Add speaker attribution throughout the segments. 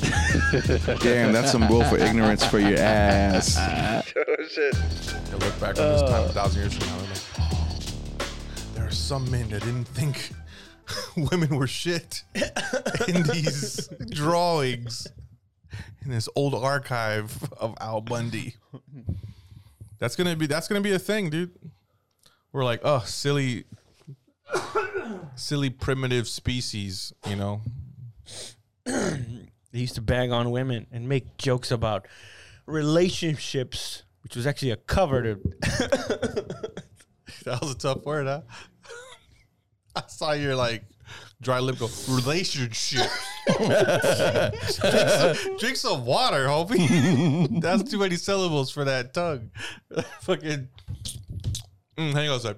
Speaker 1: Damn, that's some willful ignorance for your ass.
Speaker 2: oh shit.
Speaker 3: And look back on this time a thousand years from now. and like, oh, there are some men that didn't think women were shit in these drawings in this old archive of Al Bundy. That's gonna be that's gonna be a thing, dude. We're like, oh, silly, silly primitive species, you know.
Speaker 4: They used to bag on women and make jokes about relationships, which was actually a cover to.
Speaker 3: That was a tough word, huh? I saw your like dry lip go relationship. drink, some, drink some water, homie. That's too many syllables for that tongue. Fucking mm, hang on a sec.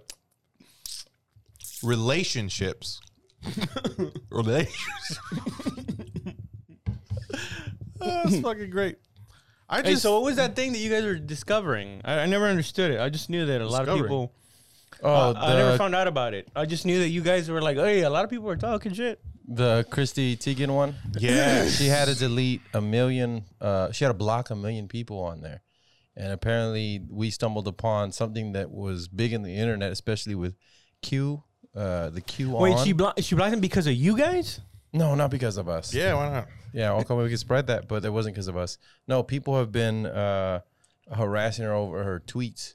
Speaker 3: Relationships. Relationships. Oh, that's fucking great. I
Speaker 4: Hey,
Speaker 3: just
Speaker 4: so what was that thing that you guys were discovering? I, I never understood it. I just knew that a lot of
Speaker 3: Discovering?
Speaker 4: people.
Speaker 5: Oh,
Speaker 4: I never found out about it. I just knew that you guys were like, hey, a lot of people are talking shit.
Speaker 5: the Christy Teigen one.
Speaker 3: yeah.
Speaker 5: She had to delete a million. Uh, she had to block a million people on there, and apparently we stumbled upon something that was big in the internet, especially with Q. Uh, the Q
Speaker 4: Wait,
Speaker 5: on.
Speaker 4: she blo- she blocked him because of you guys?
Speaker 5: no, not because of us.
Speaker 3: Yeah, why not?
Speaker 5: Yeah, okay, we could spread that, but it wasn't because of us. No, people have been uh, harassing her over her tweets,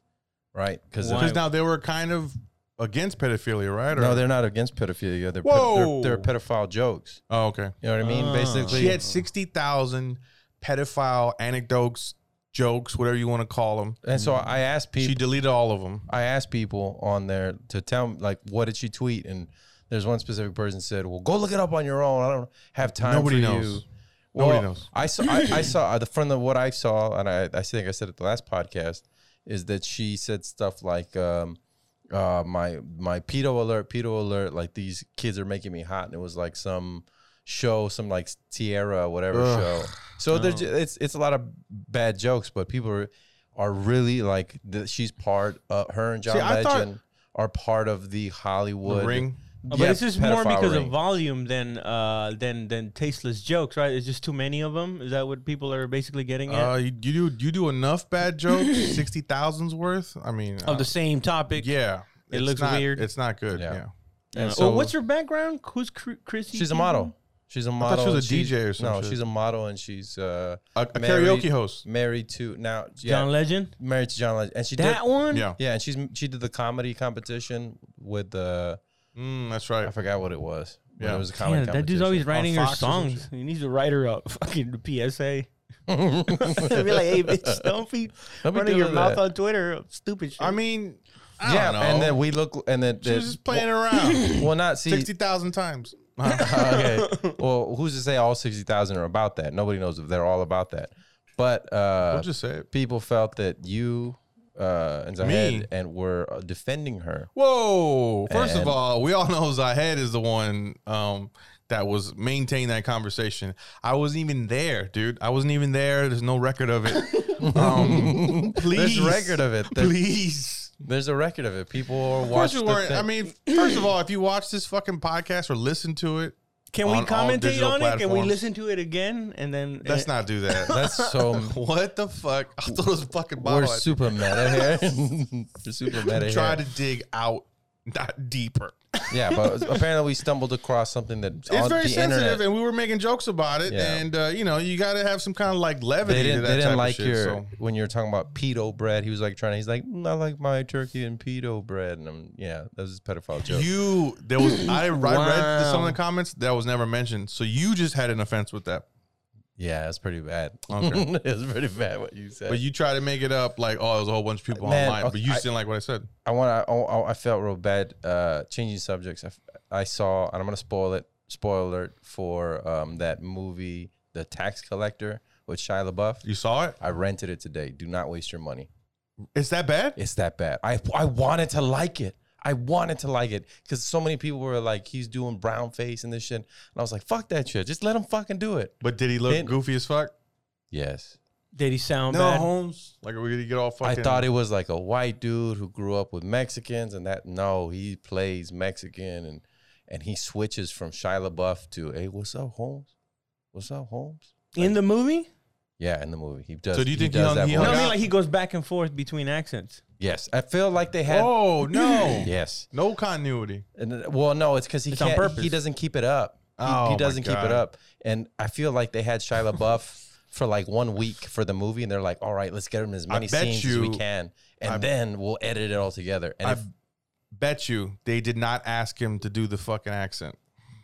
Speaker 5: right? Because
Speaker 4: Why?
Speaker 3: Because now they were kind of against pedophilia, right? Or-
Speaker 5: no, they're not against pedophilia. They're, ped- they're, they're pedophile jokes.
Speaker 3: oh, okay.
Speaker 5: You know what I mean?
Speaker 4: Ah.
Speaker 5: Basically,
Speaker 3: She had 60,000 pedophile anecdotes, jokes, whatever you want to call them.
Speaker 5: and so I asked people.
Speaker 3: She deleted all of them.
Speaker 5: I asked people on there to tell me like what did she tweet, and there's one specific person said, "Well, go look it up on your own. I don't have time."
Speaker 3: Nobody
Speaker 5: for
Speaker 3: knows.
Speaker 5: You.
Speaker 3: Nobody
Speaker 5: Well,
Speaker 3: knows.
Speaker 5: I saw. I, I saw the front of what I saw, and I, I think I said it the last podcast is that she said stuff like, um, uh, "My my pedo alert, pedo alert!" Like these kids are making me hot, and it was like some show, some like Tierra, whatever
Speaker 3: Ugh. Oh.
Speaker 5: show. So there's ju- it's it's a lot of bad jokes, but people are are really like the, she's part of her and John
Speaker 3: See, I thought-
Speaker 5: Legend are part part of the Hollywood
Speaker 3: The ring.
Speaker 4: But
Speaker 5: Yeah,
Speaker 4: this is more
Speaker 5: pedophile
Speaker 4: because of
Speaker 5: ring.
Speaker 4: volume than uh than than tasteless jokes, right? It's just too many of them. Is that what people are basically getting at?
Speaker 3: Uh, you, you do you do enough bad jokes, sixty thousands worth. I mean, uh,
Speaker 4: of the same topic.
Speaker 3: yeah,
Speaker 4: It
Speaker 3: It's
Speaker 4: looks
Speaker 3: not-
Speaker 4: weird.
Speaker 3: It's not good.
Speaker 5: Yeah.
Speaker 3: Yeah,
Speaker 4: Uh,
Speaker 5: And
Speaker 4: well,
Speaker 5: so
Speaker 4: what's her background? Who's Cr- Chrissy?
Speaker 5: she's a
Speaker 4: Teigen?
Speaker 5: model. She's a model.
Speaker 3: she was
Speaker 5: and
Speaker 3: a
Speaker 5: she's-
Speaker 3: DJ or some
Speaker 5: No,
Speaker 3: shit.
Speaker 5: she's a model and she's uh,
Speaker 3: a, a
Speaker 5: married-
Speaker 3: karaoke host.
Speaker 5: married to now yeah,
Speaker 4: John Legend.
Speaker 5: married to John Legend, and she
Speaker 4: That
Speaker 5: did
Speaker 4: one.
Speaker 3: Yeah,
Speaker 5: yeah, and she's she did the comedy competition with the
Speaker 3: Mm, that's
Speaker 5: I
Speaker 3: right.
Speaker 5: forgot what it was. but
Speaker 3: Yeah.
Speaker 5: it was a comedy.
Speaker 4: Yeah, that dude's always writing her
Speaker 3: Fox or some
Speaker 4: songs. He needs to write her a fucking PSA. be like, hey, bitch, don't be
Speaker 5: Let me
Speaker 4: running
Speaker 5: do
Speaker 4: your
Speaker 5: that.
Speaker 4: mouth on Twitter. Stupid shit.
Speaker 3: I mean, I
Speaker 5: yeah,
Speaker 3: don't know.
Speaker 5: and then we look and then
Speaker 3: she
Speaker 5: the-
Speaker 3: was just playing around
Speaker 5: Well, not see.
Speaker 3: sixty thousand times. Uh,
Speaker 5: okay. Well, who's to say all sixty thousand are about that? Nobody knows if they're all about that. But uh,
Speaker 3: I'll just say it.
Speaker 5: people felt that you uh, and Zahed
Speaker 3: Me?
Speaker 5: and were uh, defending her.
Speaker 3: Whoa! First
Speaker 5: And-
Speaker 3: of all, we all know Zahed is the one um, that was maintaining that conversation. I wasn't even there, dude. I wasn't even there. There's no record of it. Um, please,
Speaker 5: There's record of it. There-
Speaker 3: please.
Speaker 5: There's a record of it. People are
Speaker 3: Of course
Speaker 5: watching.
Speaker 3: you weren't. I mean, first of all, if you watch this fucking podcast or listen to it,
Speaker 4: Can we
Speaker 3: on all
Speaker 4: commentate
Speaker 3: digital
Speaker 4: on it? Can we
Speaker 3: platforms.
Speaker 4: listen to it again? And then
Speaker 5: Eh.
Speaker 3: let's not do that.
Speaker 5: that's so.
Speaker 3: what the fuck? I throw this fucking
Speaker 5: We're
Speaker 3: bottle. at
Speaker 5: super meta here. we're super meta
Speaker 3: you. Try
Speaker 5: here.
Speaker 3: to dig out, not deeper.
Speaker 5: yeah, but apparently we stumbled across something that it's
Speaker 3: It's
Speaker 5: on
Speaker 3: very
Speaker 5: the
Speaker 3: sensitive,
Speaker 5: internet.
Speaker 3: and we were making jokes about it.
Speaker 5: Yeah.
Speaker 3: And uh, you know, you got to have some kind of like levity.
Speaker 5: they didn't.
Speaker 3: to that
Speaker 5: They
Speaker 3: type
Speaker 5: didn't
Speaker 3: of
Speaker 5: like
Speaker 3: shit,
Speaker 5: your
Speaker 3: so.
Speaker 5: when you were talking about pedo bread. He was like trying. to He's like, "Mm, I like my turkey and pedo bread, and I'm yeah. That was his pedophile joke.
Speaker 3: You there was I, I read some of the comments that was never mentioned. So you just had an offense with that,
Speaker 5: yeah, that's pretty bad.
Speaker 3: Okay.
Speaker 5: it's pretty bad what you said.
Speaker 3: but you try to make it up like oh, there's a whole bunch of people
Speaker 5: Man,
Speaker 3: online, but you
Speaker 5: okay,
Speaker 3: just didn't like what I said.
Speaker 5: I want to. I, I felt real bad. Uh, changing subjects. I, f- I saw, and I'm gonna spoil it. Spoiler alert for um, that movie, The Tax Collector, with Shia LaBeouf.
Speaker 3: You saw it.
Speaker 5: I rented it today. Do not waste your money.
Speaker 3: It's that bad?
Speaker 5: It's that bad. I I wanted to like it. I wanted to like it because so many people were like, he's doing brown face and this shit, and I was like, fuck that shit. Just let him fucking do it.
Speaker 3: But did he look
Speaker 5: It-
Speaker 3: goofy as fuck?
Speaker 5: Yes.
Speaker 4: Did he sound bad?
Speaker 3: Holmes. Like are we gonna get all fucking?
Speaker 5: I thought it was like a white dude who grew up with Mexicans and that no, he plays Mexican and and he switches from Shia LaBeouf to hey, what's up, Holmes? What's up, Holmes?
Speaker 4: in the movie?
Speaker 5: Yeah, in the movie he does.
Speaker 3: So do you
Speaker 5: he
Speaker 3: think he
Speaker 5: does
Speaker 3: hung-
Speaker 5: that
Speaker 3: he
Speaker 5: voice.
Speaker 4: No,
Speaker 3: hung
Speaker 4: I mean
Speaker 3: out-
Speaker 4: like he goes back and forth between accents.
Speaker 5: Yes, I feel like they had.
Speaker 3: Oh no,
Speaker 5: Yes,
Speaker 3: no continuity.
Speaker 5: and uh, well, no, it's because he
Speaker 4: It's on
Speaker 5: can't,
Speaker 4: purpose.
Speaker 5: he doesn't keep it up. He, he
Speaker 3: Oh, my
Speaker 5: doesn't keep
Speaker 3: God.
Speaker 5: it up, and I feel like they had Shia LaBeouf for like one week for the movie, and they're like, "All right, let's get him as many
Speaker 3: bet
Speaker 5: scenes as
Speaker 3: you-
Speaker 5: we can, and
Speaker 3: I-
Speaker 5: then we'll edit it all together." And
Speaker 3: I
Speaker 5: if,
Speaker 3: bet you they did not ask him to do the fucking accent.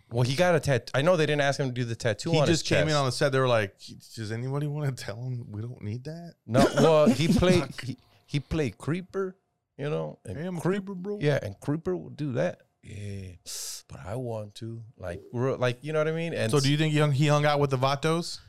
Speaker 5: well, he got a tattoo. I know they didn't ask him to do the tattoo.
Speaker 3: He
Speaker 5: on
Speaker 3: just
Speaker 5: his
Speaker 3: came in
Speaker 5: chest.
Speaker 3: on the set. They were like, "Does anybody want to tell him we don't need that?"
Speaker 5: No, well, he played he, he played creeper, you know. and
Speaker 3: Hey, I'm a
Speaker 5: Creep-
Speaker 3: creeper, bro.
Speaker 5: Yeah, and creeper will do that. Yeah, but I want to like, real- like you know what I mean. And
Speaker 3: So do you think he hung, he hung out with the Vatos?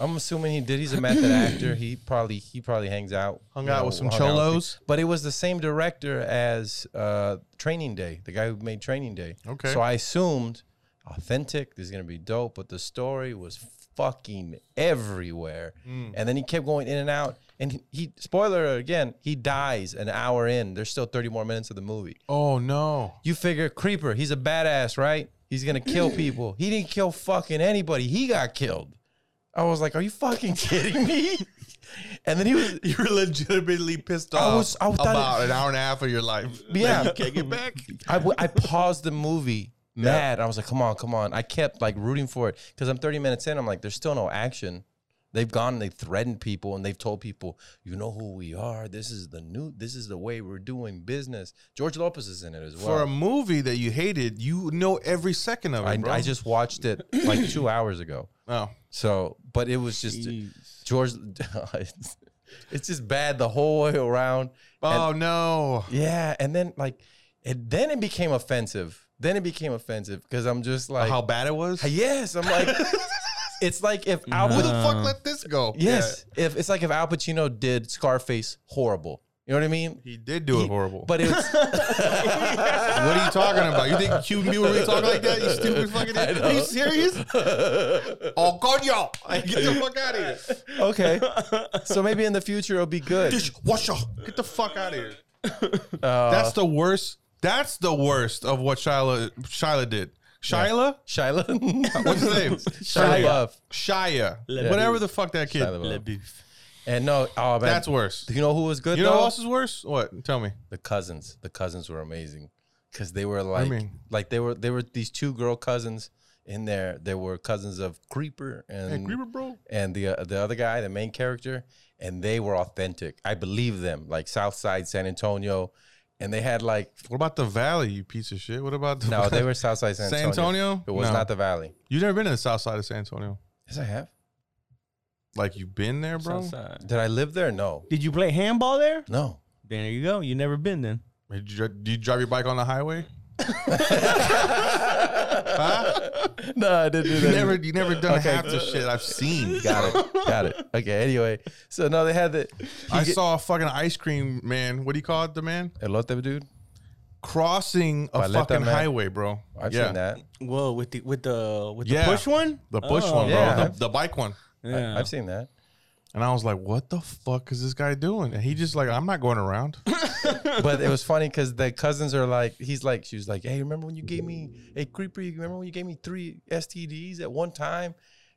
Speaker 5: I'm assuming he did. He's a method actor. He probably he probably hangs out,
Speaker 3: Hung
Speaker 5: you
Speaker 3: out with some
Speaker 5: hung out with
Speaker 3: cholos?
Speaker 5: people. But it was the same director as uh, Training Day, the guy who made Training Day.
Speaker 3: Okay.
Speaker 5: So I assumed authentic. This is gonna be dope. But the story was fucking everywhere,
Speaker 3: Mm.
Speaker 5: and then he kept going in and out. And he, he spoiler again, he dies an hour in. There's still 30 more minutes of the movie.
Speaker 3: Oh no.
Speaker 5: You figure Creeper, he's a badass, right? He's gonna kill people. He didn't kill fucking anybody. He got killed. I was like, are you fucking kidding me? And then he was,
Speaker 3: You were legitimately pissed
Speaker 5: I
Speaker 3: off
Speaker 5: was- I thought it-
Speaker 3: about an hour and a half of your life.
Speaker 5: Yeah.
Speaker 3: That you can't get back.
Speaker 5: I, w- I paused the movie mad. I was like, come on, come on. I kept like rooting for it because I'm 30 minutes in. I'm like, there's still no action. They've gone and they've threatened people and they've told people, you know who we are. This is the new, this is the way we're doing business. George Lopez is in it as well.
Speaker 3: For a movie that you hated, you know every second of it,
Speaker 5: I-
Speaker 3: bro.
Speaker 5: I just watched it like two hours ago.
Speaker 3: oh.
Speaker 5: So, but it was just George. it's, it's just bad the whole way around.
Speaker 3: Oh no.
Speaker 5: Yeah, and then like, and then it became offensive. Then it became offensive because I'm just like,
Speaker 3: How bad it was?
Speaker 5: yes, I'm like, it's like if Al,
Speaker 3: Who the
Speaker 5: Pacino-
Speaker 3: fuck let this go?
Speaker 5: Uh, yes, if it's like if Al Pacino did Scarface horrible. You know what I mean?
Speaker 3: Yeah. He did do it horrible.
Speaker 5: But it's
Speaker 3: what are you talking about? You think Cuban people really talk like that? You stupid fucking. Are you serious? oh, coño! Like, Get the fuck out of here!
Speaker 5: okay. So maybe in the future it'll be good.
Speaker 3: Washer, get the fuck out of here.
Speaker 5: Uh,
Speaker 3: that's the worst. That's the worst of what Shyla Shyla did. Shyla,
Speaker 5: Shia,
Speaker 3: what's his name?
Speaker 5: Shia LaBeouf.
Speaker 3: Shia,
Speaker 4: Le
Speaker 3: whatever
Speaker 4: Beef.
Speaker 3: the fuck that kid.
Speaker 5: Shia LaBeouf. Le
Speaker 3: Beef.
Speaker 5: And no, oh man,
Speaker 3: That's worse.
Speaker 5: You know who was good?
Speaker 3: You know
Speaker 5: though?
Speaker 3: what else is worse? What? Tell me.
Speaker 5: the cousins the cousins were amazing because they were like
Speaker 3: mean?
Speaker 5: like they were they were these two girl cousins in there they were cousins of creeper and
Speaker 3: Mm. bro.
Speaker 5: and the uh, the other guy the main character and they were authentic i believe them like southside san antonio and they had like
Speaker 3: What about the Valley? You piece of shit. What about the
Speaker 5: no they were southside san
Speaker 3: San
Speaker 5: antonio,
Speaker 3: Antonio?
Speaker 5: it was
Speaker 3: No.
Speaker 5: not the valley
Speaker 3: You've never been to the South Side of San Antonio.
Speaker 5: yes i have
Speaker 3: Like you've been there, bro.
Speaker 4: Southside.
Speaker 5: did i live there no
Speaker 4: Did you play handball there?
Speaker 5: no
Speaker 4: There you go. You never been then.
Speaker 3: Did you, did you drive your bike on the highway?
Speaker 5: no i didn't do
Speaker 3: You never, you never done half the shit I've seen.
Speaker 5: got it got it okay anyway so no they had the
Speaker 3: I saw a fucking ice cream man. What do you call it? The man
Speaker 5: elote dude
Speaker 3: crossing a
Speaker 5: Paleta
Speaker 3: fucking
Speaker 5: man.
Speaker 3: highway, bro.
Speaker 5: i've
Speaker 3: Yeah.
Speaker 5: seen that
Speaker 4: Whoa, with the with the with
Speaker 3: Yeah.
Speaker 4: the push one?
Speaker 3: The bush
Speaker 4: Oh.
Speaker 3: one, bro.
Speaker 5: Yeah.
Speaker 3: The, the bike one.
Speaker 4: Yeah.
Speaker 5: i've seen that
Speaker 3: And I was like, "What the fuck is this guy doing?" And he just like, "I'm not going around."
Speaker 5: but it was funny because the cousins are like, he's like, she was like, hey, remember when you gave me a creeper? You remember when you gave me three STDs at one time?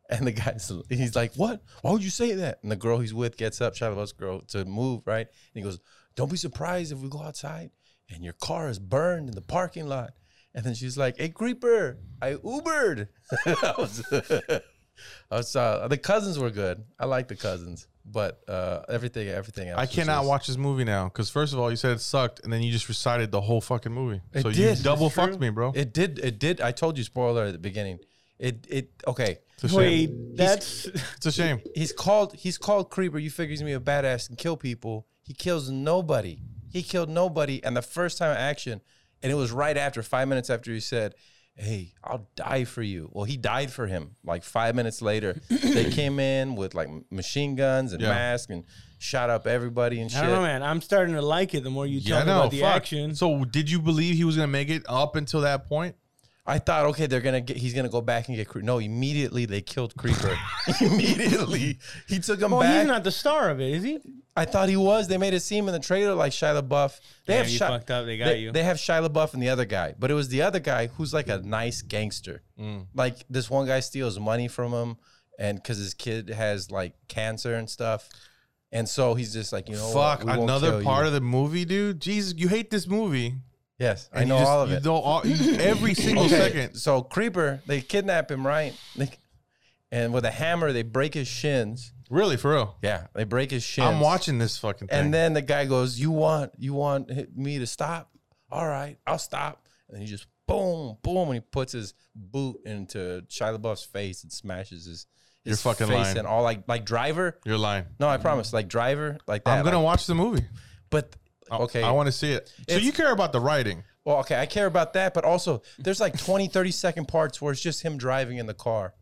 Speaker 5: And the guy's, he's like, what? Why would you say that? And the girl he's with gets up, Shia LaBeouf's girl, to move, right? And he goes, don't be surprised if we go outside and your car is burned in the parking lot. And then she's like, hey, creeper, I Ubered. I was, I was, uh, the cousins were good. I like the cousins, but uh, everything, everything else.
Speaker 3: I
Speaker 5: was
Speaker 3: cannot
Speaker 5: just-
Speaker 3: watch this movie now because first of all, you said it sucked, and then you just recited the whole fucking movie.
Speaker 5: It
Speaker 3: so
Speaker 5: did.
Speaker 3: you double
Speaker 5: It's true.
Speaker 3: fucked me, bro.
Speaker 5: It did. It did. I told you spoiler at the beginning. It. It. Okay.
Speaker 3: It's a shame.
Speaker 4: Wait, that's
Speaker 3: it's a shame.
Speaker 5: He's called. He's called creeper. You figure he's gonna be a badass and kill people. He kills nobody. He killed nobody. And the first time action, and it was right after five minutes after he said, "Hey, I'll die for you." Well, he died for him. Like five minutes later, they came in with like machine guns and
Speaker 3: Yeah.
Speaker 5: masks and shot up everybody and shit.
Speaker 4: I don't know, man. I'm starting to like it the more you tell
Speaker 3: Yeah, I
Speaker 4: me
Speaker 3: know.
Speaker 4: about the
Speaker 3: fuck.
Speaker 4: action.
Speaker 3: So did you believe he was gonna make it up until that point?
Speaker 5: I thought, okay, they're gonna get. He's gonna go back and get. Creeper. No, immediately they killed Creeper. immediately, he took him
Speaker 4: well,
Speaker 5: back.
Speaker 4: Oh, he's not the star of it, is he?
Speaker 5: I thought he was. They made it seem in the trailer like Shia LaBeouf. They
Speaker 4: Damn,
Speaker 5: have
Speaker 4: you
Speaker 5: Shia,
Speaker 4: fucked up. They got you.
Speaker 5: They have Shia LaBeouf and the other guy, but it
Speaker 3: Mm.
Speaker 5: was the other guy who's like a nice gangster. Like this one guy steals money from him. and because his kid has like cancer and stuff, and so he's just like, you know,
Speaker 3: Fuck,
Speaker 5: what?
Speaker 3: another part
Speaker 5: you.
Speaker 3: of the movie, dude. Jesus, you hate this movie.
Speaker 5: yes, I
Speaker 3: and
Speaker 5: know
Speaker 3: you just-
Speaker 5: all of
Speaker 3: you
Speaker 5: it.
Speaker 3: know all- you- every single
Speaker 5: Okay,
Speaker 3: second.
Speaker 5: So creeper, they kidnap him, right? They, and with a hammer, they break his shins.
Speaker 3: Really, for real.
Speaker 5: Yeah, they break his shins.
Speaker 3: I'm watching this fucking thing.
Speaker 5: And then the guy goes, "You want you want hi- me to stop? All right, I'll stop." And he just boom, boom, and he puts his boot into Shia LaBeouf's face and smashes his his
Speaker 3: You're fucking
Speaker 5: face
Speaker 3: lying.
Speaker 5: and all like like driver.
Speaker 3: You're lying.
Speaker 5: No, I promise, like driver, like that.
Speaker 3: I'm gonna
Speaker 5: like-
Speaker 3: watch the movie.
Speaker 5: but
Speaker 3: I-
Speaker 5: okay,
Speaker 3: I want to see it. So
Speaker 5: It's-
Speaker 3: you care about the writing?
Speaker 5: well, okay, I care about that, but also there's like 20, 30 second parts where it's just him driving in the car,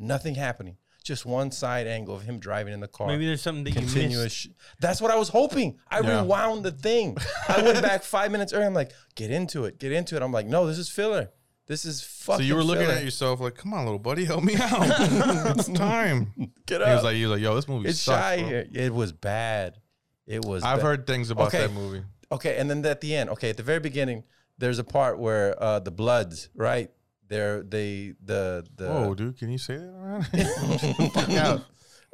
Speaker 5: nothing happening, just one side angle of him driving in the car.
Speaker 4: Maybe there's something that you
Speaker 5: continuous.
Speaker 4: missed.
Speaker 5: Sh- That's what I was hoping. I
Speaker 3: Yeah.
Speaker 5: rewound the thing. I went back five minutes early. I'm like, get into it, get into it. I'm like, no, this is filler. This is
Speaker 3: So
Speaker 5: fucking.
Speaker 3: you were looking
Speaker 5: filler.
Speaker 3: at yourself like, "Come on, little buddy, help me out. it's time."
Speaker 5: Get
Speaker 3: He was
Speaker 5: up.
Speaker 3: like, "He was like, yo, this movie
Speaker 5: it's
Speaker 3: sucks."
Speaker 5: shy.
Speaker 3: bro.
Speaker 5: here. It was bad. It was.
Speaker 3: I've
Speaker 5: ba-
Speaker 3: heard things about
Speaker 5: Okay.
Speaker 3: that movie.
Speaker 5: Okay, and then at the end, okay, at the very beginning, there's a part where uh, the Bloods, right? They're they the the.
Speaker 3: Whoa, dude, can you say that? around?
Speaker 5: Now,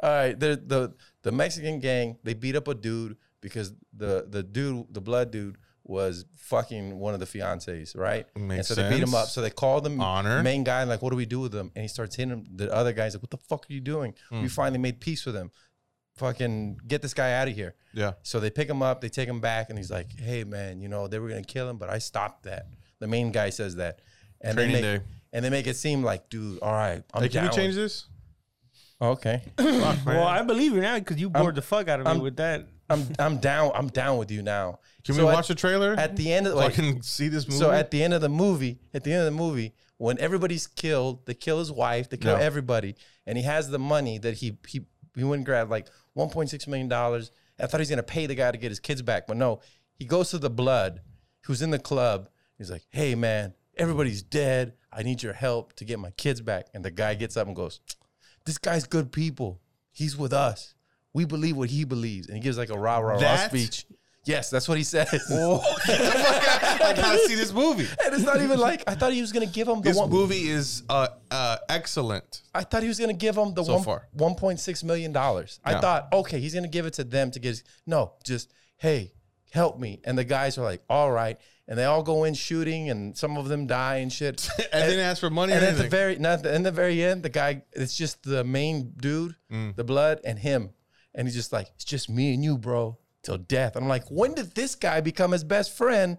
Speaker 5: all right, the, the the Mexican gang they beat up a dude because the the dude the blood dude was fucking one of the fiancées, right? and
Speaker 3: Makes
Speaker 5: so they beat him
Speaker 3: sense.
Speaker 5: up. So they call the m-
Speaker 3: Honor.
Speaker 5: main guy and like, what do we do with him? And he starts hitting him. The other guy's like, what the fuck are you doing?
Speaker 3: Hmm.
Speaker 5: We finally made peace with him. Fucking get this guy out of here.
Speaker 3: yeah.
Speaker 5: So they pick him up, they take him back, and he's like, "Hey, man, you know they were gonna kill him, but I stopped that." The main guy says that, and they
Speaker 3: Training
Speaker 5: make,
Speaker 3: day.
Speaker 5: and they make it seem like, "Dude, all right, I'm
Speaker 3: Hey, can
Speaker 5: down."
Speaker 3: we change this?
Speaker 5: okay,
Speaker 3: Fuck, man.
Speaker 4: Well, I believe you now because you bored the fuck out of me with that.
Speaker 5: I'm I'm down. I'm down with you now.
Speaker 3: can
Speaker 5: So
Speaker 3: we
Speaker 5: at-
Speaker 3: watch the trailer?
Speaker 5: At the end of
Speaker 3: so I
Speaker 5: like,
Speaker 3: can see this movie.
Speaker 5: so at the end of the movie, at the end of the movie, when everybody's killed, they kill his wife, they kill
Speaker 3: Yeah.
Speaker 5: everybody, and he has the money that he he he went and grabbed like 1.6 million dollars. I thought he's gonna pay the guy to get his kids back, but no, he goes to the blood, who's in the club. He's like, "Hey man, everybody's dead. I need your help to get my kids back." And the guy gets up and goes, "This guy's good people. He's with us. We believe what he believes." And he gives like a rah rah rah
Speaker 3: That-
Speaker 5: speech. Yes, that's what he says.
Speaker 3: I gotta see this movie.
Speaker 5: And it's not even like I thought he was gonna give him the
Speaker 3: This
Speaker 5: one.
Speaker 3: movie is uh, uh, excellent.
Speaker 5: I thought he was gonna give him the
Speaker 3: So
Speaker 5: one
Speaker 3: far.
Speaker 5: one point six million dollars. I
Speaker 3: Yeah.
Speaker 5: thought, okay, he's gonna give it to them to get. His, no, just hey, help me. And the guys are like, all right, and they all go in shooting, and some of them die and shit.
Speaker 3: And, then ask for money.
Speaker 5: and
Speaker 3: And
Speaker 5: at the very not in the very end, the guy it's just the main dude, the blood, and him, and he's just like, it's just me and you, bro, till death. I'm like, when did this guy become his best friend?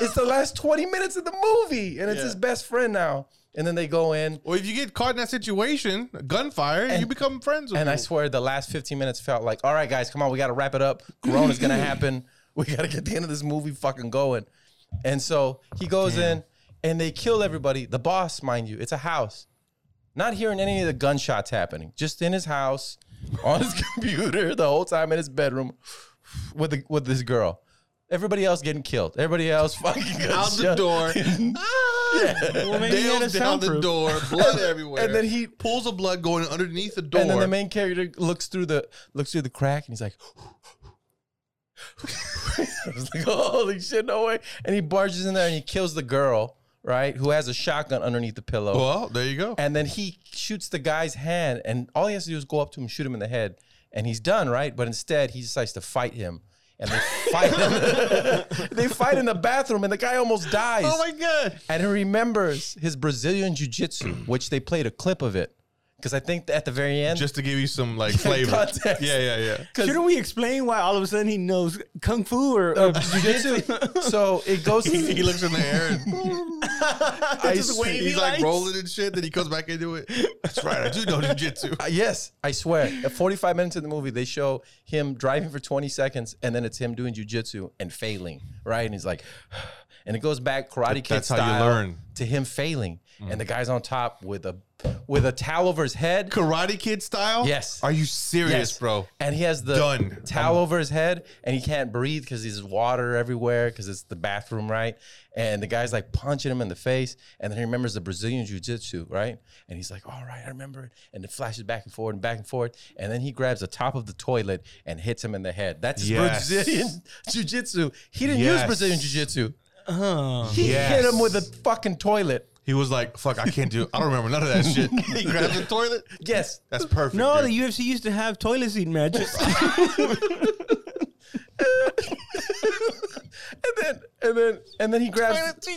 Speaker 5: it's the last 20 minutes of the movie, and it's his best friend now. And then they go in,
Speaker 3: well, if you get caught in that situation, gunfire, you become friends with.
Speaker 5: and I
Speaker 3: people.
Speaker 5: swear the last 15 minutes felt like, all right, guys, come on, we got to wrap it up. Corona's going to happen. We got to get the end of this movie fucking going. And so he goes in and they kill everybody. The boss, mind you, it's a house. Not hearing any of the gunshots happening, just in his house, on his computer, the whole time in his bedroom with the, with this girl. Everybody else getting killed. Everybody else fucking
Speaker 3: out the
Speaker 5: shot.
Speaker 3: door. Ah!
Speaker 4: Well, maybe he had
Speaker 3: Nails
Speaker 4: a
Speaker 3: down the
Speaker 4: soundproof.
Speaker 3: door, blood everywhere,
Speaker 5: And then he-
Speaker 3: pulls the blood going underneath the door.
Speaker 5: And then the main character looks through the looks through the crack and he's like, I was like, holy shit, no way. And he barges in there and he kills the girl, right? Who has a shotgun underneath the pillow.
Speaker 3: well, there you go.
Speaker 5: And then he shoots the guy's hand, and all he has to do is go up to him, shoot him in the head, and he's done, right? But instead, he decides to fight him, and they fight him. they fight in the bathroom, and the guy almost dies.
Speaker 3: oh my god!
Speaker 5: and he remembers his Brazilian jiu-jitsu, which they played a clip of it. Because I think at the very end,
Speaker 3: Just to give you some like flavor.
Speaker 5: Context.
Speaker 3: Yeah, yeah, yeah.
Speaker 5: 'Cause-
Speaker 4: Shouldn't we explain why all of a sudden he knows kung fu or, or jiu-jitsu?
Speaker 5: so it goes.
Speaker 3: He looks in the air and
Speaker 5: I
Speaker 4: just
Speaker 5: sw-
Speaker 4: waving
Speaker 3: he's like
Speaker 4: lights.
Speaker 3: rolling and shit. Then he comes back into it. That's right. I do know jujitsu.
Speaker 5: yes, I swear. At 45 minutes in the movie, they show him driving for 20 seconds, and then it's him doing jujitsu and failing, right? And he's like, and it goes back karate kid
Speaker 3: That's how you
Speaker 5: style
Speaker 3: learn. Mm.
Speaker 5: to him failing, and the guy's on top with a with a towel over his head.
Speaker 3: Karate Kid style.
Speaker 5: Yes.
Speaker 3: Are you serious,
Speaker 5: Yes.
Speaker 3: bro?
Speaker 5: And he has the
Speaker 3: Done.
Speaker 5: towel over his head, and he can't breathe because there's water everywhere because it's the bathroom, right? And the guy's like punching him in the face, and then he remembers the Brazilian jiu-jitsu, right? And he's like, "All right, I remember it." And it flashes back and forward and back and forth, and then he grabs the top of the toilet and hits him in the head. That's his
Speaker 3: Yes.
Speaker 5: Brazilian jiu-jitsu. He didn't use
Speaker 3: Yes.
Speaker 5: Brazilian jiu-jitsu.
Speaker 4: Huh.
Speaker 5: He
Speaker 3: Yes.
Speaker 5: hit him with a fucking toilet.
Speaker 3: He was like, "Fuck, I can't do. I don't remember none of that shit." he grabbed the toilet.
Speaker 5: Yes.
Speaker 3: That's perfect.
Speaker 4: No,
Speaker 3: dude.
Speaker 4: the UFC used to have toilet seat matches.
Speaker 5: And then and then and then he grabs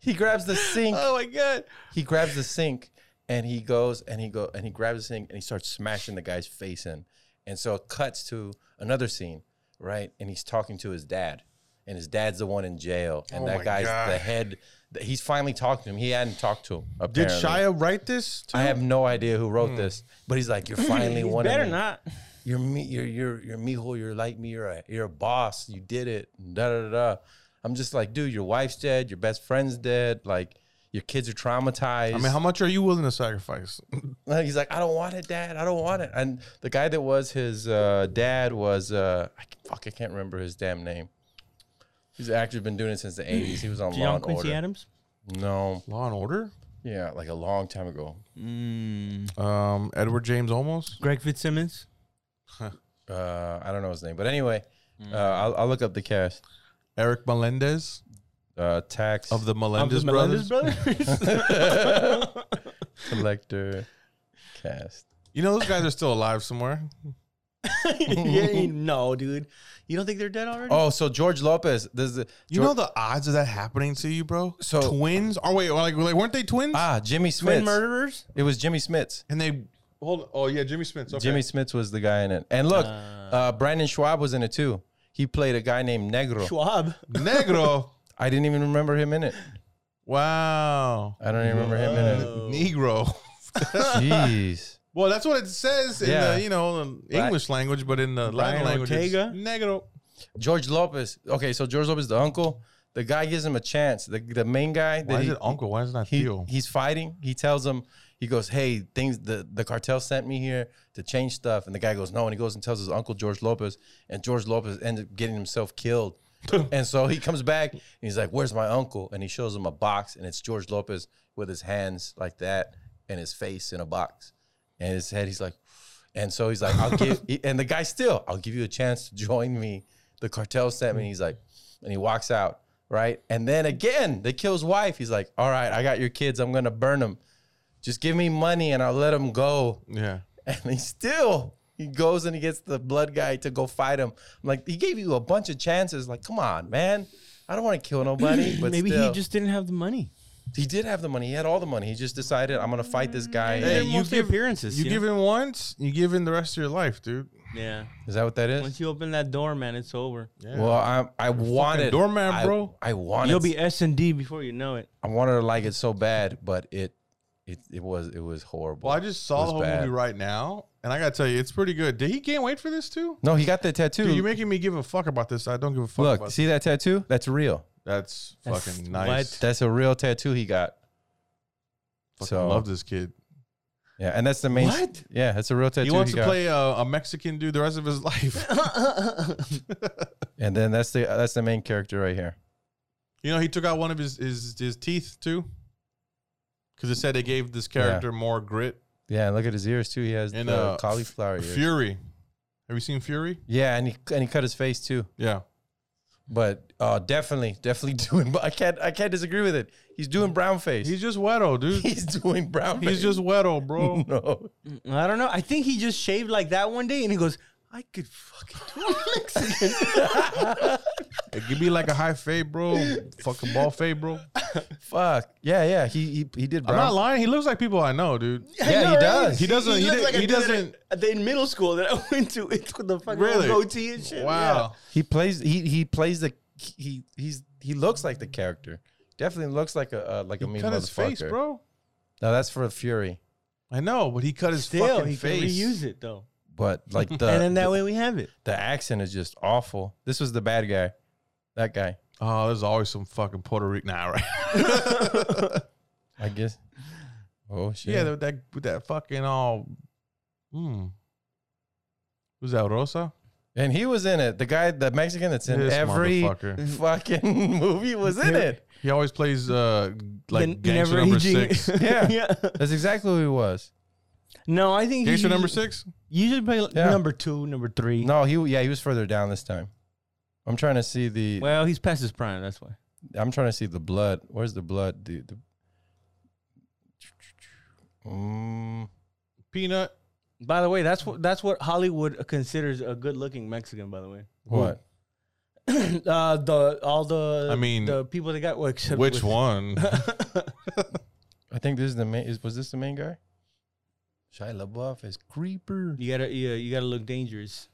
Speaker 5: he grabs the sink.
Speaker 4: oh my god!
Speaker 5: He grabs the sink and he goes and he go and he grabs the sink and he starts smashing the guy's face in. And so it cuts to another scene, right? And he's talking to his dad. And his dad's the one in jail. And
Speaker 3: Oh
Speaker 5: that
Speaker 3: my
Speaker 5: guy's
Speaker 3: God.
Speaker 5: the head he's finally talking to him. He hadn't talked to him.
Speaker 2: Did
Speaker 5: apparently.
Speaker 2: Shia write this? Too?
Speaker 5: I have no idea who wrote this, but he's like, "You're finally
Speaker 4: He's
Speaker 5: one
Speaker 4: better
Speaker 5: of me.
Speaker 4: not.
Speaker 5: You're me. You're you're you're Mijo. You're like me. You're a you're a boss. You did it. Da da da. da. I'm just like, dude, your wife's dead. Your best friend's dead. Like, your kids are traumatized.
Speaker 3: I mean, how much are you willing to sacrifice?
Speaker 5: Like, he's like, I don't want it, Dad. I don't want it. And the guy that was his uh, dad was uh, I, can- fuck. I can't remember his damn name. He's actually been doing it since the '80s. He was on Law
Speaker 4: John
Speaker 5: and
Speaker 4: Quincy
Speaker 5: Order.
Speaker 4: Adams.
Speaker 5: No,
Speaker 3: Law and Order.
Speaker 5: yeah, like a long time ago.
Speaker 3: Um, Edward James almost.
Speaker 4: Greg Fitzsimmons.
Speaker 5: Uh, I don't know his name, but anyway,
Speaker 3: Mm.
Speaker 5: uh, I'll, I'll look up the cast.
Speaker 3: Eric Melendez
Speaker 5: uh, tax
Speaker 3: of the
Speaker 4: Of
Speaker 3: Melendez
Speaker 4: the
Speaker 3: brothers.
Speaker 4: Melendez brothers.
Speaker 5: collector cast.
Speaker 3: You know, those guys are still alive somewhere.
Speaker 4: yeah, you- no, dude. You don't think they're dead already?
Speaker 5: Oh, so George Lopez. This is
Speaker 3: You know the odds of that happening to you, bro.
Speaker 5: So-
Speaker 3: twins. Oh wait, like, like weren't they twins?
Speaker 5: ah Jimmy
Speaker 4: Twin
Speaker 5: Smith.
Speaker 4: murderers.
Speaker 5: It was Jimmy Smith.
Speaker 3: and they hold. Oh yeah, Jimmy Spence. Okay. Ah.
Speaker 5: Jimmy Smith was the guy in it. And look, uh, Brandon Schwab was in it too. He played a guy named Negro.
Speaker 4: Schwab.
Speaker 3: Negro.
Speaker 5: I didn't even remember him in it.
Speaker 3: Wow.
Speaker 5: I don't even remember him in it.
Speaker 3: Negro.
Speaker 5: Jeez.
Speaker 3: Well, that's what it says in
Speaker 5: Yeah.
Speaker 3: the you know in
Speaker 5: Right.
Speaker 3: English language, but in the Latin
Speaker 4: Brian
Speaker 3: language,
Speaker 4: Ortega?
Speaker 3: it's Negro.
Speaker 5: George Lopez. Okay, so George Lopez, the uncle. The guy gives him a chance. The, the main guy. that
Speaker 3: Why is
Speaker 5: he-
Speaker 3: it uncle? Why is it not
Speaker 5: he,
Speaker 3: Theo?
Speaker 5: he's fighting. He tells him, he goes, Hey, things the, the cartel sent me here to change stuff. And the guy goes, No. And he goes and tells his uncle George Lopez. And George Lopez ends up getting himself killed. and so he comes back and he's like, Where's my uncle? And he shows him a box, and it's George Lopez with his hands like that and his face in a box. And his head, he's like, and so he's like, I'll give and the guy still, I'll give you a chance to join me. The cartel sent me. He's like, and he walks out, right? And then again, they kill his wife. He's like, All right, I got your kids. I'm gonna burn them. Just give me money and I'll let them go.
Speaker 3: yeah.
Speaker 5: And he still he goes and he gets the blood guy to go fight him. I'm like, he gave you a bunch of chances. Like, come on, man. I don't want to kill nobody. But
Speaker 4: Maybe
Speaker 5: still.
Speaker 4: he just didn't have the money.
Speaker 5: he did have the money. He had all the money. He just decided I'm gonna fight this guy.
Speaker 4: They're
Speaker 3: you
Speaker 4: mostly
Speaker 3: give-
Speaker 4: appearances.
Speaker 3: You
Speaker 4: know?
Speaker 3: give in once, you give in the rest of your life, dude.
Speaker 4: Yeah.
Speaker 5: Is that what that is?
Speaker 4: Once you open that door, man, it's over.
Speaker 5: Well, I I wanted
Speaker 3: doorman,
Speaker 5: I-
Speaker 3: bro.
Speaker 5: I wanted
Speaker 4: You'll be S and D before you know it.
Speaker 5: I wanted to like it so bad, but it it it was it was horrible.
Speaker 3: Well, I just saw
Speaker 5: It
Speaker 3: the
Speaker 5: was
Speaker 3: whole
Speaker 5: bad.
Speaker 3: movie right now, and I gotta tell you, it's pretty good. Did he gain weight for this too?
Speaker 5: No, he got that tattoo.
Speaker 3: Dude, you're making me give a fuck about this. I don't give a fuck
Speaker 5: Look,
Speaker 3: about
Speaker 5: see that tattoo? That's real.
Speaker 3: That's fucking nice.
Speaker 4: what?
Speaker 5: That's a real tattoo he got.
Speaker 3: Fucking
Speaker 5: so
Speaker 3: love this kid.
Speaker 5: yeah, and that's the main.
Speaker 4: What?
Speaker 5: Yeah, that's a real
Speaker 3: He
Speaker 5: tattoo.
Speaker 3: wants to
Speaker 5: got.
Speaker 3: play a, a Mexican dude the rest of his life.
Speaker 5: and then that's the that's the main character right here.
Speaker 3: you know, he took out one of his his, his teeth too, because it said it gave this character more grit.
Speaker 5: Yeah, and look at his ears too. He has
Speaker 3: And,
Speaker 5: the
Speaker 3: uh,
Speaker 5: cauliflower ears.
Speaker 3: Fury, have you seen Fury?
Speaker 5: yeah, and he and he cut his face too.
Speaker 3: Yeah,
Speaker 5: But uh, definitely, definitely doing. But I can't I can't disagree with it. He's doing brown face.
Speaker 3: he's just weto, dude.
Speaker 5: He's doing brown.
Speaker 3: He's
Speaker 5: face.
Speaker 3: just weto, bro.
Speaker 5: no.
Speaker 4: Mm, I don't know. I think he just shaved like that one day, and he goes, "I could fucking do a Mexican."
Speaker 3: Hey, give me like a high fade, bro. Fucking ball fade, bro.
Speaker 5: Fuck. Yeah, yeah. He he, he did
Speaker 3: I'm
Speaker 5: brown.
Speaker 3: not lying. He looks like people I know, dude.
Speaker 5: Yeah, he does.
Speaker 3: He doesn't. He,
Speaker 4: looks
Speaker 3: did-
Speaker 4: like a
Speaker 3: he
Speaker 4: dude that I-
Speaker 3: doesn't.
Speaker 4: at the- in middle school that I went to. It's with the fucking
Speaker 3: Really?
Speaker 4: goatee and shit.
Speaker 3: Wow.
Speaker 5: He plays. He he plays the. He he's he looks like the character. Definitely looks like a uh, like a mean
Speaker 3: Cut
Speaker 5: motherfucker.
Speaker 3: his face, bro.
Speaker 5: No, that's for Fury.
Speaker 3: I know, but he cut his
Speaker 4: Yeah. Still,
Speaker 3: fucking
Speaker 4: he
Speaker 3: face. Uh,
Speaker 4: can reuse it though,
Speaker 5: But like the
Speaker 4: and then that
Speaker 5: the,
Speaker 4: way we have it.
Speaker 5: the accent is just awful. This was the bad guy. That guy,
Speaker 3: Oh, there's always some fucking Puerto Rican. Nah, right?
Speaker 5: I guess. Oh shit.
Speaker 3: yeah, that, that with that fucking all. Hmm. Who's that, Rosa?
Speaker 5: and he was in it. The guy, the Mexican that's in
Speaker 3: This
Speaker 5: every
Speaker 3: motherfucker.
Speaker 5: fucking movie was in it.
Speaker 3: He always plays uh like
Speaker 4: Then
Speaker 3: gangster number
Speaker 4: aging-
Speaker 3: six.
Speaker 5: Yeah.
Speaker 4: yeah.
Speaker 5: That's exactly who he was.
Speaker 4: No, I think
Speaker 3: Gangster
Speaker 4: he-
Speaker 3: number six.
Speaker 4: You should play
Speaker 5: Yeah.
Speaker 4: number two, number three.
Speaker 5: No, he yeah he was further down this time. I'm trying to see the
Speaker 4: Well, he's past his prime. That's why.
Speaker 5: I'm trying to see the blood. Where's the blood? The, the Mm,
Speaker 3: Peanut.
Speaker 4: By the way, that's what that's what Hollywood considers a good-looking Mexican. By the way,
Speaker 5: what?
Speaker 4: uh, the all the
Speaker 3: I mean,
Speaker 4: the people that got well, except
Speaker 3: Which
Speaker 4: with-
Speaker 3: one?
Speaker 5: I think this is the main. Is, was this the main guy? Shia LaBeouf is creeper.
Speaker 4: you gotta yeah, you gotta look dangerous.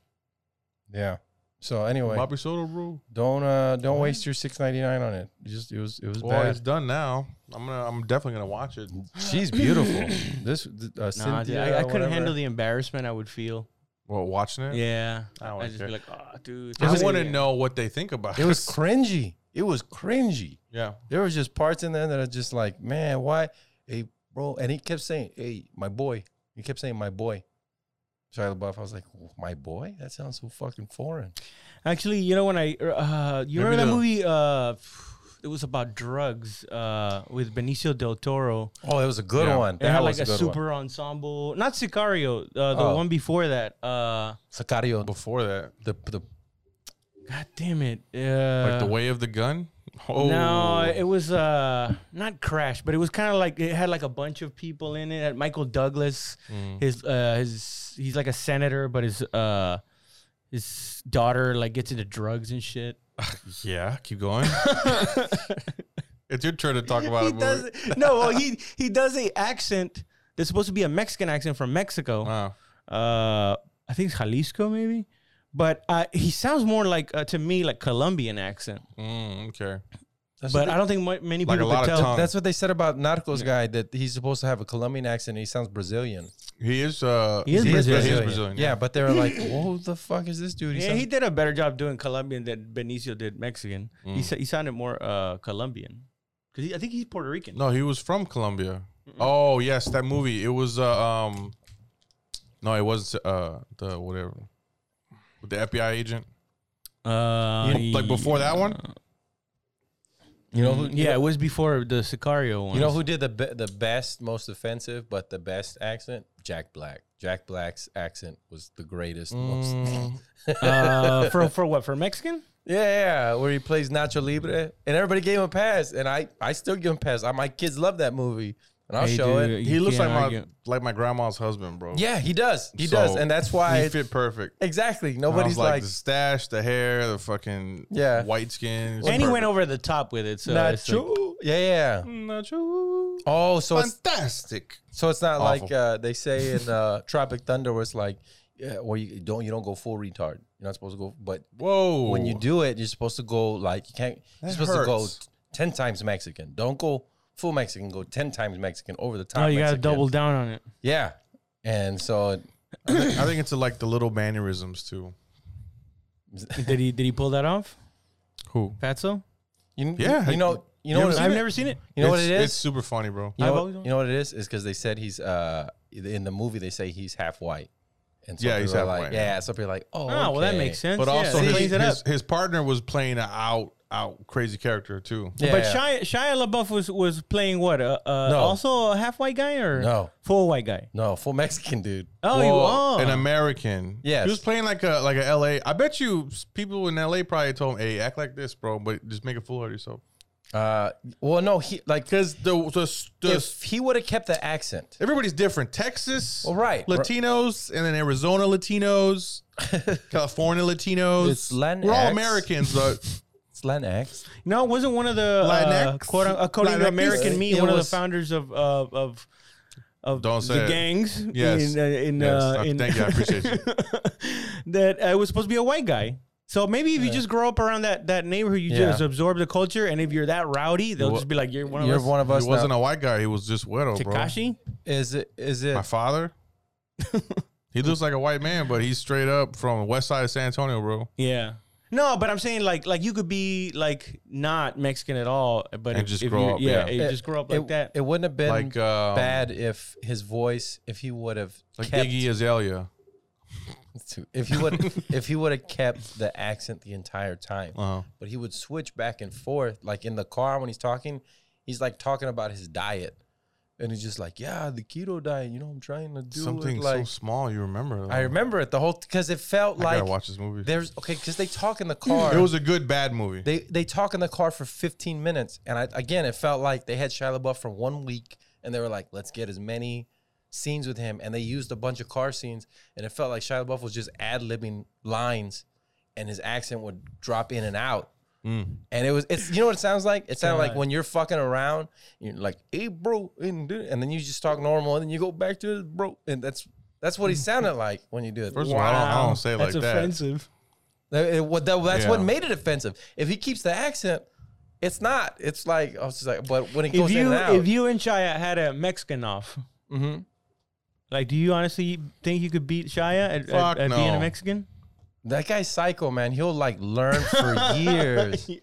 Speaker 5: Yeah. So anyway,
Speaker 3: Bobby Soto rule.
Speaker 5: don't uh don't waste your six ninety nine on it. You just it was it was
Speaker 3: Well, it's
Speaker 5: bad.
Speaker 3: done now. I'm gonna. I'm definitely gonna watch it.
Speaker 5: She's beautiful. this th- uh,
Speaker 4: Nah, dude,
Speaker 5: Cynthia,
Speaker 4: I, I couldn't
Speaker 5: whatever.
Speaker 4: handle the embarrassment I would feel.
Speaker 3: Well, watching it.
Speaker 4: Yeah,
Speaker 3: I don't
Speaker 4: I, would just
Speaker 3: care.
Speaker 4: be like, oh, dude.
Speaker 3: I
Speaker 4: this
Speaker 3: want to
Speaker 4: idiot."
Speaker 3: know what they think about
Speaker 5: It was cringy. It was cringy.
Speaker 3: yeah.
Speaker 5: There was just parts in there that are just like, man, why? Hey, bro. And he kept saying, hey, my boy. He kept saying, my boy. Shia LaBeouf. I was like, my boy? That sounds so fucking foreign.
Speaker 4: Actually, you know when I uh, you
Speaker 3: Maybe
Speaker 4: remember that
Speaker 3: the-
Speaker 4: movie? Uh, it was about drugs uh, with Benicio del Toro.
Speaker 5: Oh, it was a good
Speaker 3: Yeah.
Speaker 5: one.
Speaker 4: It had like
Speaker 5: was
Speaker 4: a,
Speaker 5: good one.
Speaker 4: super ensemble, not Sicario, uh, the
Speaker 5: Oh.
Speaker 4: one before that. Uh,
Speaker 5: Sicario.
Speaker 3: Before that,
Speaker 5: The, the,
Speaker 4: God damn it! Uh,
Speaker 3: like the way of the gun. Oh
Speaker 4: No, it was uh not Crash, but it was kind of like it had like a bunch of people in it. Had Michael Douglas,
Speaker 3: Mm.
Speaker 4: his uh his he's like a senator, but his uh his daughter like gets into drugs and shit.
Speaker 3: Yeah, keep going. it's your turn to talk about
Speaker 4: he
Speaker 3: it.
Speaker 4: does no, well he he does a accent. There's supposed to be a Mexican accent from Mexico.
Speaker 3: Wow.
Speaker 4: Uh, I think it's Jalisco maybe, but uh, he sounds more like uh, to me like Colombian accent.
Speaker 3: Mm, okay.
Speaker 5: that's
Speaker 4: But
Speaker 5: what
Speaker 4: I don't think mu- many
Speaker 3: Like a
Speaker 4: people
Speaker 3: lot
Speaker 4: could
Speaker 3: of
Speaker 4: tell.
Speaker 3: tongue.
Speaker 5: That's what they said about Narcos guy that he's supposed to have a Colombian accent. and He sounds Brazilian.
Speaker 3: He is. Uh,
Speaker 4: He is
Speaker 3: he is
Speaker 4: Brazilian.
Speaker 3: Brazilian,
Speaker 5: Yeah.
Speaker 3: yeah.
Speaker 5: but they're like, who the fuck is this dude? He
Speaker 4: Yeah,
Speaker 5: sounds-
Speaker 4: he did a better job doing Colombian than Benicio did Mexican. He sa- he sounded more uh, Colombian because I think he's Puerto Rican.
Speaker 3: No, he was from Colombia.
Speaker 5: Mm-hmm.
Speaker 3: Oh yes, that movie. It was. Uh, um, no, it was uh the whatever, with the FBI agent.
Speaker 4: Uh,
Speaker 3: Like before that one.
Speaker 5: you know who?
Speaker 4: yeah, it was before the Sicario one.
Speaker 5: You know who did the be- the best, most offensive, but the best accent? Jack Black. Jack Black's accent was the greatest. Most,
Speaker 4: uh, for for what for Mexican?
Speaker 5: yeah, yeah, where he plays Nacho Libre, and everybody gave him a pass, and I I still give him a pass. I, my kids love that movie, and I'll
Speaker 4: Hey,
Speaker 5: show
Speaker 4: dude,
Speaker 5: it.
Speaker 4: you
Speaker 3: He looks like
Speaker 4: can't
Speaker 3: my
Speaker 4: argue.
Speaker 3: like my grandma's husband, bro.
Speaker 5: Yeah, he does. He does,
Speaker 3: So,
Speaker 5: and that's why
Speaker 3: he
Speaker 5: it-
Speaker 3: fit perfect.
Speaker 5: exactly
Speaker 3: I was
Speaker 5: nobody's
Speaker 3: like,
Speaker 5: like.
Speaker 3: the stash, the hair, the fucking
Speaker 5: Yeah.
Speaker 3: white skin.
Speaker 4: and he went over the top with it. So it's like-
Speaker 5: Nacho, yeah,
Speaker 4: Mm.
Speaker 5: yeah.
Speaker 3: Nacho.
Speaker 5: Oh, so it's
Speaker 3: Fantastic.
Speaker 5: So it's not like
Speaker 3: Awful.
Speaker 5: uh, they say in uh, Tropic Thunder, where it's like, yeah, well, you don't you don't go full retard. You're not supposed to go, but
Speaker 3: Whoa.
Speaker 5: when you do it, you're supposed to go like you can't. you're
Speaker 3: That
Speaker 5: supposed
Speaker 3: hurts.
Speaker 5: to go t- ten times Mexican. Don't go full Mexican. Go ten times Mexican over the top.
Speaker 4: oh, you gotta
Speaker 5: Mexican.
Speaker 4: double down on it.
Speaker 5: Yeah, and so
Speaker 3: I think it's like the little mannerisms too.
Speaker 4: Did he did he pull that off,
Speaker 3: Who?
Speaker 4: Fatso?
Speaker 5: you,
Speaker 3: Yeah,
Speaker 5: you know, you know,
Speaker 3: you
Speaker 5: what,
Speaker 3: haven't
Speaker 4: I've
Speaker 3: it?
Speaker 4: never seen it.
Speaker 5: you know what
Speaker 3: It's-
Speaker 5: it is.
Speaker 3: It's super funny, bro.
Speaker 5: you,
Speaker 4: I've
Speaker 5: know,
Speaker 4: always known-
Speaker 5: you know what it is? It's because they said he's uh in the movie they say he's half white, and so
Speaker 3: Yeah,
Speaker 5: people
Speaker 3: he's
Speaker 5: are
Speaker 3: half
Speaker 5: like,
Speaker 3: white,
Speaker 5: Yeah, so people are like, oh,
Speaker 4: Oh, well, that
Speaker 5: okay.
Speaker 4: makes sense.
Speaker 3: But
Speaker 4: Yeah,
Speaker 3: also
Speaker 4: it
Speaker 3: his,
Speaker 4: cleans it up.
Speaker 3: his, his partner was playing an out out crazy character too.
Speaker 5: Yeah,
Speaker 4: but Shia,
Speaker 5: yeah.
Speaker 4: Shia LaBeouf was was playing what? Uh, uh,
Speaker 5: No.
Speaker 4: Also a half white guy or
Speaker 5: No.
Speaker 4: full white guy?
Speaker 5: no, full Mexican dude.
Speaker 4: Oh, he
Speaker 3: Well,
Speaker 4: was.
Speaker 3: an American.
Speaker 5: Yes.
Speaker 3: He was playing like a like a LA. I bet you s- people in LA probably told him, "Hey, act like this, bro, but just make a fool out of yourself."
Speaker 5: Uh, well, no, he like
Speaker 3: Cuz the the, the
Speaker 5: if he would have kept the accent,
Speaker 3: everybody's different. Texas,
Speaker 5: Well, right.
Speaker 3: Latinos, and then Arizona Latinos, California Latinos.
Speaker 5: It's Latinx.
Speaker 3: We're all Americans, but
Speaker 5: it's Lennox.
Speaker 4: No, it wasn't one of the uh,
Speaker 3: Latinx?
Speaker 4: quote, un- according to
Speaker 3: Latinx?
Speaker 4: American Me,
Speaker 5: It
Speaker 4: one of the
Speaker 5: was-
Speaker 4: founders of of of, of
Speaker 3: Don't say
Speaker 4: the
Speaker 3: it.
Speaker 4: gangs.
Speaker 3: Yes.
Speaker 4: in, uh, in,
Speaker 3: Yes.
Speaker 4: uh,
Speaker 3: Uh,
Speaker 4: in-
Speaker 3: thank you. I appreciate you.
Speaker 4: that uh, it was supposed to be a white guy. So maybe if you just grow up around that that neighborhood, you
Speaker 5: Yeah.
Speaker 4: just absorb the culture, and if you're that rowdy, they'll
Speaker 3: wa-
Speaker 4: just be like, "You're one of
Speaker 5: You're
Speaker 4: us."
Speaker 5: one of
Speaker 3: he
Speaker 5: us.
Speaker 3: wasn't
Speaker 5: now.
Speaker 3: a white guy. He was just widow, bro.
Speaker 4: Takashi.
Speaker 5: Is it? Is it?
Speaker 3: My father. he looks like a white man, but he's straight up from west side of San Antonio, bro.
Speaker 4: Yeah. No, but I'm saying like like you could be like not Mexican at all, but
Speaker 3: And
Speaker 4: if,
Speaker 3: just
Speaker 4: if
Speaker 3: grow
Speaker 4: you,
Speaker 3: up,
Speaker 4: Yeah,
Speaker 3: yeah.
Speaker 4: if you just grow up like
Speaker 5: it,
Speaker 4: that.
Speaker 5: It wouldn't have been
Speaker 3: Like um,
Speaker 5: bad if his voice, if he would have
Speaker 3: like
Speaker 5: kept,
Speaker 3: Iggy Azalea.
Speaker 5: if he would, if he would have kept the accent the entire time.
Speaker 3: Uh-huh.
Speaker 5: But he would switch back and forth, like in the car when he's talking, he's like talking about his diet, and he's just like, "Yeah, the keto diet. You know, I'm trying to do it,
Speaker 3: Something so
Speaker 5: like."
Speaker 3: small you remember.
Speaker 5: I remember it the whole because it felt
Speaker 3: I
Speaker 5: like
Speaker 3: gotta watch this movie.
Speaker 5: there's okay because they talk in the car.
Speaker 3: it was a good bad movie.
Speaker 5: They they talk in the car for 15 minutes, and I again it felt like they had Shia LaBeouf for one week, and they were like, "Let's get as many scenes with him, and they used a bunch of car scenes, and it felt like Shia LaBeouf was just ad libbing lines, and his accent would drop in and out.
Speaker 3: Mm.
Speaker 5: And it was, it's you know what it sounds like? It sounded like
Speaker 4: God.
Speaker 5: when you're fucking around, you're like, "Hey, bro," and do- and then you just talk normal, and then you go back to bro, and that's that's what he sounded like when you do it.
Speaker 3: First of all, I don't, I don't say it like
Speaker 4: That's
Speaker 3: that.
Speaker 4: offensive.
Speaker 5: That- it- what- that- that's
Speaker 3: Yeah.
Speaker 5: what made it offensive. If he keeps the accent, it's not. It's like I was just like, but when
Speaker 4: If
Speaker 5: it goes in
Speaker 4: you
Speaker 5: and out,
Speaker 4: if you and Shia had a Mexican off,
Speaker 3: Mm-hmm.
Speaker 5: Mhm.
Speaker 4: like, do you honestly think you could beat Shia at,
Speaker 3: Fuck
Speaker 4: at, at being
Speaker 3: no.
Speaker 4: a Mexican?
Speaker 5: that guy's psycho, man. He'll like learn for years. You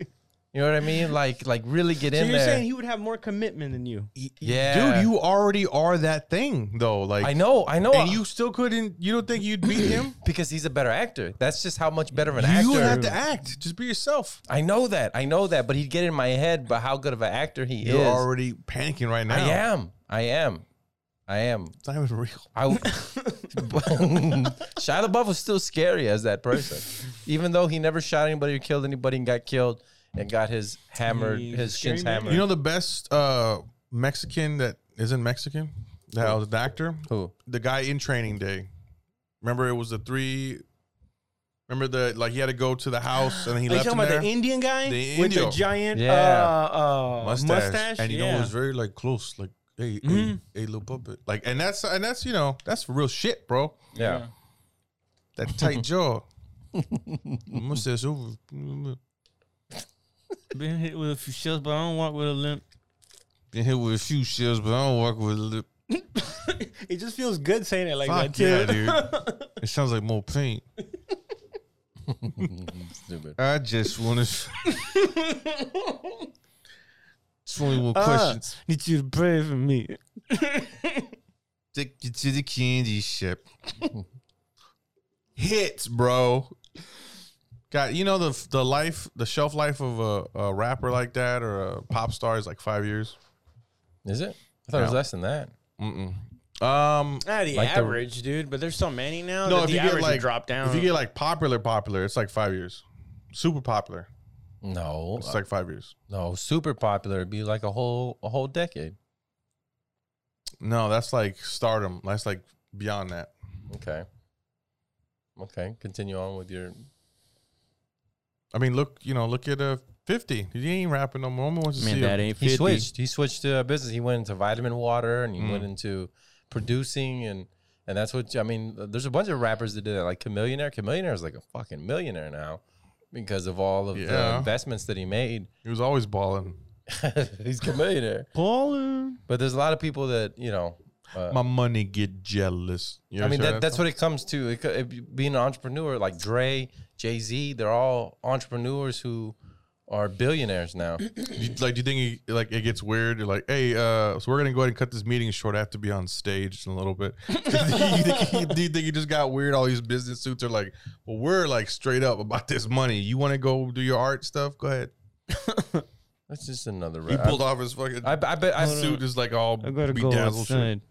Speaker 5: know what I mean? Like, like really get
Speaker 4: So
Speaker 5: in
Speaker 4: you're
Speaker 5: there.
Speaker 4: saying he would have more commitment than you?
Speaker 5: yeah,
Speaker 3: Dude, you already are that thing though. Like
Speaker 5: I know, I know.
Speaker 3: And you still couldn't you don't think you'd beat him?
Speaker 5: because he's a better actor. That's just how much better of an actor.
Speaker 3: you don't have to act. Just be yourself.
Speaker 5: I know that. I know that. But he'd get in my head. But how good of an actor he
Speaker 3: You're
Speaker 5: is.
Speaker 3: already panicking right now.
Speaker 5: I am. I am. I am.
Speaker 3: It's not even real.
Speaker 5: I w- Shia LaBeouf was still scary as that person, even though he never shot anybody or killed anybody and got killed and got his hammered
Speaker 4: He's a
Speaker 5: his
Speaker 4: scary
Speaker 5: shins
Speaker 4: man.
Speaker 5: hammered.
Speaker 3: You know the best uh, Mexican that isn't Mexican? That was the actor?
Speaker 5: who?
Speaker 3: The guy in training day. Remember it was the three remember the like he had to go to the house and then he
Speaker 4: Are you
Speaker 3: left
Speaker 4: talking
Speaker 3: him
Speaker 4: about
Speaker 3: there?
Speaker 4: the Indian guy
Speaker 3: The
Speaker 4: with
Speaker 3: Indio.
Speaker 4: the giant
Speaker 5: Yeah.
Speaker 4: uh, uh,
Speaker 3: mustache.
Speaker 4: mustache?
Speaker 3: And you
Speaker 4: yeah.
Speaker 3: know it was very like close, like hey, hey,
Speaker 4: Mhm.
Speaker 3: hey little puppet. Like and that's and that's you know, that's real shit, bro.
Speaker 5: Yeah.
Speaker 3: That tight jaw. Mustache over. Been
Speaker 4: Been hit with a few shells, but I don't walk with a limp.
Speaker 3: hit with a few shells, but I don't walk with a lip.
Speaker 4: It just feels good saying it like
Speaker 3: Fuck
Speaker 4: that too.
Speaker 3: yeah, dude. It sounds like more paint.
Speaker 5: Stupid.
Speaker 3: I just want to. Twenty-one questions.
Speaker 4: Need you to pray for me.
Speaker 3: Take you to the candy ship. Hits, bro. God, you know the the life, the shelf life of a, a rapper like that or a pop star is like five years.
Speaker 5: Is it? I thought it was
Speaker 3: No.
Speaker 5: less than that.
Speaker 3: Um,
Speaker 4: Not the
Speaker 5: Like the-
Speaker 4: average, dude, but there's so many now
Speaker 3: no,
Speaker 4: that
Speaker 3: if
Speaker 4: the
Speaker 3: you
Speaker 4: average
Speaker 3: get
Speaker 4: would
Speaker 3: like
Speaker 4: drop down.
Speaker 3: if you get like popular, popular, it's like five years. Super popular,
Speaker 5: No,
Speaker 3: it's like five years.
Speaker 5: no, super popular. It'd be like a whole a whole decade.
Speaker 3: No, that's like stardom. That's like beyond that.
Speaker 5: Okay. Okay, continue on with your.
Speaker 3: I mean, look, you know, look at uh, fifty. He ain't rapping no more. No one wants to see him.
Speaker 4: ain't
Speaker 5: He switched. He switched to a business. He went into vitamin water and he went
Speaker 3: Mm.
Speaker 5: into producing and and that's what I mean. There's a bunch of rappers that did that, like Chameleonaire. Chameleonaire is like a fucking millionaire now because of all of the
Speaker 3: Yeah.
Speaker 5: investments that he made.
Speaker 3: He was always balling.
Speaker 5: He's chameleonaire.
Speaker 4: Baller.
Speaker 5: But there's a lot of people that you know. Uh,
Speaker 3: My money get jealous. You
Speaker 5: I mean,
Speaker 3: understand
Speaker 5: that, that's what it comes to. It, co- it, being an entrepreneur, like Dre, Jay Z, they're all entrepreneurs who are billionaires now.
Speaker 3: You- like, do you think he, like it gets weird? You're like, hey, uh, so we're gonna go ahead and cut this meeting short. I have to be on stage in a little bit. do, you think he, do you think he just got weird? All these business suits are like, well, we're like straight up about this money. You want to go do your art stuff? Go ahead.
Speaker 5: That's just another.
Speaker 3: He
Speaker 5: Rap.
Speaker 3: pulled off his fucking
Speaker 5: I, I bet I
Speaker 3: suit is like all
Speaker 4: I gotta go
Speaker 3: bedazzled. shit.
Speaker 4: outside.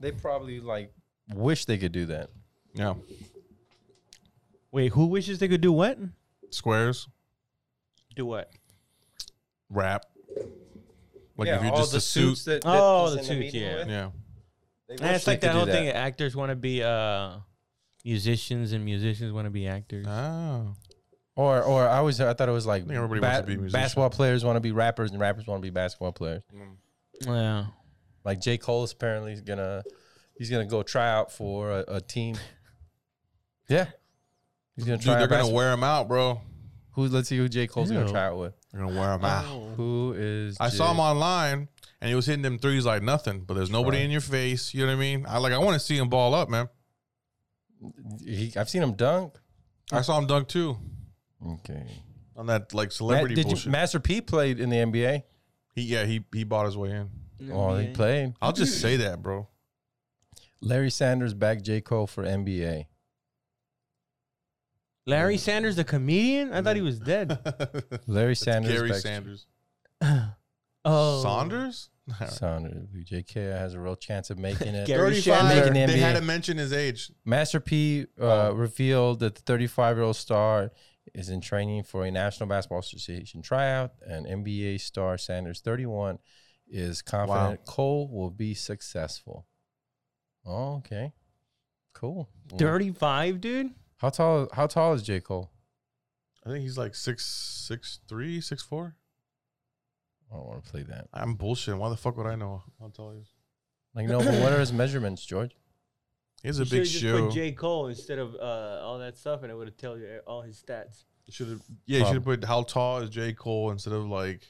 Speaker 5: they probably like wish they could do that.
Speaker 3: Yeah,
Speaker 4: Wait, who wishes they could do what?
Speaker 3: squares,
Speaker 4: Do what?
Speaker 3: wrap. Like
Speaker 5: yeah,
Speaker 3: if you're
Speaker 5: all
Speaker 3: just
Speaker 5: the
Speaker 3: a suit.
Speaker 5: suits that, that
Speaker 4: Oh,
Speaker 5: was
Speaker 4: the
Speaker 5: in
Speaker 4: suits,
Speaker 5: meeting
Speaker 4: yeah.
Speaker 5: with,
Speaker 3: Yeah.
Speaker 5: they
Speaker 4: And
Speaker 5: wish
Speaker 4: it's
Speaker 5: they
Speaker 4: like
Speaker 5: could
Speaker 4: that
Speaker 5: do
Speaker 4: whole thing. Actors want to be uh, musicians, and musicians want to be actors.
Speaker 3: Oh.
Speaker 5: Or, or I always I thought it was like
Speaker 3: think everybody wants to be a musician.
Speaker 5: basketball players want to be rappers and rappers want to be basketball players.
Speaker 4: Yeah.
Speaker 5: Like J Cole is apparently is gonna he's gonna go try out for a, a team. Yeah, he's gonna
Speaker 3: Dude,
Speaker 5: try.
Speaker 3: they're
Speaker 5: out
Speaker 3: gonna
Speaker 5: basketball-
Speaker 3: wear him out, bro.
Speaker 5: who? Let's see who J Cole's gonna
Speaker 4: Ew.
Speaker 5: try out with.
Speaker 3: They're gonna wear him out.
Speaker 5: Who is?
Speaker 3: I
Speaker 5: J-
Speaker 3: saw him online and he was hitting them threes like nothing, but there's nobody
Speaker 5: Right.
Speaker 3: in your face. You know what I mean? I like I want to see him ball up, man.
Speaker 5: He, I've seen him dunk.
Speaker 3: I saw him dunk too
Speaker 5: Okay.
Speaker 3: on that like
Speaker 5: Ma-
Speaker 3: celebrity
Speaker 5: did
Speaker 3: bullshit.
Speaker 5: you, Master P played in the NBA.
Speaker 3: he yeah, he he bought his way in.
Speaker 5: Oh, he played.
Speaker 3: I'll just say that, bro.
Speaker 5: Larry Sanders backed J Cole for NBA.
Speaker 4: Larry Sanders, the comedian? I thought he was dead.
Speaker 5: Larry Sanders.
Speaker 3: Gary
Speaker 5: backed-
Speaker 3: Sanders.
Speaker 4: Oh.
Speaker 3: Saunders?
Speaker 5: Saunders. JK has a real chance of making it.
Speaker 4: Gary-
Speaker 3: 35.
Speaker 5: Sanders.
Speaker 3: They had
Speaker 5: NBA.
Speaker 3: to mention his age.
Speaker 5: Master P uh, revealed that the 35 year old star is in training for a National Basketball Association tryout, and NBA star Sanders, 31, is confident Cole will be successful. Oh, okay. Cool. Mm.
Speaker 4: 35, dude.
Speaker 5: How tall? How tall is J Cole?
Speaker 3: I think he's like six, six, three, six, four.
Speaker 5: I don't want to play that.
Speaker 3: I'm bullshit. Why the fuck would I know? I'll tell you.
Speaker 5: Like no, but what are his measurements, George?
Speaker 3: He has a
Speaker 4: You
Speaker 3: big
Speaker 4: should've Just
Speaker 3: shoe.
Speaker 4: put J. Cole instead of uh, all that stuff, and it would have tell you all his stats.
Speaker 3: should have yeah. You
Speaker 5: Prob-
Speaker 3: should have put how tall is J Cole instead of like,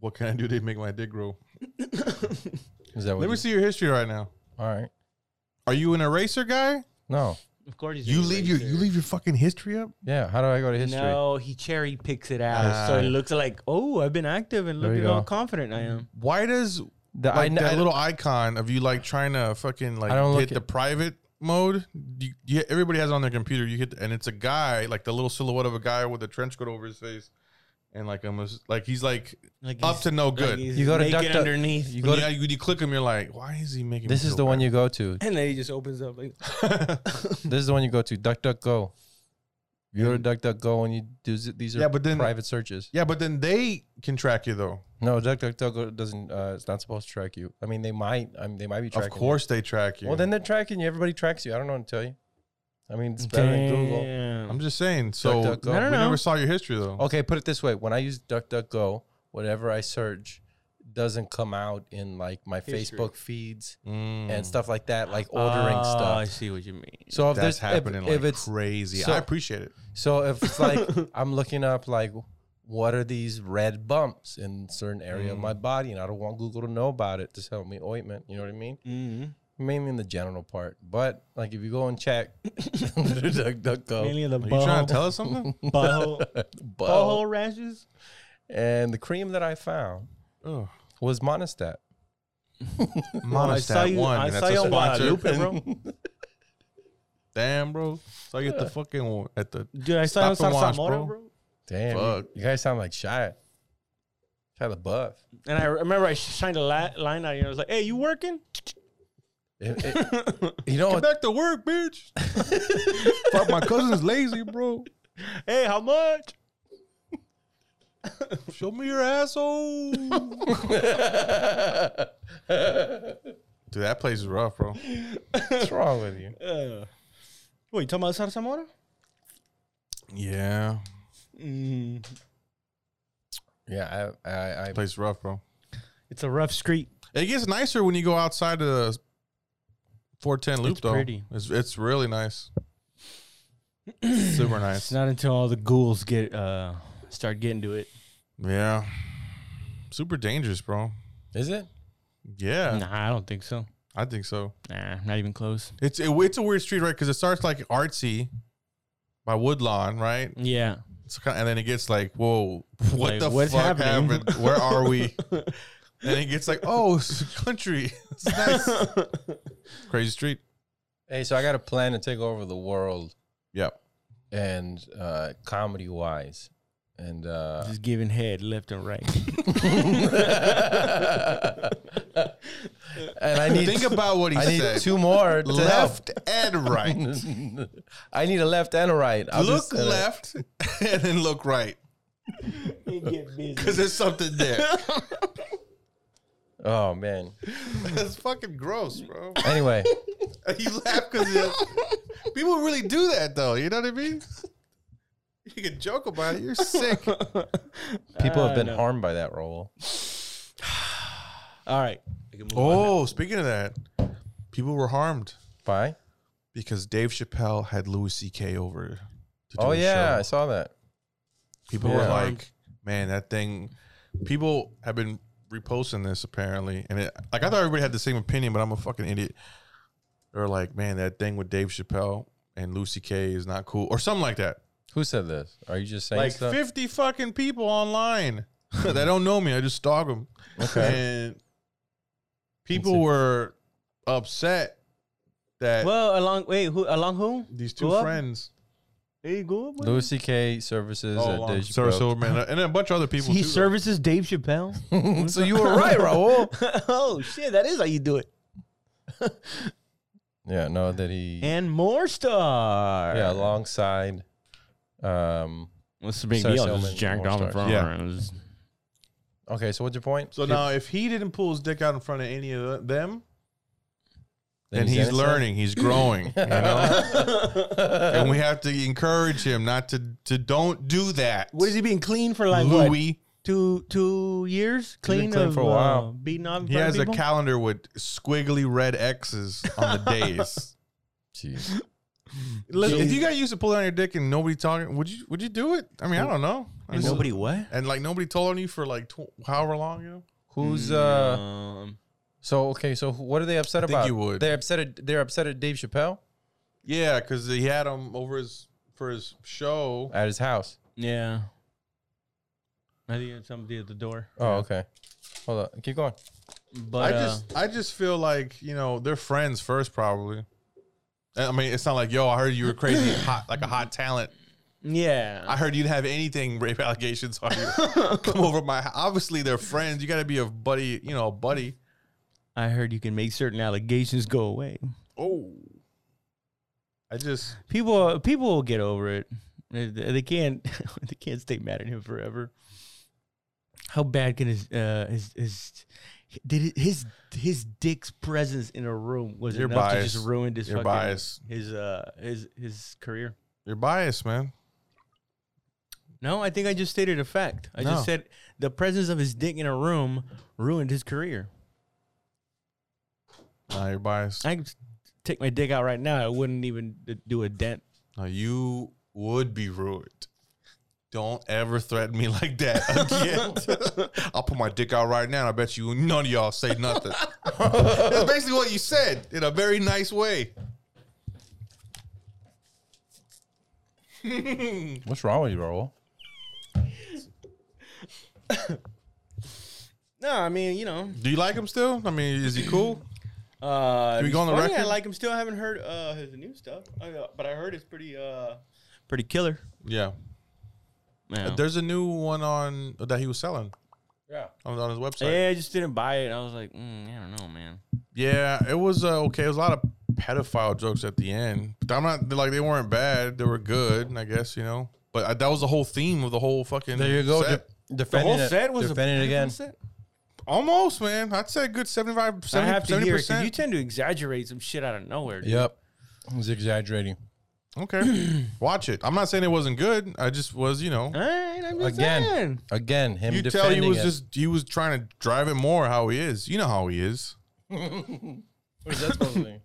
Speaker 3: what can I do to make my dick grow?
Speaker 5: Is that what?
Speaker 3: Let
Speaker 5: you-
Speaker 3: me see your history right now.
Speaker 5: All right.
Speaker 3: Are you an eraser guy?
Speaker 5: No.
Speaker 4: Of course, he's
Speaker 3: You
Speaker 4: an
Speaker 3: leave your
Speaker 4: eraser.
Speaker 3: you leave your fucking history up.
Speaker 5: Yeah. How do I go to history?
Speaker 4: No, he cherry picks it out, so
Speaker 3: Ah.
Speaker 4: it looks like oh, I've been active and
Speaker 5: There
Speaker 4: look
Speaker 5: you
Speaker 4: at how
Speaker 5: go.
Speaker 4: confident I am.
Speaker 3: Why does
Speaker 5: The- I
Speaker 3: like
Speaker 5: kn-
Speaker 3: that
Speaker 5: I-
Speaker 3: little icon of you like trying to fucking like
Speaker 5: I don't
Speaker 3: hit
Speaker 5: look
Speaker 3: the
Speaker 5: at-
Speaker 3: private mode. You, you, everybody has it on their computer. You hit and it's a guy like the little silhouette of a guy with a trench coat over his face, and like almost like he's like
Speaker 4: Like
Speaker 3: up
Speaker 4: he's-
Speaker 3: to no
Speaker 4: like
Speaker 3: good.
Speaker 4: he's
Speaker 5: You go to
Speaker 4: naked
Speaker 5: Duck Duck-
Speaker 4: underneath,
Speaker 5: you go
Speaker 3: when
Speaker 5: to,
Speaker 3: you, when you click him, you're like, why is he making?
Speaker 5: this
Speaker 3: me
Speaker 5: is
Speaker 3: feel
Speaker 5: the one
Speaker 3: bad?
Speaker 5: you go to.
Speaker 4: and then he just opens up like
Speaker 5: This is the one you go to. DuckDuckGo. You go to DuckDuckGo and you do z- these are
Speaker 3: Yeah, but then-
Speaker 5: private searches.
Speaker 3: yeah, but then they can track you though.
Speaker 5: No, DuckDuckGo doesn't. Uh, it's not supposed to track you. I mean, they might. I mean, they might be tracking.
Speaker 3: Of course, they track
Speaker 5: You.
Speaker 3: you.
Speaker 5: Well, then they're tracking you. Everybody tracks you. I don't know what to tell you. I mean, it's better than Google.
Speaker 4: Damn.
Speaker 3: I'm just saying. So
Speaker 5: Duck, Oh, duck, go.
Speaker 3: we
Speaker 5: No, no,
Speaker 4: no.
Speaker 3: never saw your history though.
Speaker 5: Okay, put it this way: when I use DuckDuckGo, whatever I search doesn't come out in like my
Speaker 4: History.
Speaker 5: Facebook feeds
Speaker 3: Mm.
Speaker 5: and stuff like that, like ordering
Speaker 4: Oh, I
Speaker 5: stuff.
Speaker 4: see what you mean.
Speaker 5: So if
Speaker 3: That's
Speaker 5: there's
Speaker 3: happening
Speaker 5: if,
Speaker 3: like
Speaker 5: if it's
Speaker 3: crazy.
Speaker 5: so-
Speaker 3: I appreciate it.
Speaker 5: so if it's like I'm looking up like what are these red bumps in certain area of my
Speaker 4: Mm.
Speaker 5: body, and I don't want Google to know about it to sell me ointment. You know what I mean?
Speaker 4: Mhm.
Speaker 5: Mainly in the genital part, but like if you go and check DuckDuckGo,
Speaker 4: Mainly the
Speaker 3: Are you
Speaker 4: butthole,
Speaker 3: trying to tell us something?
Speaker 4: butthole,
Speaker 5: Bo-
Speaker 4: butthole rashes.
Speaker 5: and the cream that I found
Speaker 3: oh.
Speaker 5: was Monistat.
Speaker 4: I saw
Speaker 3: Monostat
Speaker 4: you-
Speaker 3: one.
Speaker 4: I
Speaker 3: and
Speaker 4: saw
Speaker 3: that's
Speaker 4: you
Speaker 3: a
Speaker 4: on
Speaker 3: sponsor.
Speaker 4: Guadalupe, bro.
Speaker 3: Damn, bro. So you get the fucking at the
Speaker 4: Dude, I saw
Speaker 3: Stop
Speaker 4: him
Speaker 3: and
Speaker 4: on
Speaker 3: watch,
Speaker 4: Samora,
Speaker 3: bro.
Speaker 4: bro.
Speaker 5: Damn, you-
Speaker 3: Fuck.
Speaker 5: You, guys sound like Shia. Shia LaBeouf.
Speaker 4: And I remember I shined a la- line at you. and I was like, "Hey, you working?
Speaker 5: It- it- you know
Speaker 3: Get
Speaker 5: what?
Speaker 3: back to work, bitch. Fuck my cousin's lazy, bro.
Speaker 4: Hey, how much?"
Speaker 3: Show me your asshole. Dude, that place is rough, bro.
Speaker 5: What's wrong with you?
Speaker 4: Uh, what you talking about, Sara Samora?
Speaker 3: Yeah,
Speaker 4: Mm,
Speaker 5: Yeah, I, I, I
Speaker 3: place rough, bro.
Speaker 4: it's a rough street.
Speaker 3: It gets nicer when you go outside of the 410 loop,
Speaker 4: It's
Speaker 3: though.
Speaker 4: pretty.
Speaker 3: It's it's really nice. Super
Speaker 4: It's
Speaker 3: nice.
Speaker 4: not until all the ghouls get uh start getting to it.
Speaker 3: Yeah. Super dangerous, bro.
Speaker 5: is it?
Speaker 3: Yeah,
Speaker 4: Nah, I don't think so.
Speaker 3: I think so.
Speaker 4: Nah, not even close.
Speaker 3: It's it, it's a weird street, right? Because it starts like artsy by Woodlawn, right?
Speaker 4: Yeah.
Speaker 3: It's kind and then it gets like, whoa, what
Speaker 4: Like,
Speaker 3: the
Speaker 4: what's
Speaker 3: fuck
Speaker 4: happening?
Speaker 3: happened? Where are we? and it gets like, oh, it's a country. It's nice. Crazy street.
Speaker 5: Hey, so I got a plan to take over the world
Speaker 3: Yep.
Speaker 5: and uh, comedy wise. And uh,
Speaker 4: Just giving head left and right.
Speaker 5: and I need
Speaker 3: Think about what he
Speaker 5: I need
Speaker 3: said.
Speaker 5: two more to
Speaker 3: left and
Speaker 5: help.
Speaker 3: right.
Speaker 5: I need a left and a right. I'll
Speaker 3: look
Speaker 5: just- uh,
Speaker 3: left and then look right
Speaker 4: get busy.
Speaker 3: because there's something there.
Speaker 5: Oh man.
Speaker 3: That's fucking gross, bro.
Speaker 5: Anyway,
Speaker 3: You laugh because people really do that, though. You know what I mean? You can joke about it. You're sick.
Speaker 5: people
Speaker 4: Ah,
Speaker 5: have been
Speaker 4: no.
Speaker 5: harmed by that role.
Speaker 4: All right. We can move on now.
Speaker 3: Oh, speaking of that, people were harmed
Speaker 5: Bye.
Speaker 3: because Dave Chappelle had Louis C.K. over. To do
Speaker 5: Oh
Speaker 3: a
Speaker 5: yeah, I
Speaker 3: show.
Speaker 5: saw that.
Speaker 3: people
Speaker 5: Yeah.
Speaker 3: were like, "Man, that thing." People have been reposting this apparently, and it, like I thought everybody had the same opinion, but I'm a fucking idiot. They're like, "Man, that thing with Dave Chappelle and Lucy K is not cool," or something like that.
Speaker 5: Who said this? Are you just saying
Speaker 3: like
Speaker 5: stuff?
Speaker 3: 50 fucking people online that don't know me. I just stalk them.
Speaker 5: Okay.
Speaker 3: And people were upset that
Speaker 4: Well, along wait, who along who?
Speaker 3: these two
Speaker 4: go up?
Speaker 3: friends,
Speaker 4: Hey, go up.
Speaker 5: Louis C.K. services
Speaker 3: oh,
Speaker 5: at
Speaker 3: um,
Speaker 5: Digi
Speaker 3: Sarah Silverman, and a bunch of other people.
Speaker 4: He
Speaker 3: too, though.
Speaker 4: services Dave Chappelle.
Speaker 5: so you were right, Raul.
Speaker 4: oh shit, that is how you do it.
Speaker 5: Yeah, no, that he
Speaker 4: And more star.
Speaker 5: yeah alongside. Um.
Speaker 4: What's the big
Speaker 5: Sarah
Speaker 4: deal?
Speaker 5: Silverman,
Speaker 4: Just Jack
Speaker 5: more
Speaker 4: Donald Trump.
Speaker 5: stars.
Speaker 3: Yeah.
Speaker 4: It was-
Speaker 5: Okay, so what's your point?
Speaker 3: So now, if he didn't pull his dick out in front of any of them, and he's learning, he's growing, you know. and we have to encourage him not to to don't do that.
Speaker 4: What is he being clean for? Like what,
Speaker 3: Louis?
Speaker 4: two two years
Speaker 5: been
Speaker 4: clean,
Speaker 5: clean
Speaker 4: of,
Speaker 5: for a while.
Speaker 4: Uh, beating on. in
Speaker 3: He
Speaker 4: front of
Speaker 3: has a
Speaker 4: people?
Speaker 3: calendar with squiggly red X's on the days.
Speaker 5: Jeez.
Speaker 3: Look,
Speaker 4: So-
Speaker 3: if you got used to pulling on your dick and nobody talking, would you would you do it? I mean, I don't know. I
Speaker 4: And
Speaker 3: mean,
Speaker 4: nobody what?
Speaker 3: and like nobody told on you for like tw- however long, you know.
Speaker 5: Who's uh?
Speaker 4: Um,
Speaker 5: So okay, so who- what are they upset
Speaker 3: think
Speaker 5: about?
Speaker 3: you would.
Speaker 5: They're upset. At, they're upset at Dave Chappelle
Speaker 3: Yeah, because he had him over his for his show.
Speaker 5: at his house.
Speaker 4: yeah. I think it's somebody at the door.
Speaker 5: Oh, okay. Hold on. Keep going.
Speaker 4: But
Speaker 3: I
Speaker 4: uh,
Speaker 3: just I just feel like you know they're friends first probably. I mean, it's not like yo, I heard you were crazy hot, like a hot talent.
Speaker 4: yeah.
Speaker 3: I heard you'd have anything rape allegations on you. Come over my. hou-" Obviously, they're friends. You got to be a buddy, you know, a buddy.
Speaker 4: I heard you can make certain allegations go away.
Speaker 3: Oh, I just
Speaker 4: People, people will get over it. They, they can't, they can't stay mad at him forever. How bad can his, uh, his, his, did it, his, his dick's presence in a room was
Speaker 3: You're
Speaker 4: enough
Speaker 3: biased.
Speaker 4: to just ruin his
Speaker 3: You're
Speaker 4: fucking,
Speaker 3: biased.
Speaker 4: his, uh, his, his career?
Speaker 3: you're biased, man.
Speaker 4: No, I think I just stated a fact. I
Speaker 3: No.
Speaker 4: just said the presence of his dick in a room ruined his career.
Speaker 3: Nah, you're biased.
Speaker 4: I could take my dick out right now. I wouldn't even d- do a dent.
Speaker 3: No, you would be ruined. Don't ever threaten me like that again. I'll put my dick out right now. and I bet you none of y'all say nothing. That's basically what you said in a very nice way.
Speaker 5: What's wrong with you, Raul?
Speaker 4: No, I mean, you know,
Speaker 3: Do you like him still? I mean, is he cool?
Speaker 4: Uh,
Speaker 3: we
Speaker 4: he's
Speaker 3: go on the
Speaker 4: funny. I
Speaker 3: record?
Speaker 4: like him still. I haven't heard uh, his new stuff, I, uh, but I heard it's pretty, uh, pretty killer.
Speaker 3: Yeah. There's a new one on that he was selling
Speaker 5: Yeah.
Speaker 3: on, on his website.
Speaker 4: yeah, I just didn't buy it. I was like, mm, I don't know, man.
Speaker 3: Yeah, it was uh, okay. It was a lot of pedophile jokes at the end. But I'm not like they weren't bad. They were good, I guess you know. But I, that was the whole theme of the whole fucking.
Speaker 5: There you go.
Speaker 3: set.
Speaker 5: de- defending it. defending it again.
Speaker 3: Almost, man. I'd say a good 75, 70%.
Speaker 4: I have to hear because
Speaker 3: 70%.
Speaker 4: you tend to exaggerate some shit out of nowhere. dude.
Speaker 5: Yep. He's exaggerating
Speaker 3: okay, watch it. I'm not saying it wasn't good. I just was, you know.
Speaker 4: All right, I'm just
Speaker 5: again.
Speaker 4: saying.
Speaker 5: Again, him
Speaker 3: You tell
Speaker 5: defending
Speaker 3: he was
Speaker 5: it.
Speaker 3: just he was trying to drive it more how he is. You know how he is.
Speaker 5: What is that supposed to mean?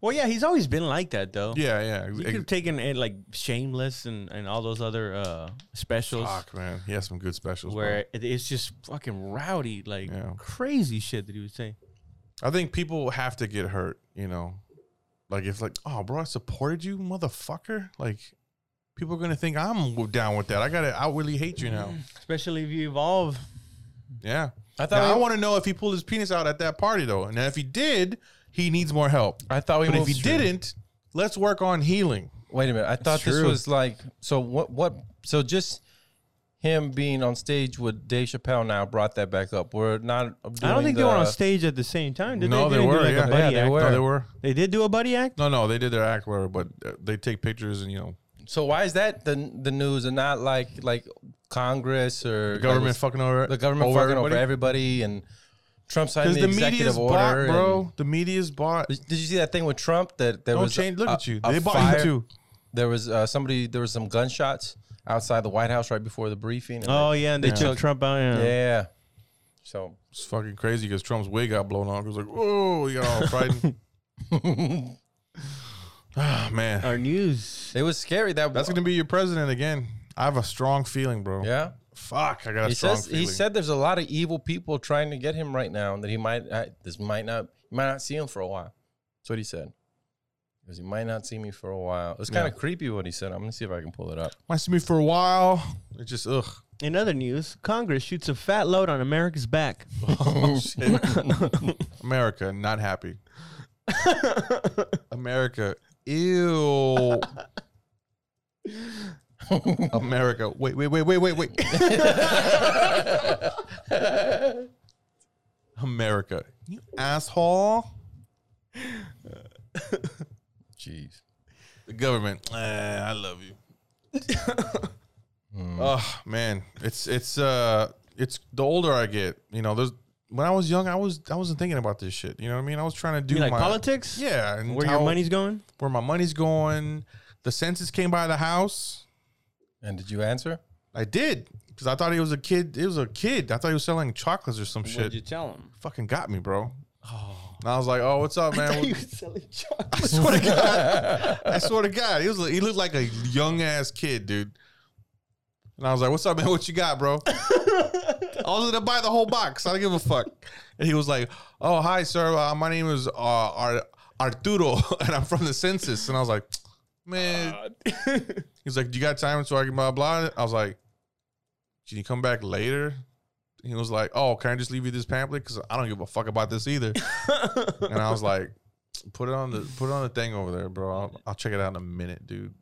Speaker 4: Well, yeah, he's always been like that though.
Speaker 3: Yeah,
Speaker 4: Oh.
Speaker 3: yeah.
Speaker 4: You
Speaker 3: Ex-
Speaker 4: could have taken it like Shameless and, and all those other uh, specials
Speaker 3: Fuck, man. He has some good specials. bro.
Speaker 4: where it, it's just fucking rowdy, like
Speaker 3: Yeah.
Speaker 4: crazy shit that he was saying.
Speaker 3: I think people have to get hurt, you know. Like it's like, oh, bro, I supported you, motherfucker. Like people are gonna think I'm w- down with that. I gotta outwardly hate you now.
Speaker 4: Especially if you evolve.
Speaker 3: Yeah.
Speaker 5: Mm. I
Speaker 3: Now,
Speaker 5: thought
Speaker 3: I
Speaker 5: we,
Speaker 3: want to know if he pulled his penis out at that party though, and if he did, he needs more help.
Speaker 5: I thought we
Speaker 3: But if
Speaker 5: moved
Speaker 3: he
Speaker 5: through.
Speaker 3: didn't, let's work on healing.
Speaker 5: Wait a minute. I thought this
Speaker 4: true.
Speaker 5: was like so what what so just him being on stage with Dave Chappelle now brought that back up. We're not doing
Speaker 4: I don't think
Speaker 5: the,
Speaker 4: they were on stage at the same time, did
Speaker 3: no,
Speaker 4: they?
Speaker 3: they
Speaker 4: didn't do,
Speaker 3: were.
Speaker 4: like, a
Speaker 3: yeah.
Speaker 4: buddy
Speaker 5: Yeah, they
Speaker 4: act.
Speaker 5: were.
Speaker 3: No, they were.
Speaker 4: They did do a buddy act?
Speaker 3: No, no, they did their act whatever, but uh, they take pictures and you know
Speaker 5: So why is that the the news and not like like Congress or
Speaker 3: the government
Speaker 5: like,
Speaker 3: fucking over
Speaker 5: the government
Speaker 3: over
Speaker 5: fucking
Speaker 3: everybody?
Speaker 5: over everybody and Trump signed
Speaker 3: Because
Speaker 5: the,
Speaker 3: the,
Speaker 5: executive
Speaker 3: media's
Speaker 5: order,
Speaker 3: bought,
Speaker 5: and-
Speaker 3: bro. The media's bought.
Speaker 5: Did you see that thing with Trump that there
Speaker 3: Don't
Speaker 5: was
Speaker 3: change. Look
Speaker 5: a-
Speaker 3: at you.
Speaker 5: a
Speaker 3: They bought
Speaker 5: fire-
Speaker 3: you too.
Speaker 5: There was uh, somebody. There was some gunshots outside the White House right before the briefing. and,
Speaker 4: Oh,
Speaker 5: like,
Speaker 4: yeah, and they took Trump out. Yeah.
Speaker 5: yeah. So
Speaker 3: It's fucking crazy because Trump's wig got blown off. It was like, whoa, you got all frightened. Ah, man.
Speaker 4: Our news.
Speaker 5: it was scary. That
Speaker 3: That's going to be your president again. I have a strong feeling, bro.
Speaker 5: yeah.
Speaker 3: Fuck, I got a
Speaker 5: He
Speaker 3: strong
Speaker 5: says
Speaker 3: feeling.
Speaker 5: he said there's a lot of evil people trying to get him right now, and that he might I, this might not you might not see him for a while. That's what he said. Because he might not see me for a while. It's kind of creepy what he said. I'm gonna see if I can pull it up.
Speaker 3: Might see me for a while. It just, ugh.
Speaker 4: In other news, Congress shoots a fat load on America's back.
Speaker 3: Oh, shit. America, not happy. America, ew. America, wait, wait, wait, wait, wait, wait. America, you asshole.
Speaker 5: Jeez.
Speaker 3: The government, eh, I love you. oh man, it's it's uh, it's the older I get, you know, there's when I was young, I was I wasn't thinking about this shit. You know what I mean? I was trying to do
Speaker 4: You like
Speaker 3: my
Speaker 4: politics?
Speaker 3: Yeah, and
Speaker 4: Where
Speaker 3: how-
Speaker 4: your money's going?
Speaker 3: where my money's going. The census came by the house.
Speaker 5: And did you answer?
Speaker 3: I did because I thought he was a kid. It was a kid. I thought he was selling chocolates or some shit.
Speaker 4: What'd you tell him?
Speaker 3: Fucking got me, bro. And I was like, "Oh, what's up, man?"
Speaker 4: You selling chocolate.
Speaker 3: I swear to God, I swear to God, he was he looked like a young ass kid, dude. And I was like, "What's up, man? What you got, bro?" I was gonna buy the whole box. I don't give a fuck. And he was like, "Oh, hi, sir. Uh, my name is uh, Ar- Arturo, and I'm from the census." And I was like, "Man." He's like, "Do you got time so I can blah blah?" I was like, "Can you come back later?" He was like, "Oh, can I just leave you this pamphlet? Because I don't give a fuck about this either." and I was like, "Put it on the put it on the thing over there, bro. I'll, I'll check it out in a minute, dude."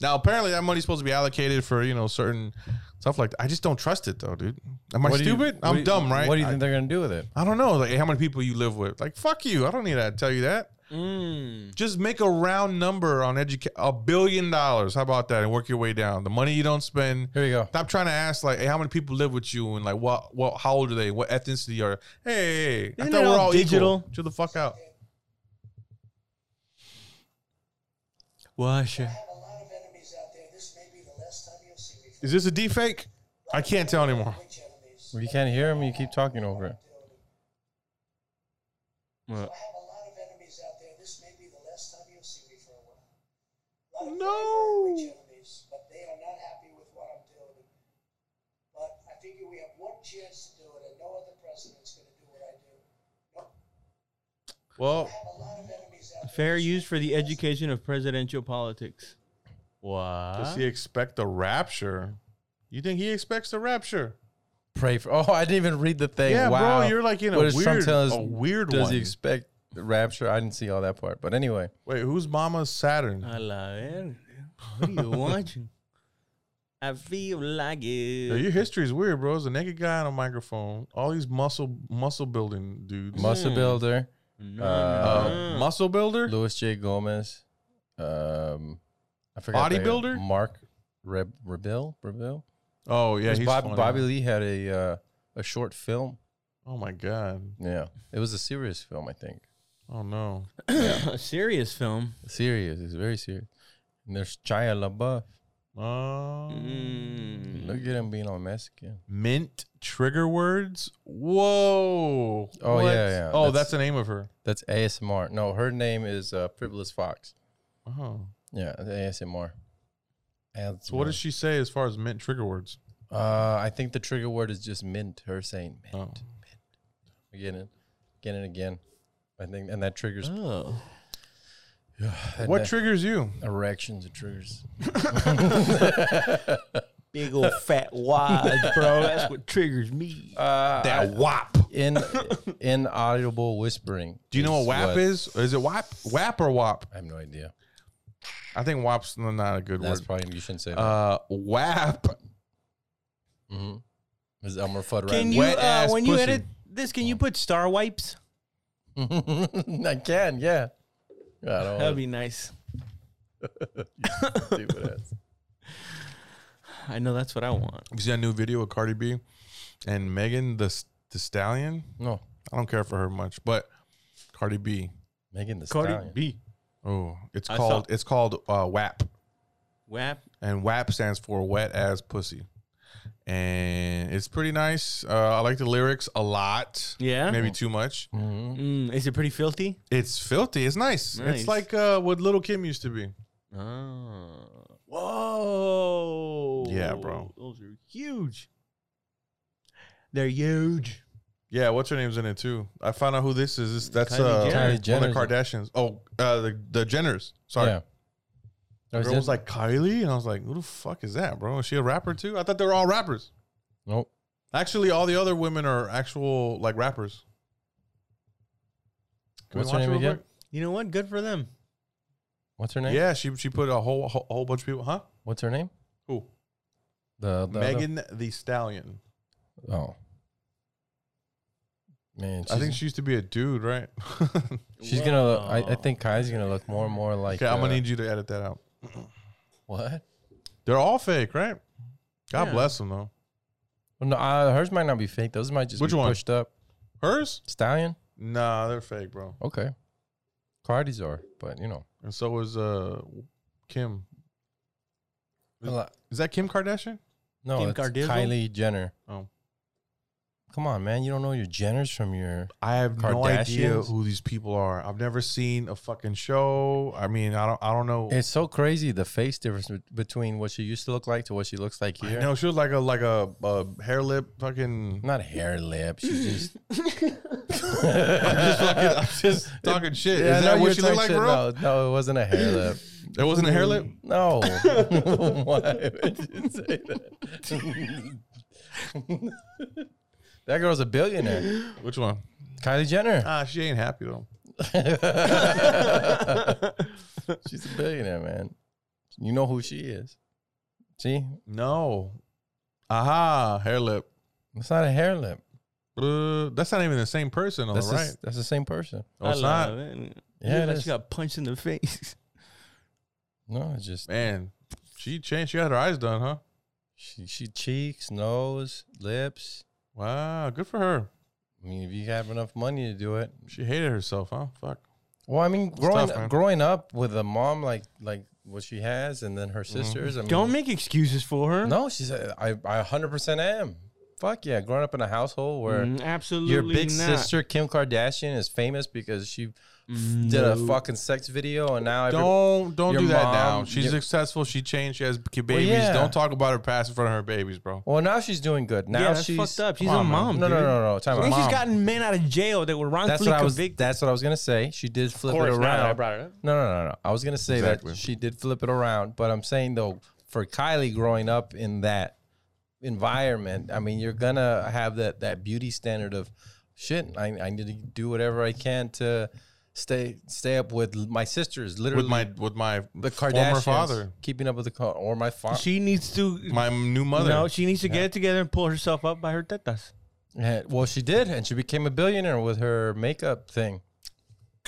Speaker 3: now, apparently, that money's supposed to be allocated for you know certain stuff like that. I just don't trust it though, dude. Am I
Speaker 5: What do you-
Speaker 3: stupid?
Speaker 5: what
Speaker 3: I'm
Speaker 5: do you-
Speaker 3: dumb, right?
Speaker 5: What do you think they're gonna do with it?
Speaker 3: I don't know. Like, how many people you live with? Like, fuck you. I don't need to tell you that.
Speaker 4: Mm.
Speaker 3: Just make a round number on educate a billion dollars. How about that? And work your way down. The money you don't spend.
Speaker 5: Here we go.
Speaker 3: Stop trying to ask like, hey, how many people live with you and like what what how old are they? What ethnicity are they? Hey, hey, hey, I
Speaker 4: Isn't
Speaker 3: thought
Speaker 4: it
Speaker 3: we're
Speaker 4: all
Speaker 3: all
Speaker 4: digital?
Speaker 3: equal. Chill the fuck out.
Speaker 4: Wash it.
Speaker 2: have a lot of enemies out there. This may be the last time you'll see me.
Speaker 3: Is this a deep fake? I can't tell anymore.
Speaker 2: Which enemies?
Speaker 5: Well, you can't hear him. You keep talking over it.
Speaker 2: I have a lot of enemies out there. This may be the last time you'll see me for a while. A lot of
Speaker 3: No.
Speaker 2: Which enemies? But they are not happy with what I'm doing. But I figure we have one chance to do it, and no other president's going to do what I do.
Speaker 3: Well,
Speaker 2: I have a lot of enemies out there.
Speaker 4: Fair use for the education of presidential politics.
Speaker 3: does
Speaker 4: What?
Speaker 3: he expect the rapture? You think he expects the rapture?
Speaker 5: Pray for. Oh, I didn't even read the thing.
Speaker 3: Yeah, bro,
Speaker 5: wow.
Speaker 3: you're like in a
Speaker 5: does Trump
Speaker 3: weird-
Speaker 5: tell us?
Speaker 3: a weird
Speaker 5: Does
Speaker 3: one.
Speaker 5: he expect the rapture? I didn't see all that part. But anyway,
Speaker 3: Wait, who's Mama's
Speaker 5: Uh,
Speaker 3: Saturn?
Speaker 4: A la verga. What are you watching? I feel like
Speaker 3: Yo,
Speaker 4: it.
Speaker 3: your history is weird, bro. It's a naked guy on a microphone. All these muscle muscle building dudes.
Speaker 5: muscle builder, uh,
Speaker 3: Uh, muscle builder.
Speaker 5: Louis J. Gomez, um, I forgot the-
Speaker 3: Bodybuilder?
Speaker 5: Mark Reb Rebill Rebill.
Speaker 3: Oh yeah,
Speaker 5: Because
Speaker 3: he's
Speaker 5: Bob-
Speaker 3: funny.
Speaker 5: Bobby Lee had a uh, a short film.
Speaker 3: Oh my god.
Speaker 5: Yeah, it was a serious film, I think.
Speaker 3: Oh no.
Speaker 4: a serious film.
Speaker 5: Serious, it's very serious. And there's Shia LaBeouf.
Speaker 3: Oh.
Speaker 4: Mm.
Speaker 5: Look at him being all Mexican.
Speaker 3: Mint trigger words. Whoa.
Speaker 5: Oh, yeah, yeah.
Speaker 3: Oh,
Speaker 5: That's-
Speaker 3: that's, the name of her.
Speaker 5: That's ASMR. No, her name is uh, Frivolous Fox.
Speaker 3: Oh.
Speaker 5: Yeah, the ASMR. And
Speaker 3: So what does she say as far as mint trigger words?
Speaker 5: Uh, I think the trigger word is just mint. Her saying mint,
Speaker 3: Oh.
Speaker 5: mint. Again and again and again. I think, and that triggers.
Speaker 4: Oh.
Speaker 5: and
Speaker 3: What
Speaker 5: that-
Speaker 3: triggers you?
Speaker 5: erections? It triggers.
Speaker 4: Big old fat wads, bro. That's what triggers me.
Speaker 5: Uh,
Speaker 3: That WAP.
Speaker 5: in inaudible whispering.
Speaker 3: Do you know what WAP is? Is it WAP? WAP or WAP?
Speaker 5: I have no idea.
Speaker 3: I think WAP's n- not a good
Speaker 5: That's
Speaker 3: word.
Speaker 5: probably you shouldn't say. that.
Speaker 3: uh, WAP.
Speaker 5: Mhm. Is Elmer Fudd
Speaker 4: Can you,
Speaker 3: wet
Speaker 4: uh,
Speaker 3: ass
Speaker 4: when you
Speaker 3: pussy.
Speaker 4: edit this, can you put star wipes?
Speaker 5: right? I can, yeah. I don't
Speaker 4: That'd be nice.
Speaker 5: wanna do that.
Speaker 4: I know that's what I want.
Speaker 3: You see that new video of Cardi B and Megan the the Stallion?
Speaker 5: No,
Speaker 3: I don't care for her much, but Cardi B.
Speaker 5: Megan the
Speaker 4: Cardi
Speaker 5: Stallion.
Speaker 4: B.
Speaker 3: Oh, it's
Speaker 4: I
Speaker 3: called
Speaker 4: saw-
Speaker 3: it's called uh, WAP.
Speaker 4: WAP.
Speaker 3: and WAP stands for Wet Ass Pussy. And it's pretty nice. Uh, I like the lyrics a lot.
Speaker 4: Yeah?
Speaker 3: maybe too much.
Speaker 4: Mm, is it pretty filthy?
Speaker 3: It's filthy. It's nice.
Speaker 4: Nice.
Speaker 3: It's like uh, what Little Kim used to be.
Speaker 4: Oh. Whoa.
Speaker 3: Yeah, bro.
Speaker 4: Those are huge. They're huge.
Speaker 3: Yeah, what's her name's in it too? I found out who this is. This, that's
Speaker 4: Kylie
Speaker 3: uh,
Speaker 4: Jenner.
Speaker 5: Kylie
Speaker 3: one of the
Speaker 5: Jenner's-
Speaker 3: Kardashians. Oh, uh, the the Jenners. Sorry,
Speaker 5: Yeah.
Speaker 3: the girl was like Kylie, and I was like, who the fuck is that, bro? Is she a rapper too? I thought they were all rappers.
Speaker 5: nope.
Speaker 3: Actually, all the other women are actual like rappers. we
Speaker 5: What's her
Speaker 3: watch it
Speaker 5: name
Speaker 3: real
Speaker 5: again?
Speaker 3: quick?
Speaker 4: You know what? Good for them.
Speaker 5: What's her name?
Speaker 3: Yeah, she she put a whole whole, whole bunch of people, huh?
Speaker 5: What's her name?
Speaker 3: Who?
Speaker 5: The, the
Speaker 3: Megan the Stallion.
Speaker 5: the- oh. Man, she's,
Speaker 3: I think she used to be a dude, right?
Speaker 5: she's gonna. Look, I, I think Kai's gonna look more and more like.
Speaker 3: okay, I'm
Speaker 5: uh,
Speaker 3: gonna need you to edit that out.
Speaker 5: what?
Speaker 3: They're all fake, right? God
Speaker 4: Yeah.
Speaker 3: bless them though.
Speaker 5: Well, no, uh, hers might not be fake. Those might just
Speaker 3: Which
Speaker 5: be
Speaker 3: one?
Speaker 5: pushed up.
Speaker 3: Hers?
Speaker 5: Stallion?
Speaker 3: Nah, they're fake, bro.
Speaker 5: Okay. Cardi's are, but you know.
Speaker 3: And so is uh Kim. Is-
Speaker 5: Well, uh,
Speaker 3: Is that Kim Kardashian?
Speaker 5: No,
Speaker 4: Kim
Speaker 5: it's
Speaker 4: Kardashian?
Speaker 5: Kylie Jenner.
Speaker 3: Oh.
Speaker 5: Come on, man. You don't know your Jenners from your.
Speaker 3: I have no idea
Speaker 5: Kardashians?
Speaker 3: who these people are. I've never seen a fucking show. I mean, I don't I don't know.
Speaker 5: It's so crazy the face difference bet- between what she used to look like to what she looks like
Speaker 3: I
Speaker 5: here.
Speaker 3: know she was like a like a, a hair lip fucking
Speaker 5: Not hair lip. She's just.
Speaker 3: just fucking I'm just talking shit.
Speaker 5: Yeah, I
Speaker 3: Is
Speaker 5: know
Speaker 3: that
Speaker 5: you're
Speaker 3: what she looked
Speaker 5: talking
Speaker 3: like,
Speaker 5: shit.
Speaker 3: bro?
Speaker 5: No, no, it wasn't a hair lip.
Speaker 3: It wasn't a hair lip?
Speaker 5: No. Why would you say that? that girl's a billionaire.
Speaker 3: Which one?
Speaker 5: Kylie Jenner.
Speaker 3: Ah, she ain't happy though.
Speaker 5: She's a billionaire, man. You know who she is. See?
Speaker 3: No. Aha, hair lip.
Speaker 5: It's not a hair lip.
Speaker 3: Uh, that's not even the same person, all right?
Speaker 5: That's, the, s- that's the same person.
Speaker 3: No, Oh, it's not.
Speaker 5: Yeah, it
Speaker 4: like
Speaker 5: is.
Speaker 4: she got punched in the face.
Speaker 5: No, it's just
Speaker 3: Man, she changed. She had her eyes done, huh?
Speaker 5: she, she cheeks, nose, lips.
Speaker 3: Wow, good for her.
Speaker 5: I mean, if you have enough money to do it.
Speaker 3: She hated herself, huh? Fuck.
Speaker 5: Well, I mean, growing
Speaker 3: tough, man.
Speaker 5: growing up with a mom like like what she has, and then her
Speaker 3: Mm-hmm.
Speaker 5: sisters. I mean,
Speaker 4: Don't make excuses for her.
Speaker 5: Mm. No, she said I I hundred percent am. Fuck yeah, growing up in a household where
Speaker 4: Mm, absolutely
Speaker 5: your big
Speaker 4: not.
Speaker 5: sister Kim Kardashian is famous because she
Speaker 4: Mm,
Speaker 5: f- did a fucking sex video, and now every,
Speaker 3: Don't don't
Speaker 5: your
Speaker 3: do that
Speaker 5: mom-
Speaker 3: now. She's
Speaker 5: your-
Speaker 3: successful. She changed. She has ki- babies.
Speaker 5: yeah.
Speaker 3: Don't talk about her past in front of her babies, bro.
Speaker 5: well now she's doing good. Now
Speaker 4: Yeah, that's
Speaker 5: she's
Speaker 4: fucked up. She's
Speaker 3: come
Speaker 4: a
Speaker 3: on, man.
Speaker 4: mom.
Speaker 5: No, no,
Speaker 4: dude.
Speaker 5: no, no, time
Speaker 4: And
Speaker 5: out.
Speaker 4: she's gotten men out of jail that were wrongfully
Speaker 5: That's what I was.
Speaker 4: convicted.
Speaker 5: That's what I was gonna say. She did flip it
Speaker 4: it
Speaker 5: around.
Speaker 4: up.
Speaker 5: No, no, no, no. I was gonna say
Speaker 3: Exactly.
Speaker 5: that she did flip it around, but I'm saying though, for Kylie growing up in that environment, I mean, you're gonna have that that beauty standard of shit. I, I need to do whatever I can to stay stay up with my sisters, literally
Speaker 3: With my with my
Speaker 5: the
Speaker 3: former
Speaker 5: Kardashians,
Speaker 3: father,
Speaker 5: keeping up with the car or my father.
Speaker 4: She needs to.
Speaker 3: uh, my new mother.
Speaker 4: No, she needs to get it together and pull herself up by her tetas.
Speaker 5: well, she did, and she became a billionaire with her makeup thing.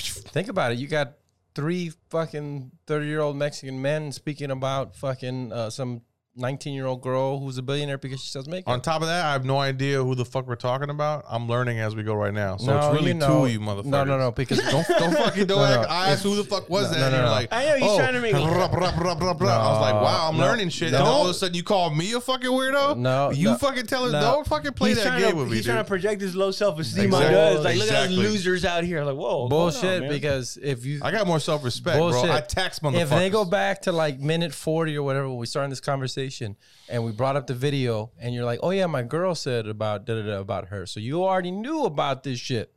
Speaker 5: Think about it. You got three fucking 30 year old Mexican men speaking about fucking uh, some 19 year old girl who's a billionaire because she sells makeup.
Speaker 3: On top of that, I have no idea who the fuck we're talking about. I'm learning as we go right now, so
Speaker 5: No,
Speaker 3: it's really
Speaker 5: you know-
Speaker 3: two of you motherfuckers.
Speaker 5: No, no, no. Because don't,
Speaker 3: Don't fucking do
Speaker 5: No,
Speaker 3: it.
Speaker 5: no,
Speaker 3: I asked who the fuck was
Speaker 5: no,
Speaker 3: that.
Speaker 5: no,
Speaker 3: and
Speaker 5: no,
Speaker 3: you're
Speaker 5: no.
Speaker 3: like, oh,
Speaker 4: I know, he's trying to make-
Speaker 3: rup, rup, rup, rup, rup. I was like, wow, I'm
Speaker 5: No,
Speaker 3: learning shit. And
Speaker 5: no.
Speaker 3: all of a sudden, you call me a fucking weirdo.
Speaker 5: No,
Speaker 3: you
Speaker 5: no,
Speaker 3: fucking tell us.
Speaker 5: no.
Speaker 3: Don't fucking play
Speaker 4: he's
Speaker 3: that
Speaker 4: trying
Speaker 3: game
Speaker 4: to,
Speaker 3: with me,
Speaker 4: he's
Speaker 3: dude.
Speaker 4: trying to project his low self esteem
Speaker 3: Exactly.
Speaker 4: on us. Like, look at
Speaker 3: Exactly.
Speaker 4: those losers out here. Like, whoa, hold
Speaker 5: bullshit.
Speaker 4: on, man.
Speaker 5: because if you.
Speaker 3: I got more self respect, bro.
Speaker 5: Bullshit.
Speaker 3: I tax motherfuckers.
Speaker 5: If they go back to like minute 40 or whatever, when we started this conversation and we brought up the video and you're like, oh yeah, my girl said about da da da about her. So you already knew about this shit.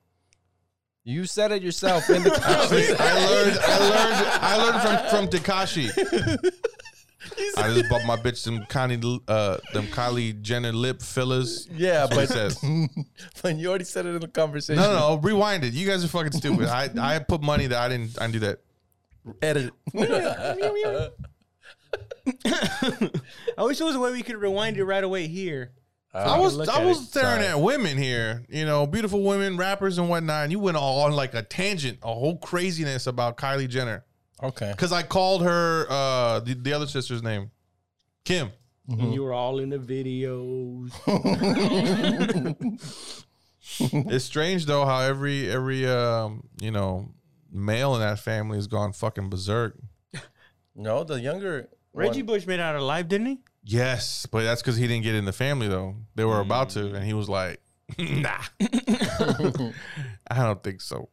Speaker 5: You said it yourself in the conversation.
Speaker 3: I learned, I learned, I learned from from Takashi. I just bought my bitch some Kylie, uh, them Kylie Jenner lip fillers.
Speaker 5: Yeah,
Speaker 3: That's what it
Speaker 5: but-
Speaker 3: says.
Speaker 5: When you already said it in the conversation.
Speaker 3: no, no, no, rewind it. You guys are fucking stupid. I, I put money that I didn't, I didn't do that.
Speaker 5: Edit.
Speaker 4: I wish there was a way we could rewind it right away here.
Speaker 3: I
Speaker 5: Uh,
Speaker 3: was
Speaker 4: look
Speaker 3: I
Speaker 4: at
Speaker 3: was
Speaker 4: it.
Speaker 3: staring
Speaker 5: Sorry.
Speaker 3: at women here, you know, beautiful women, rappers and whatnot. And you went all on like a tangent, a whole craziness about Kylie Jenner
Speaker 5: okay.
Speaker 3: because I called her uh, the, the other sister's name, Kim. Mm-hmm.
Speaker 4: And you were all in the videos. Mm-hmm.
Speaker 3: It's strange though how every every um, you know male in that family has gone fucking berserk.
Speaker 5: No, the younger
Speaker 4: Reggie
Speaker 5: one-
Speaker 4: Bush made it out alive, didn't he?
Speaker 3: Yes, but that's because he didn't get in the family though. They were about
Speaker 4: Mm.
Speaker 3: to, and he was like, Nah, I don't think so.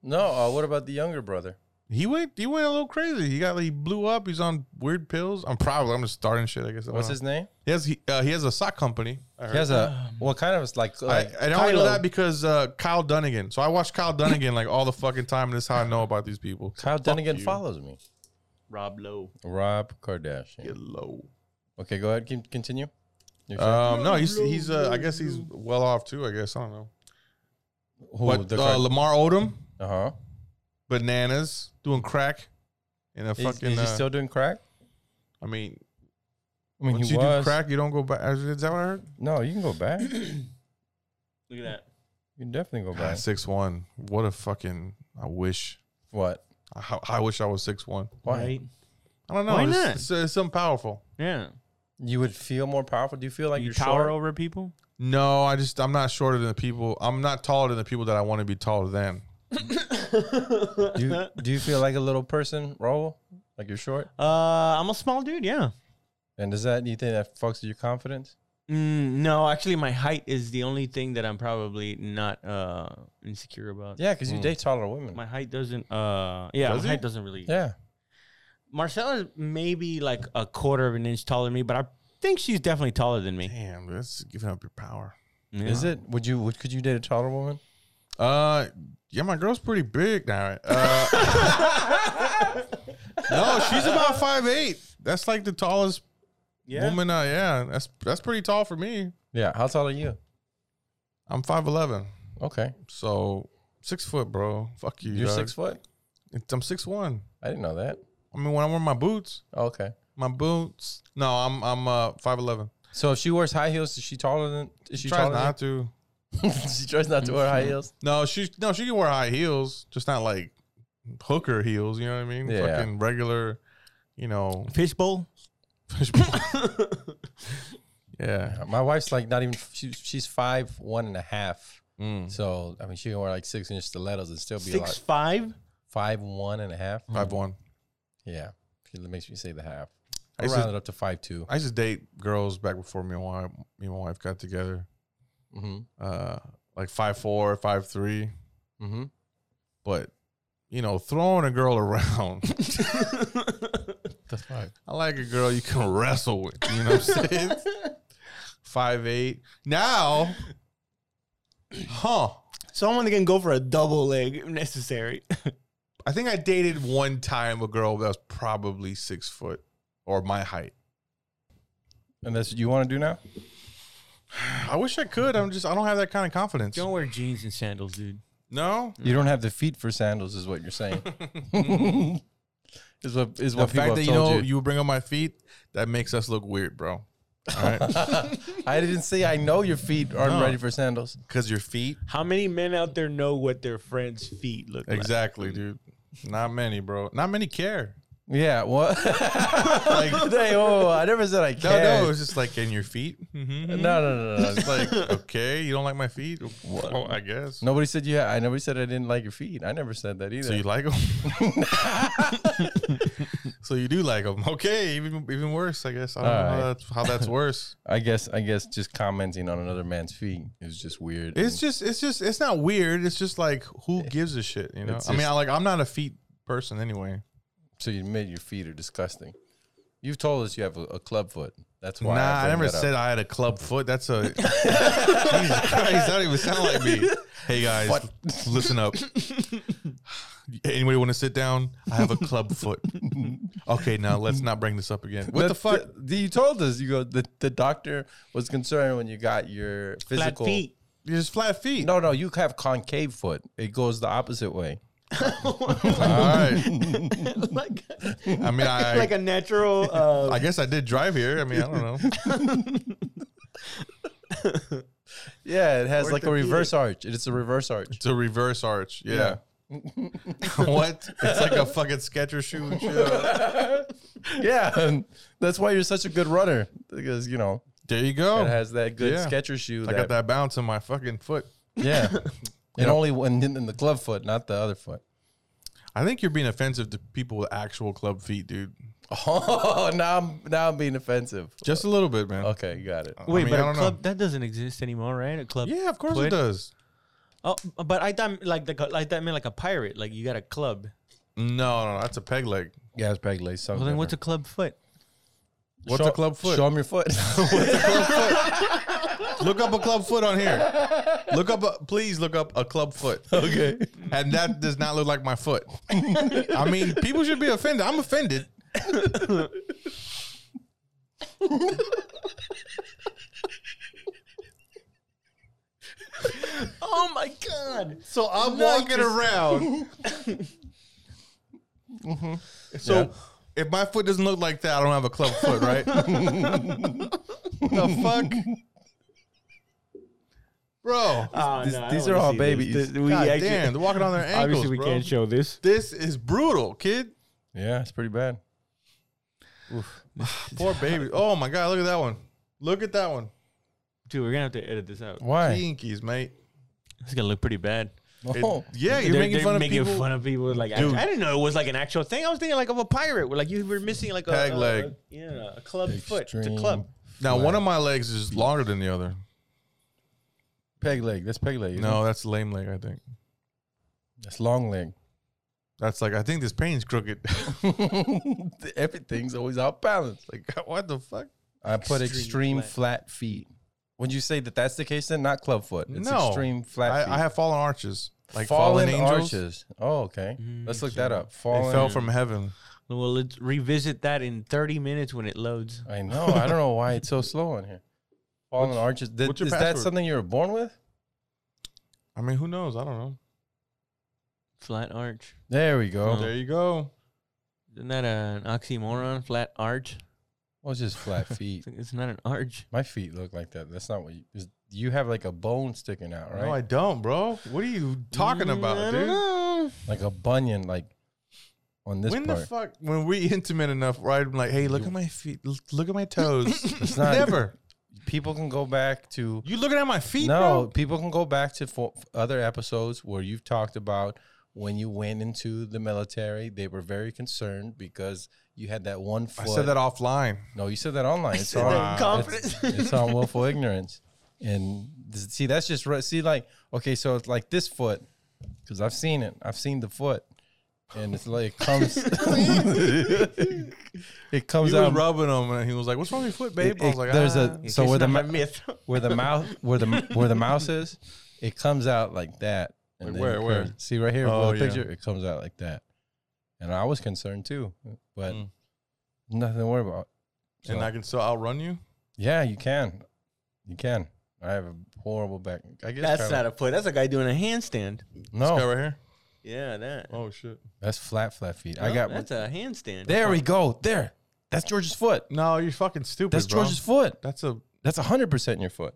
Speaker 5: No, uh, what about the younger brother?
Speaker 3: He went he went a little crazy. He got he blew up. He's on weird pills. I'm probably I'm just starting shit. I guess. I don't
Speaker 5: What's
Speaker 3: know.
Speaker 5: his name?
Speaker 3: He has he, uh, he has a sock company. I heard.
Speaker 5: He has a what kind of it's like,
Speaker 3: I,
Speaker 5: like
Speaker 3: I don't know
Speaker 5: Kylo.
Speaker 3: that because uh, Kyle Dunnigan. So I watch Kyle Dunnigan like all the fucking time, and that's how I know about these people.
Speaker 5: Kyle Dunnigan follows me.
Speaker 4: Rob Lowe.
Speaker 5: Rob Kardashian.
Speaker 3: Hello.
Speaker 5: Okay, go ahead. Can, continue. You're saying-
Speaker 3: Um, no, he's he's uh, I guess he's well off too. I guess I don't know.
Speaker 5: Who,
Speaker 3: but
Speaker 5: the
Speaker 3: uh,
Speaker 5: Kar-
Speaker 3: Lamar Odom,
Speaker 5: uh-huh.
Speaker 3: bananas, doing crack, in a
Speaker 5: Is,
Speaker 3: fucking.
Speaker 5: is he
Speaker 3: uh,
Speaker 5: still doing crack?
Speaker 3: I mean,
Speaker 5: I mean,
Speaker 3: once
Speaker 5: he
Speaker 3: you
Speaker 5: was.
Speaker 3: do crack, you don't go back. Is that what I heard?
Speaker 5: No, you can go back. You
Speaker 4: Look at that.
Speaker 5: can definitely go back.
Speaker 3: Six one. What a fucking. I wish.
Speaker 5: What?
Speaker 3: I, I wish I was six one.
Speaker 5: Why?
Speaker 4: Right?
Speaker 3: I don't know.
Speaker 4: Why
Speaker 3: it's,
Speaker 4: not?
Speaker 3: It's, it's something powerful.
Speaker 4: Yeah.
Speaker 5: You would feel more powerful. Do you feel like
Speaker 4: you
Speaker 5: you are
Speaker 4: tower
Speaker 5: short?
Speaker 4: over people?
Speaker 3: No, I just I'm not shorter than the people. I'm not taller than the people that I want to be taller than.
Speaker 5: Do you, do you feel like a little person, Raul? Like you're short?
Speaker 4: Uh, I'm a small dude. Yeah.
Speaker 5: And does that, you think that fucks with your confidence?
Speaker 4: Mm, no, actually, my height is the only thing that I'm probably not uh, insecure about.
Speaker 5: Yeah, because you date taller women.
Speaker 4: My height doesn't. Uh, yeah,
Speaker 3: Does
Speaker 4: my
Speaker 3: he?
Speaker 4: height doesn't really.
Speaker 5: yeah.
Speaker 4: Marcella's maybe like a quarter of an inch taller than me, but I think she's definitely taller than me.
Speaker 3: Damn, dude, that's giving up your power.
Speaker 5: Is it? Would you, would, could you date a taller woman?
Speaker 3: Uh, yeah, my girl's pretty big now. Uh, no, she's about five eight. That's like the tallest woman. Uh, yeah, that's that's pretty tall for me.
Speaker 5: Yeah. How tall are you?
Speaker 3: I'm five eleven,
Speaker 5: Okay.
Speaker 3: so six foot, bro. Fuck you.
Speaker 5: You're
Speaker 3: dog.
Speaker 5: six foot?
Speaker 3: It's- I'm six one.
Speaker 5: I didn't know that. Oh,
Speaker 3: I mean, when I wear my boots,
Speaker 5: Okay.
Speaker 3: my boots. No, I'm I'm uh five eleven.
Speaker 5: So if she wears high heels, is she taller than? Is she
Speaker 3: She tries
Speaker 5: taller?
Speaker 3: not to.
Speaker 5: Than, she tries not to wear high heels.
Speaker 3: No, she no she can wear high heels, just not like hooker heels. You know what I mean?
Speaker 5: Yeah.
Speaker 3: Fucking regular. You know.
Speaker 4: Fishbowl?
Speaker 3: yeah.
Speaker 5: My wife's like not even. She, she's five one and a half.
Speaker 3: Mm.
Speaker 5: So I mean, she can wear like six inch stilettos and still be
Speaker 4: Six
Speaker 5: like
Speaker 4: five?
Speaker 5: five one and a half.
Speaker 3: Five one.
Speaker 5: Yeah, she makes me say the half.
Speaker 3: I
Speaker 5: I
Speaker 3: used,
Speaker 5: round
Speaker 3: to,
Speaker 5: it up to five two.
Speaker 3: I used to date girls back before me and wife, me and my wife got together.
Speaker 5: Mm-hmm.
Speaker 3: Uh, like five four, five three,
Speaker 5: Mm-hmm.
Speaker 3: but you know, throwing a girl around.
Speaker 5: That's five.
Speaker 3: I like a girl you can wrestle with. You know what I'm saying? five eight. Now, huh?
Speaker 4: Someone that can go for a double leg if necessary.
Speaker 3: I think I dated one time a girl that was probably six foot or my height.
Speaker 5: And that's what you want to do now?
Speaker 3: I wish I could. I'm just I don't have that kind of confidence.
Speaker 4: Don't wear jeans and sandals, dude.
Speaker 3: No,
Speaker 5: You don't have the feet for sandals, is what you're saying. is what is
Speaker 3: the
Speaker 5: what people
Speaker 3: fact
Speaker 5: have
Speaker 3: that you
Speaker 5: told
Speaker 3: know
Speaker 5: you.
Speaker 3: you. bring up my feet that makes us look weird, bro. All right,
Speaker 5: I didn't say I know your feet aren't
Speaker 3: No.
Speaker 5: ready for sandals.
Speaker 3: because your feet.
Speaker 4: How many men out there know what their friends' feet look like?
Speaker 3: Exactly, dude. Not many, bro. Not many care.
Speaker 5: Yeah, what? like, hey, whoa, whoa, I never said I
Speaker 3: No,
Speaker 5: cared.
Speaker 3: no. It's just like in your feet.
Speaker 5: no, no, no, no.
Speaker 3: It's like okay, you don't like my feet. Well, I guess.
Speaker 5: Nobody said you. Had, I never said I didn't like your feet. I never said that either.
Speaker 3: So you like them? so you do like them? Okay, even even worse, I guess. I don't
Speaker 5: All
Speaker 3: know
Speaker 5: right.
Speaker 3: how that's, how that's worse.
Speaker 5: I guess. I guess just commenting on another man's feet is just weird.
Speaker 3: It's just, it's just, it's not weird. It's just like, who gives a shit? You know,
Speaker 5: It's
Speaker 3: I mean,
Speaker 5: just-
Speaker 3: I like, I'm not a feet person anyway.
Speaker 5: so you admit your feet are disgusting. You've told us you have a, a club foot. That's why.
Speaker 3: nah, I,
Speaker 5: bring
Speaker 3: never
Speaker 5: that up.
Speaker 3: said I had a club foot. That's a Jesus Christ, that don't even sound like me. Hey guys, listen up. Anybody want to sit down? I have a club foot. Okay, now let's not bring this up again. What the, fuck?
Speaker 5: the- you told us. You go. The, the doctor was concerned when you got your
Speaker 4: Flat
Speaker 5: physical.
Speaker 4: feet.
Speaker 3: You're just flat feet.
Speaker 5: No, no. You have concave foot. It goes the opposite way.
Speaker 3: All right.
Speaker 4: like,
Speaker 3: I mean, I
Speaker 4: like a natural. Uh,
Speaker 3: I guess I did drive here. I mean, I don't know.
Speaker 5: Yeah, it has like a
Speaker 4: Orthopedic.
Speaker 5: reverse arch. It's a reverse arch.
Speaker 3: It's a reverse arch. Yeah. what? It's like a fucking Skechers shoe. And shit.
Speaker 5: yeah, and that's why you're such a good runner because you know
Speaker 3: There you go.
Speaker 5: it has that good
Speaker 3: Oh, yeah.
Speaker 5: sketcher shoe.
Speaker 3: I got that bounce in my fucking foot.
Speaker 5: Yeah, and only when in the club foot, not the other foot.
Speaker 3: I think you're being offensive to people with actual club feet, dude.
Speaker 5: Oh, now I'm now I'm being offensive.
Speaker 3: Just a little bit, man.
Speaker 5: Okay, you got it.
Speaker 4: wait,
Speaker 3: I mean,
Speaker 4: but
Speaker 3: I
Speaker 4: a
Speaker 3: don't
Speaker 4: club
Speaker 3: know.
Speaker 4: that doesn't exist anymore, right? A club.
Speaker 3: Yeah, of course
Speaker 4: foot?
Speaker 3: it does.
Speaker 4: Oh, but I thought like the like that meant like a pirate. Like you got a club.
Speaker 3: No, no, that's a peg leg.
Speaker 5: Yeah, it's peg lace.
Speaker 4: Well, then what's a club foot?
Speaker 3: What's a club foot?
Speaker 5: Show him your foot.
Speaker 3: Look up a club foot on here. Look up, a, please look up a club foot.
Speaker 5: okay.
Speaker 3: And that does not look like my foot. I mean, people should be offended. I'm offended.
Speaker 4: Oh my god!
Speaker 3: So I'm walking around. Mm-hmm. So if my foot doesn't look like that, I don't have a club foot, right? the fuck? Bro.
Speaker 4: Oh,
Speaker 5: These- these are all babies.
Speaker 4: we
Speaker 3: God
Speaker 4: actually-
Speaker 3: damn, they're walking on their ankles.
Speaker 4: obviously, we
Speaker 3: bro.
Speaker 4: can't show this.
Speaker 3: This is brutal, kid.
Speaker 5: Yeah, it's pretty bad.
Speaker 3: Poor baby. Oh my god, look at that one. Look at that one.
Speaker 4: Dude, we're gonna have to edit this out.
Speaker 5: Why?
Speaker 3: Pinkies, mate.
Speaker 4: It's gonna look pretty bad.
Speaker 3: It-
Speaker 5: Oh,
Speaker 3: yeah, you're
Speaker 4: They're-
Speaker 3: making
Speaker 4: they're
Speaker 3: fun of
Speaker 4: making
Speaker 3: people.
Speaker 4: fun of people. Like I,
Speaker 3: Dude.
Speaker 4: I didn't know it was like an actual thing. I was thinking like of a pirate, where like you were missing like a
Speaker 3: Tag
Speaker 4: a-
Speaker 3: leg.
Speaker 4: yeah, a club foot. It's a
Speaker 5: Extreme
Speaker 4: club.
Speaker 3: now, one of my legs is longer than the other.
Speaker 5: peg leg. That's peg leg. isn't it?
Speaker 3: No, that's lame leg, I think.
Speaker 5: that's long leg.
Speaker 3: That's like, I think this pain's crooked.
Speaker 5: Everything's always out balance.
Speaker 3: like, what the fuck?
Speaker 5: I put
Speaker 4: Extreme
Speaker 5: extreme flat. feet. Would you say that that's the case then? Not club foot. It's
Speaker 3: no.
Speaker 5: extreme flat feet.
Speaker 3: I, I have fallen arches. Like
Speaker 5: fallen,
Speaker 3: fallen, angels. Mm-hmm.
Speaker 5: arches. Oh, okay. Let's look that up.
Speaker 3: They
Speaker 5: Fallen.
Speaker 3: fell from heaven.
Speaker 4: Mm, Well, let's revisit that in 30 minutes when it loads.
Speaker 5: I know. I don't know why it's so slow on here. Fallen arches. Did-
Speaker 3: what's your
Speaker 5: is that
Speaker 3: password?
Speaker 5: something you were born with?
Speaker 3: I mean, who knows? I don't know.
Speaker 4: Flat arch.
Speaker 5: There we go.
Speaker 4: No.
Speaker 3: There you go.
Speaker 4: Isn't that an oxymoron? Flat arch.
Speaker 5: Well, it's just flat feet.
Speaker 4: It's not an arch.
Speaker 5: My feet look like that. That's not what you. Is, you have like a bone sticking out, right?
Speaker 3: No, I don't, bro. What are you talking about, dude?
Speaker 5: like a bunion, like on this
Speaker 3: when
Speaker 5: part.
Speaker 3: the fuck when we intimate enough right i'm like hey look at my feet l- look at my toes
Speaker 5: not-
Speaker 3: never
Speaker 5: people can go back to
Speaker 3: you looking at my feet
Speaker 5: no.
Speaker 3: bro?
Speaker 5: People can go back to fo- other episodes where you've talked about when you went into the military. They were very concerned because you had that one
Speaker 3: i
Speaker 5: foot.
Speaker 3: said that offline
Speaker 5: No, you said that online. It's on,
Speaker 3: that in
Speaker 5: it's- it's on willful ignorance. And this- see, that's just right. See, like, okay, so it's like this foot, because I've seen it. I've seen the foot. And it's like, it comes, it
Speaker 3: he
Speaker 5: comes
Speaker 3: was
Speaker 5: out.
Speaker 3: rubbing him and he was like what's wrong with your foot babe
Speaker 5: it-
Speaker 3: i was like
Speaker 5: there's
Speaker 3: ah.
Speaker 5: a, so where the, mou-
Speaker 4: myth.
Speaker 5: where the mouth, where the, where the mouse is, it comes out like that.
Speaker 3: Like,
Speaker 5: then
Speaker 3: where-
Speaker 5: it
Speaker 3: where?
Speaker 5: curves. See right here,
Speaker 3: Oh,
Speaker 5: oh,
Speaker 3: yeah.
Speaker 5: picture, it comes out like that. And I was concerned too, but
Speaker 3: Mm.
Speaker 5: nothing to worry about.
Speaker 3: and
Speaker 5: So-
Speaker 3: i can still outrun you
Speaker 5: Yeah, you can. You can. I have a horrible back. I guess
Speaker 4: That's
Speaker 5: kinda-
Speaker 4: not a foot. That's a guy doing a handstand.
Speaker 3: this guy
Speaker 5: no.
Speaker 3: right here
Speaker 4: Yeah, that.
Speaker 3: oh shit
Speaker 5: That's flat, flat feet. I got.
Speaker 4: That's a handstand.
Speaker 5: there we go. There. That's George's foot.
Speaker 3: no you're fucking stupid
Speaker 5: That's
Speaker 3: bro.
Speaker 5: George's foot.
Speaker 3: that's a
Speaker 5: That's hundred percent your foot.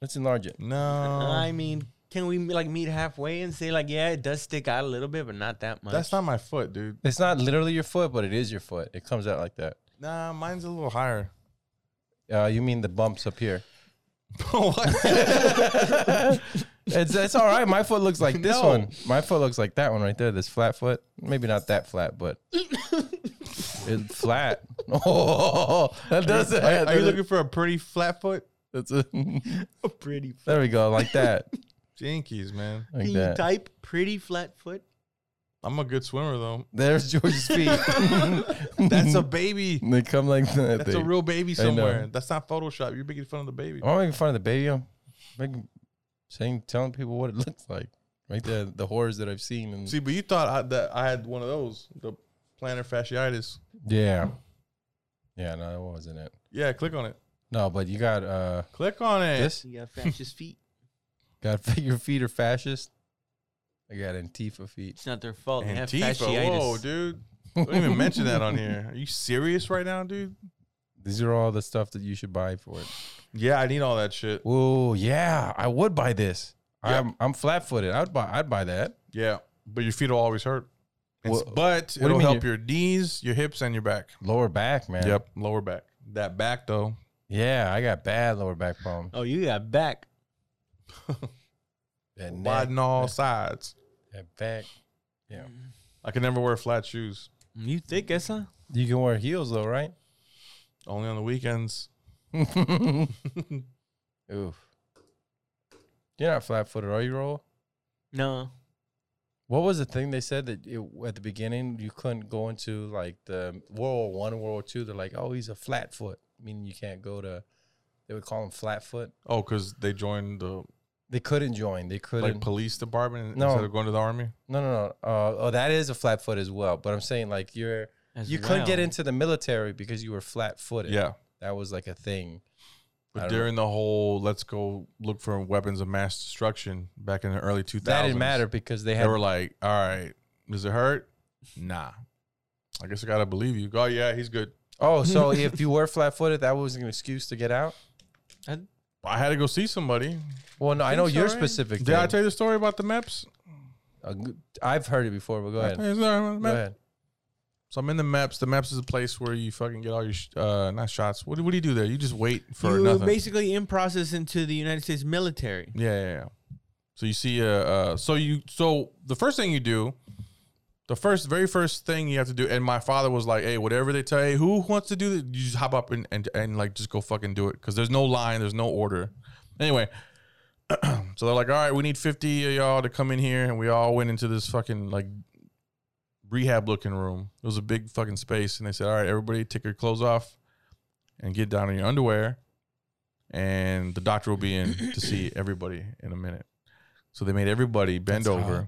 Speaker 5: Let's enlarge it.
Speaker 3: no
Speaker 4: I mean, can we like meet halfway and say like, yeah, it does stick out a little bit, but not that much.
Speaker 3: that's not my foot dude
Speaker 5: It's not literally your foot, but it is your foot. It comes out like that.
Speaker 3: nah mine's a little higher
Speaker 5: Uh, you mean the bumps up here?
Speaker 3: what?
Speaker 5: It's it's all right. My foot looks like this
Speaker 3: No.
Speaker 5: one. My foot looks like that one right there. This flat foot. Maybe not that flat, but it's flat. Oh, that does it.
Speaker 3: are, are you looking for a pretty flat foot
Speaker 5: That's a,
Speaker 4: pretty.
Speaker 5: there we go, like that,
Speaker 3: jinkies man
Speaker 5: like
Speaker 4: Can you
Speaker 5: that.
Speaker 4: type pretty flat foot?
Speaker 3: i'm a good swimmer though
Speaker 5: There's George's feet.
Speaker 3: that's a baby
Speaker 5: they come like that.
Speaker 3: That's
Speaker 5: they-
Speaker 3: a real baby
Speaker 5: I know. Oh.
Speaker 3: somewhere. That's not Photoshop. You're making fun of the baby.
Speaker 5: I'm not making fun of the baby. I'm making, saying, telling people what it looks like. Right there, the horrors that I've seen. And,
Speaker 3: See, but you thought I, that I had one of those, the plantar fasciitis.
Speaker 5: yeah, yeah. No, that wasn't it.
Speaker 3: Yeah, click on it.
Speaker 5: No, but you got uh,
Speaker 3: Click on it.
Speaker 5: this.
Speaker 4: You got fascist feet.
Speaker 5: Got your feet are fascist. I got Antifa feet.
Speaker 4: It's not their fault. They have
Speaker 3: Antifa.
Speaker 4: fasciitis.
Speaker 3: Whoa, dude. Don't even mention that on here. Are you serious right now, dude?
Speaker 5: These are all the stuff that you should buy for it.
Speaker 3: Yeah, I need all that shit.
Speaker 5: Oh yeah, I would buy this.
Speaker 3: Yeah.
Speaker 5: I'm I'm flat footed. I'd buy I'd buy that.
Speaker 3: Yeah, but your feet will always hurt. It's-
Speaker 5: Wha-
Speaker 3: but
Speaker 5: do you
Speaker 3: it'll
Speaker 5: mean
Speaker 3: help your knees, your hips, and your back.
Speaker 5: Lower back, man.
Speaker 3: Yep, lower back. That back though.
Speaker 5: Yeah, I got bad lower back problems.
Speaker 4: Oh, you got back.
Speaker 5: That neck,
Speaker 3: Widen all sides.
Speaker 5: that back. Yeah.
Speaker 3: I can never wear flat shoes.
Speaker 4: You thick, Essa?
Speaker 5: You can wear heels though, right?
Speaker 3: Only on the weekends.
Speaker 5: Oof. You're not flat footed, are you, Roll?
Speaker 4: No.
Speaker 5: What was the thing they said that it, at the beginning you couldn't go into like the World War One, World War Two? They're like, oh, he's a flat foot, meaning you can't go to. They would call him flat foot.
Speaker 3: Oh, because they joined the
Speaker 5: They couldn't join. They couldn't.
Speaker 3: like police department
Speaker 5: No.
Speaker 3: instead of going to the army.
Speaker 5: no, no, no. Uh, oh, that is a flat foot as well. But I'm saying like you're
Speaker 4: As
Speaker 5: you couldn't get
Speaker 4: well.
Speaker 5: into the military because you were flat footed.
Speaker 3: Yeah.
Speaker 5: that was like a thing. I
Speaker 3: But
Speaker 5: don't-
Speaker 3: during the whole let's go look for weapons of mass destruction back in the early 2000s,
Speaker 5: That didn't matter because they
Speaker 3: They
Speaker 5: had
Speaker 3: were like, all right, does it hurt? Nah. I guess I got to believe you. Oh, yeah, he's good.
Speaker 5: Oh, so if you were flat footed, that was an excuse to get out?
Speaker 3: I had to go see somebody.
Speaker 5: Well, no, I know
Speaker 3: Think so,
Speaker 5: your
Speaker 3: right?
Speaker 5: specific
Speaker 3: Did
Speaker 5: thing.
Speaker 3: I tell you the story about the MEPS?
Speaker 5: A g- I've heard it before, but go ahead.
Speaker 3: Is there a
Speaker 5: Go
Speaker 3: MEP?
Speaker 5: ahead.
Speaker 3: So I'm in the maps. The maps is a place where you fucking get all your sh- uh, not shots. What do, what do you do there? You just wait for
Speaker 4: you
Speaker 3: nothing.
Speaker 4: basically in process into the United States military.
Speaker 3: Yeah, yeah, yeah. So you see, uh, uh, so you, so the first thing you do, the first, very first thing you have to do, and my father was like, "Hey, whatever they tell you, who wants to do it, you just hop up and and, and like just go fucking do it, because there's no line, there's no order." Anyway, so they're like, "All right, we need fifty of y'all to come in here," and we all went into this fucking like rehab looking room. It was a big fucking space, and they said, "All right, everybody, take your clothes off and get down in your underwear." and the doctor will be in to see everybody in a minute. So they made everybody bend
Speaker 5: That's
Speaker 3: over.
Speaker 5: hot.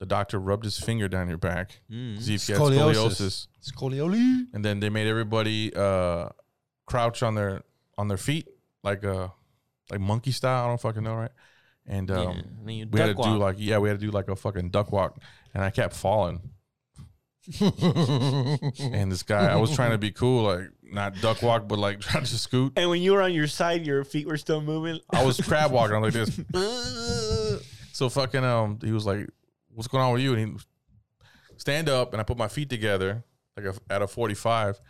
Speaker 3: The doctor rubbed his finger down your back
Speaker 4: Hmm. Mm-hmm.
Speaker 3: to see if you had
Speaker 5: Scoliosis.
Speaker 3: scoliosis,
Speaker 5: Scoliosis.
Speaker 3: and then they made everybody uh, crouch on their on their feet like uh like monkey style. I don't fucking know, right? And um,
Speaker 4: Yeah, and then you
Speaker 3: we had to
Speaker 4: duck walk.
Speaker 3: do like yeah, we had to do like a fucking duck walk, and I kept falling. and this guy, I was trying to be cool, like not duck walk, but like trying to scoot.
Speaker 4: and when you were on your side, your feet were still moving.
Speaker 3: I was crab walking. I'm like this. so fucking um, he was like, "What's going on with you?" And he stand up, and I put my feet together like a, at a 45.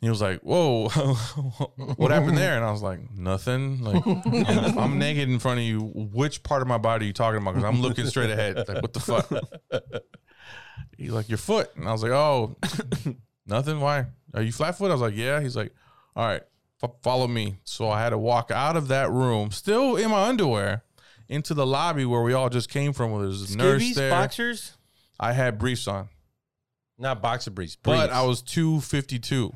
Speaker 3: He was like, "Whoa, what happened there?" And I was like, "Nothing. Like I'm, I'm naked in front of you. Which part of my body are you talking about? Because I'm looking straight ahead. Like what the fuck?" He's like, "Your foot." And I was like, "Oh, nothing. Why are you flat foot?" I was like, "Yeah." He's like, "All right." F- follow me. So I had to walk out of that room, still in my underwear, into the lobby where we all just came from. Where there's a nurse
Speaker 4: Skivvies,
Speaker 3: there.
Speaker 4: boxers.
Speaker 3: I had briefs on,
Speaker 5: Not boxer briefs.
Speaker 3: but
Speaker 5: briefs.
Speaker 3: I was two fifty two.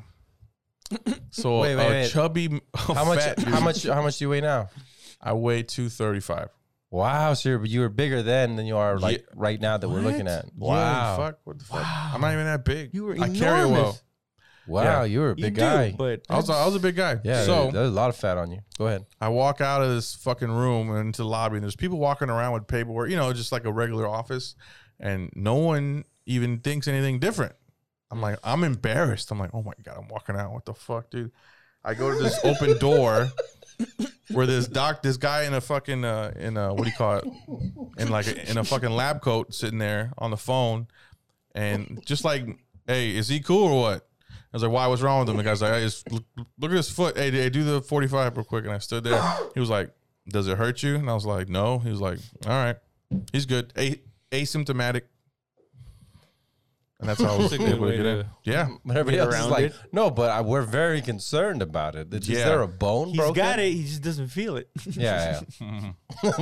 Speaker 3: So
Speaker 5: Wait, wait,
Speaker 3: a
Speaker 5: wait.
Speaker 3: chubby,
Speaker 5: how much?
Speaker 3: fat dude,
Speaker 5: How much? How much do you weigh now?
Speaker 3: I weigh two thirty five.
Speaker 5: Wow, sir, but you were bigger then than you are like
Speaker 3: Yeah.
Speaker 5: right now that we're looking at.
Speaker 3: Wow.
Speaker 5: Wow,
Speaker 3: fuck. What the fuck? I'm not even that big.
Speaker 4: You were
Speaker 3: I carry well.
Speaker 4: enormous.
Speaker 5: wow,
Speaker 3: Yeah.
Speaker 5: you were a
Speaker 4: You
Speaker 5: big
Speaker 4: do,
Speaker 5: guy.
Speaker 4: but
Speaker 3: I was, a- I was a big guy.
Speaker 5: yeah,
Speaker 3: So
Speaker 5: so, there's a lot of fat on you. Go ahead.
Speaker 3: I walk out of this fucking room and into the lobby, and there's people walking around with paperwork, you know, just like a regular office, and no one even thinks anything different. I'm like, I'm embarrassed. I'm like, oh my god, I'm walking out. What the fuck, dude? I go to this open door where this doc, this guy in a fucking uh, in a what do you call it? In like a, in a fucking lab coat, sitting there on the phone, and just like, hey, is he cool or what? I was like, why? What's wrong with him? The guy's like, hey, just look, look at his foot. Hey, hey, do the 45 real quick. And I stood there. He was like, does it hurt you? And I was like, no. He was like, all right. He's good. A- asymptomatic. And that's how I was
Speaker 4: That's a
Speaker 3: able
Speaker 4: good way
Speaker 3: to get in.
Speaker 4: to-
Speaker 3: Yeah.
Speaker 5: But everybody
Speaker 4: Get
Speaker 5: else is
Speaker 4: around
Speaker 5: like,
Speaker 4: it.
Speaker 5: no, but I, we're very concerned about it. Is
Speaker 3: Yeah.
Speaker 5: there a bone
Speaker 4: he's
Speaker 5: broken?
Speaker 4: got it. He just doesn't feel it.
Speaker 5: Yeah, yeah.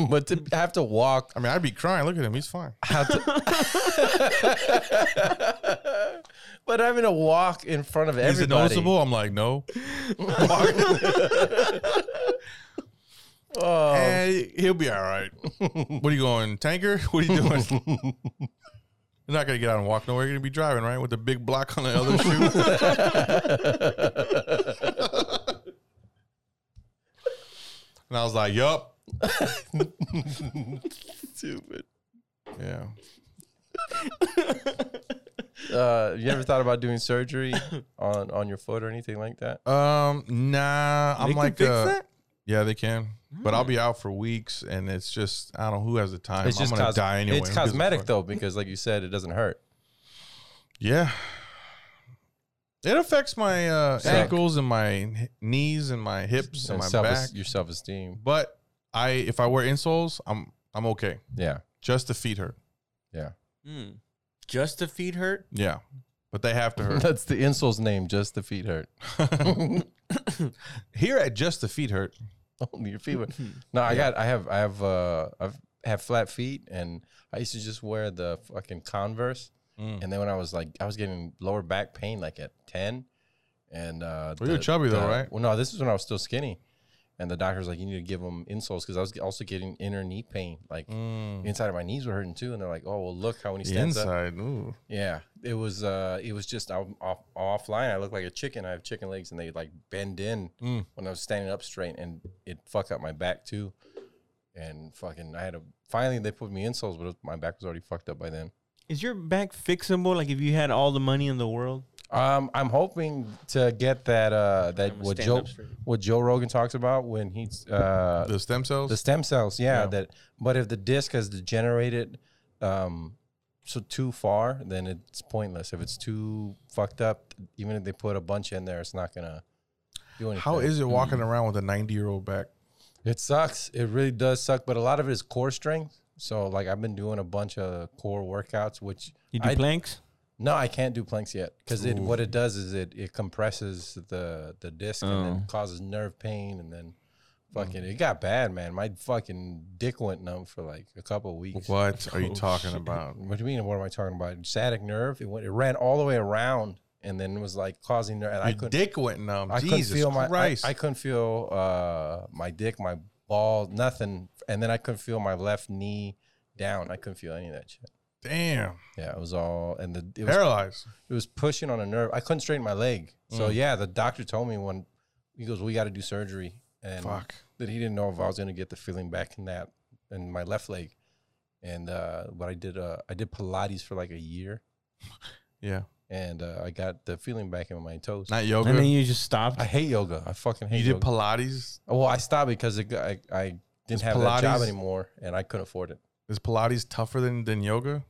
Speaker 5: but to have to walk
Speaker 3: I mean, I'd be crying. Look at him. He's fine.
Speaker 5: have to- but having to walk in front of
Speaker 3: Is it
Speaker 5: everybody.
Speaker 3: noticeable? I'm like, no.
Speaker 5: Oh,
Speaker 3: Eh, he'll be all right. What are you going, tanker? What are you doing? You're not gonna get out and walk nowhere. You're gonna be driving, right, with the big block on the other shoe. and I was like, "Yup,
Speaker 5: stupid.
Speaker 3: yeah."
Speaker 5: Uh, you ever thought about doing surgery on on your foot or anything like that?
Speaker 3: Um, nah, I'm
Speaker 4: They can
Speaker 3: like,
Speaker 4: fix
Speaker 3: uh,
Speaker 4: that?
Speaker 3: yeah, they can, but I'll be out for weeks, and it's just I don't know who has the time.
Speaker 5: Hmm. It's
Speaker 3: I'm
Speaker 5: just
Speaker 3: gonna
Speaker 5: cos-
Speaker 3: die anyway.
Speaker 5: It's
Speaker 3: Who gives a
Speaker 5: cosmetic
Speaker 3: fuck?
Speaker 5: though, because like you said, it doesn't hurt.
Speaker 3: Yeah. It affects my uh,
Speaker 5: Suck.
Speaker 3: ankles and my h- knees and my hips and
Speaker 5: And
Speaker 3: my
Speaker 5: self-
Speaker 3: back.
Speaker 5: your self esteem.
Speaker 3: But I, if I wear insoles, I'm I'm okay.
Speaker 5: Yeah,
Speaker 3: Just the feet hurt.
Speaker 5: yeah.
Speaker 4: Mm. Just the feet hurt.
Speaker 3: Yeah, but they have to hurt.
Speaker 5: That's the insole's name. Just the feet hurt.
Speaker 3: Here at just the feet hurt.
Speaker 5: Only your feet. were-
Speaker 4: Hmm.
Speaker 5: No, I got. I have. I have. Uh, I've have flat feet, and I used to just wear the fucking Converse.
Speaker 3: Mm.
Speaker 5: And then when I was like, I was getting lower back pain like at ten, and uh,
Speaker 3: Well, you were
Speaker 5: the-
Speaker 3: chubby though,
Speaker 5: the-
Speaker 3: right?
Speaker 5: Well, no, this is when I was still skinny, and the doctor was like, you need to give them insoles because I was also getting inner knee pain, like inside of my knees were hurting too. And they're like, oh well, look how when he
Speaker 3: The
Speaker 5: Mm. stands up,
Speaker 3: Mm. inside. Ooh.
Speaker 5: yeah, it was uh, it was just I'm off offline. I look like a chicken. I have chicken legs, and they like bend in
Speaker 3: Mm.
Speaker 5: when I was standing up straight, and it fuck up my back too. And fucking, I had to finally they put me insoles, but it was- my back was already fucked up by then.
Speaker 4: Is your back fixable? Like if you had all the money in the world?
Speaker 5: Um, I'm hoping to get that uh that
Speaker 4: I'ma
Speaker 5: what
Speaker 4: stand
Speaker 5: Joe
Speaker 4: up straight.
Speaker 5: what Joe Rogan talks about when he's uh
Speaker 3: The stem cells.
Speaker 5: the stem cells, yeah,
Speaker 3: Yeah.
Speaker 5: That but if the disc has degenerated, um, so too far, then it's pointless. If it's too fucked up, even if they put a bunch in there, it's not gonna do anything.
Speaker 3: How is it
Speaker 5: Mm.
Speaker 3: walking around with a 90 year old back?
Speaker 5: It sucks. It really does suck. But a lot of it is core strength. So like I've been doing a bunch of core workouts, which
Speaker 4: You do
Speaker 5: I-
Speaker 4: planks?
Speaker 5: no, I can't do planks yet because it what it does is it it compresses the the disc and
Speaker 3: Oh.
Speaker 5: then causes nerve pain and then
Speaker 3: Mm.
Speaker 5: fucking it got bad, man. My fucking dick went numb for like a couple of weeks.
Speaker 3: What are you
Speaker 5: "Oh,
Speaker 3: talking about?
Speaker 5: What do you mean? What am I talking about? Static nerve. It went. It ran all the way around and then was like causing nerve. And I
Speaker 3: Your
Speaker 5: couldn't.
Speaker 3: dick went numb.
Speaker 5: I couldn't
Speaker 3: Jesus
Speaker 5: feel my. I,
Speaker 3: Christ.
Speaker 5: I couldn't feel uh my dick, my ball, nothing. And then I couldn't feel my left knee down. I couldn't feel any of that shit.
Speaker 3: Damn.
Speaker 5: Yeah, it was all and the it was
Speaker 3: Paralyzed.
Speaker 5: it was pushing on a nerve. I couldn't straighten my leg.
Speaker 3: Mm.
Speaker 5: So yeah, the doctor told me when he goes, "We got to do surgery," and
Speaker 3: Fuck.
Speaker 5: that he didn't know if I was going to get the feeling back in that in my left leg. And uh, what I did, uh, I did Pilates for like a year,
Speaker 3: Yeah.
Speaker 5: and uh, I got the feeling back in my toes.
Speaker 3: Not yoga.
Speaker 4: And then you just stopped.
Speaker 5: I hate yoga. I fucking hate
Speaker 3: you did
Speaker 5: yoga.
Speaker 3: Pilates.
Speaker 5: Oh, well, I stopped because it, got- I I
Speaker 3: Is
Speaker 5: didn't have that job
Speaker 3: Pilates-
Speaker 5: anymore, and I couldn't afford it.
Speaker 3: Is Pilates tougher than, than yoga?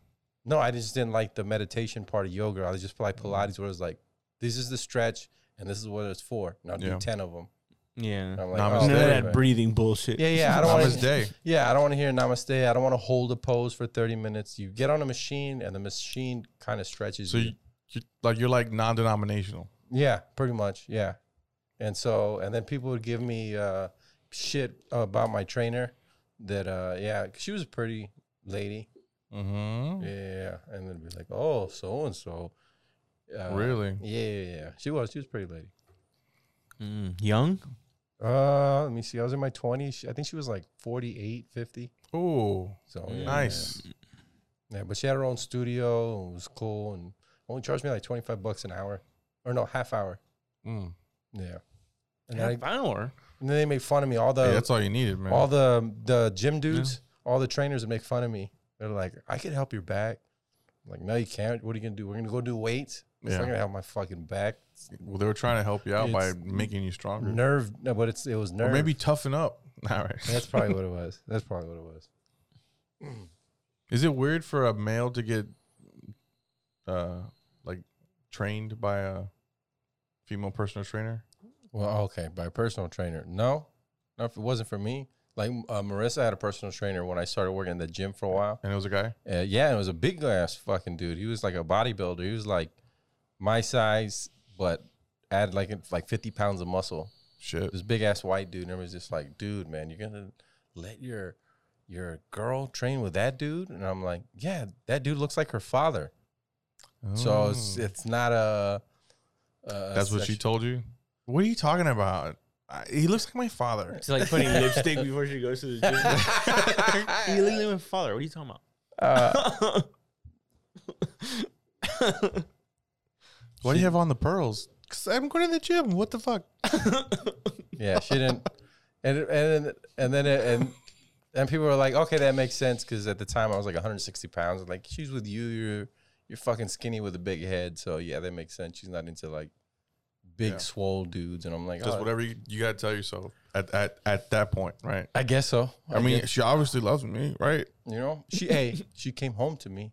Speaker 5: No, I just didn't like the meditation part of yoga. I was just like
Speaker 3: Mm.
Speaker 5: Pilates, where it's like, this is the stretch, and this is what it's for. Now do
Speaker 3: Yeah.
Speaker 5: ten of them.
Speaker 4: yeah.
Speaker 5: And I'm like,
Speaker 3: Namaste.
Speaker 5: oh,
Speaker 4: None of
Speaker 5: okay.
Speaker 4: that breathing bullshit.
Speaker 5: Yeah, yeah. I don't want to.
Speaker 3: Namaste.
Speaker 5: Yeah, I don't want to hear namaste. I don't want to hold a pose for thirty minutes. You get on a machine, and the machine kind of stretches
Speaker 3: So
Speaker 5: you.
Speaker 3: you, you like you're like non-denominational.
Speaker 5: Yeah, pretty much. Yeah, and so and then people would give me uh, shit about my trainer. That uh, yeah, 'cause she was a pretty lady.
Speaker 3: Mm-hmm.
Speaker 5: Yeah, and then be like, oh, so and so.
Speaker 3: Really?
Speaker 5: Yeah, yeah, yeah. She was. She was a pretty lady.
Speaker 4: Mm, young?
Speaker 5: Uh, let me see. I was in my 20s. She- I think she was like 48, 50.
Speaker 3: Oh,
Speaker 5: So yeah,
Speaker 3: nice.
Speaker 5: Yeah, but she had her own studio and it was cool and only charged me like 25 bucks an hour or no, half hour.
Speaker 3: Mm.
Speaker 5: Yeah. And, then,
Speaker 4: Half
Speaker 5: I,
Speaker 4: hour.
Speaker 5: and then they made fun of me. All
Speaker 3: Hey,
Speaker 5: the
Speaker 3: that's all you needed, man.
Speaker 5: all the the gym dudes, all the trainers would make fun of me. They're like, "I could help your back." I'm like, "No, you can't. What are you going to do? We're going to go do weights." It's
Speaker 3: Yeah.
Speaker 5: not going to help my fucking back. It's
Speaker 3: well, they were trying to help you out by
Speaker 5: It's
Speaker 3: making you stronger,
Speaker 5: nerve, no, but it's it was nerve.
Speaker 3: or maybe toughen up. All right.
Speaker 5: that's probably what it was. That's probably what it was.
Speaker 3: Is it weird for a male to get, uh, like trained by a female personal trainer?
Speaker 5: Well, okay, by a personal trainer. No, not if it wasn't for me. Like uh, Marissa had a personal trainer when I started working at the gym for a while.
Speaker 3: And it was a guy.
Speaker 5: Uh, yeah, it was a big ass fucking dude. He was like a bodybuilder. He was like my size, but add like like fifty pounds of muscle.
Speaker 3: Shit.
Speaker 5: This big ass white dude. And everybody's just like, dude, man, you're gonna let your your girl train with that dude? And I'm like, yeah, that dude looks like her father. So it's
Speaker 3: Oh.
Speaker 5: it's not a. a
Speaker 3: that's what she
Speaker 5: sexual-
Speaker 3: told you. What are you talking about? I, he looks like my father.
Speaker 4: It's like putting lipstick before she goes to the gym. you look like my father. What are you talking about?
Speaker 5: Uh,
Speaker 3: Why do you have on the pearls? Cause I'm going to the gym. What the fuck?
Speaker 5: Yeah, she didn't. And and and then it, and and people were like, okay, that makes sense because at the time I was like 160 pounds. I'm like she's with you, you're you're fucking skinny with a big head, so yeah, that makes sense. She's not into like big
Speaker 3: Yeah.
Speaker 5: swole dudes, and I'm like,
Speaker 3: Just
Speaker 5: oh,
Speaker 3: whatever you, you got to tell yourself at, at at that point, right?
Speaker 5: I guess so.
Speaker 3: I mean,
Speaker 5: guess-
Speaker 3: she obviously loves me, right?
Speaker 5: you know, she hey, she came home to me.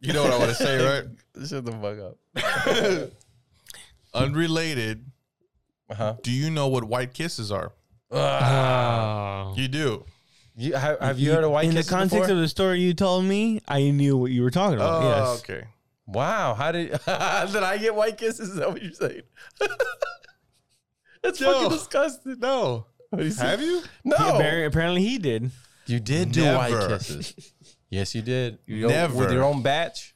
Speaker 3: You know what I want to say, right?
Speaker 5: Shut the fuck up.
Speaker 3: Unrelated.
Speaker 5: Uh-huh.
Speaker 3: Do you know what white kisses are? Ah.
Speaker 5: Ah.
Speaker 3: You do.
Speaker 5: You, have, have you heard of white
Speaker 4: In the
Speaker 5: kisses
Speaker 4: context
Speaker 5: before?
Speaker 4: of the story you told me, I knew what you were talking about.
Speaker 3: Oh,
Speaker 4: yes.
Speaker 3: okay.
Speaker 5: Wow, how did did I get white kisses? Is that what you're saying? That's
Speaker 3: No.
Speaker 5: fucking disgusting. No.
Speaker 3: Have you?
Speaker 5: No.
Speaker 4: Appar- apparently he did.
Speaker 5: you did do white
Speaker 3: Never.
Speaker 5: kisses. yes, you did. You With
Speaker 3: Never.
Speaker 5: your own batch.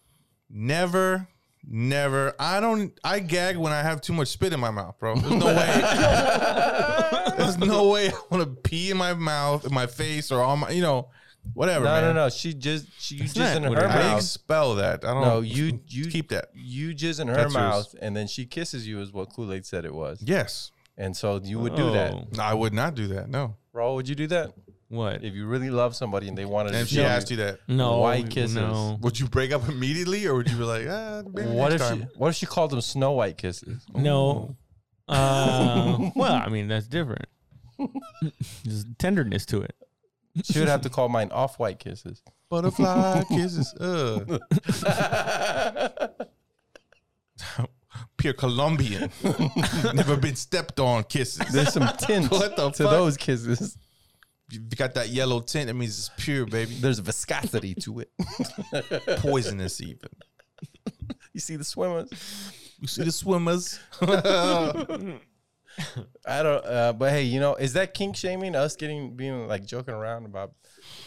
Speaker 3: Never, never. I don't. I gag when I have too much spit in my mouth, bro. There's no way. There's no way I want to pee in my mouth, in my face, or on my, you know, whatever.
Speaker 5: No,
Speaker 3: man.
Speaker 5: no, no. She just she you jizz
Speaker 4: not
Speaker 5: in
Speaker 4: what
Speaker 5: her
Speaker 4: it
Speaker 3: I
Speaker 5: mouth.
Speaker 3: expel that. I don't.
Speaker 5: No, you you
Speaker 3: Oh, keep that.
Speaker 5: You jizz in her
Speaker 3: That's yours.
Speaker 5: mouth, and then she kisses you, is what Kool Aid said it was.
Speaker 3: Yes,
Speaker 5: And so you would do that.
Speaker 4: Oh,
Speaker 3: No, I would not do that. No.
Speaker 5: Raul, would you do that
Speaker 4: What?
Speaker 5: if you really love somebody and they wanted
Speaker 3: And if
Speaker 5: to?
Speaker 3: she
Speaker 5: show
Speaker 3: asked you that,
Speaker 4: No.
Speaker 5: White kisses.
Speaker 4: No.
Speaker 3: would you break up immediately, or would you be like, ah, maybe
Speaker 5: What if
Speaker 3: next
Speaker 5: she,
Speaker 3: time?
Speaker 5: what if she called them Snow White kisses?
Speaker 4: No. Uh, well, I mean, that's different. There's tenderness to it.
Speaker 5: She would have to call mine off white kisses.
Speaker 3: Butterfly kisses. Uh. Pure Colombian. Never been stepped on kisses.
Speaker 5: There's some tint
Speaker 3: What the
Speaker 5: to
Speaker 3: fuck?
Speaker 5: those kisses.
Speaker 3: You got that yellow tint. That means it's pure, baby.
Speaker 5: There's viscosity to it.
Speaker 3: Poisonous, even.
Speaker 5: You see the swimmers.
Speaker 3: You see the swimmers?
Speaker 5: I don't. Uh, but hey, you know, is that kink shaming? Us getting being like joking around about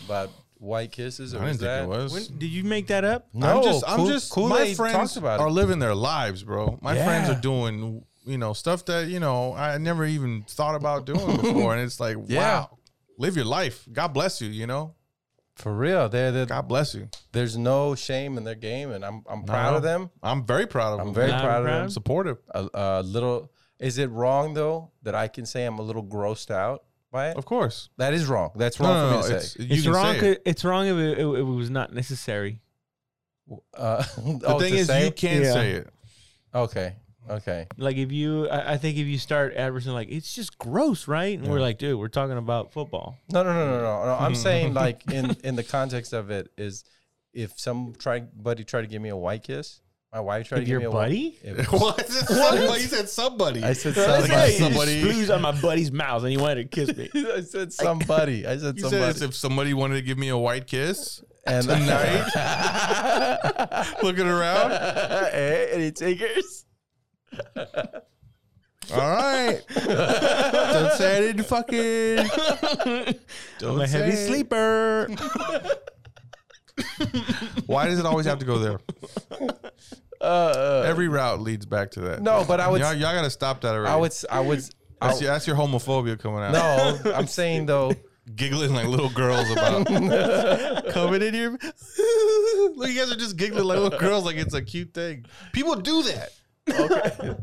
Speaker 5: about white kisses? Or
Speaker 3: I didn't
Speaker 5: is that,
Speaker 3: think it was.
Speaker 4: When, did you make that up?
Speaker 5: No,
Speaker 3: I'm just, I'm
Speaker 5: Kool-
Speaker 3: just. my
Speaker 5: Kool-Aid
Speaker 3: friends
Speaker 5: talks about it.
Speaker 3: are living their lives, bro. My friends
Speaker 4: Yeah.
Speaker 3: are doing, you know, stuff that you know I never even thought about doing before, and it's like,
Speaker 5: Yeah.
Speaker 3: wow, live your life. God bless you. You know,
Speaker 5: For real, they're, they're-
Speaker 3: God bless you.
Speaker 5: there's no shame in their game, and I'm I'm proud of them.
Speaker 3: I'm very proud of
Speaker 5: I'm
Speaker 3: them.
Speaker 5: very
Speaker 4: Loud and
Speaker 5: proud of them.
Speaker 4: proud?
Speaker 3: supportive.
Speaker 5: A, a little. Is it wrong though that I can say I'm a little grossed out by it?
Speaker 3: Of course.
Speaker 5: That is wrong. That's wrong for me to
Speaker 3: it's,
Speaker 5: say.
Speaker 3: you
Speaker 4: It's
Speaker 3: can
Speaker 4: wrong.
Speaker 3: say it.
Speaker 4: 'cause- It's wrong if it, it, it was not necessary.
Speaker 5: Uh,
Speaker 3: The thing is, you can't
Speaker 4: Yeah.
Speaker 3: say it.
Speaker 5: Okay. Okay.
Speaker 4: Like if you, I, I think if you start advertising like it's just gross, right? And we're like, dude, we're talking about football.
Speaker 5: No, no, no, no, no. no I'm saying like in in the context of it is if some try buddy tried to give me a white kiss, my wife tried
Speaker 4: If
Speaker 5: to
Speaker 4: your
Speaker 5: give me a
Speaker 4: buddy?
Speaker 5: White, if-
Speaker 3: what? Somebody- You said somebody.
Speaker 5: I said
Speaker 4: That's
Speaker 5: somebody.
Speaker 3: like
Speaker 4: right.
Speaker 3: somebody-
Speaker 4: Somebody screws on my buddy's mouth and he wanted to kiss me.
Speaker 5: I said somebody. I said
Speaker 3: you
Speaker 5: somebody.
Speaker 3: said it's if somebody wanted to give me a white kiss,
Speaker 5: and
Speaker 3: looking around. eh?
Speaker 5: Hey, any takers?
Speaker 3: All right. Don't say I didn't fucking. Don't
Speaker 4: I'm a heavy
Speaker 3: say it.
Speaker 4: sleeper.
Speaker 3: Why does it always have to go there?
Speaker 5: Uh, uh,
Speaker 3: Every route leads back to that.
Speaker 5: No, but I would-
Speaker 3: Y'all, y'all got to stop that already.
Speaker 5: I would. s- I would. s- I,
Speaker 3: That's, your, that's your homophobia coming out.
Speaker 5: no, I'm saying though.
Speaker 3: Giggling like little girls about coming in here. Look, you guys are just giggling like little girls, like it's a cute thing. People do that.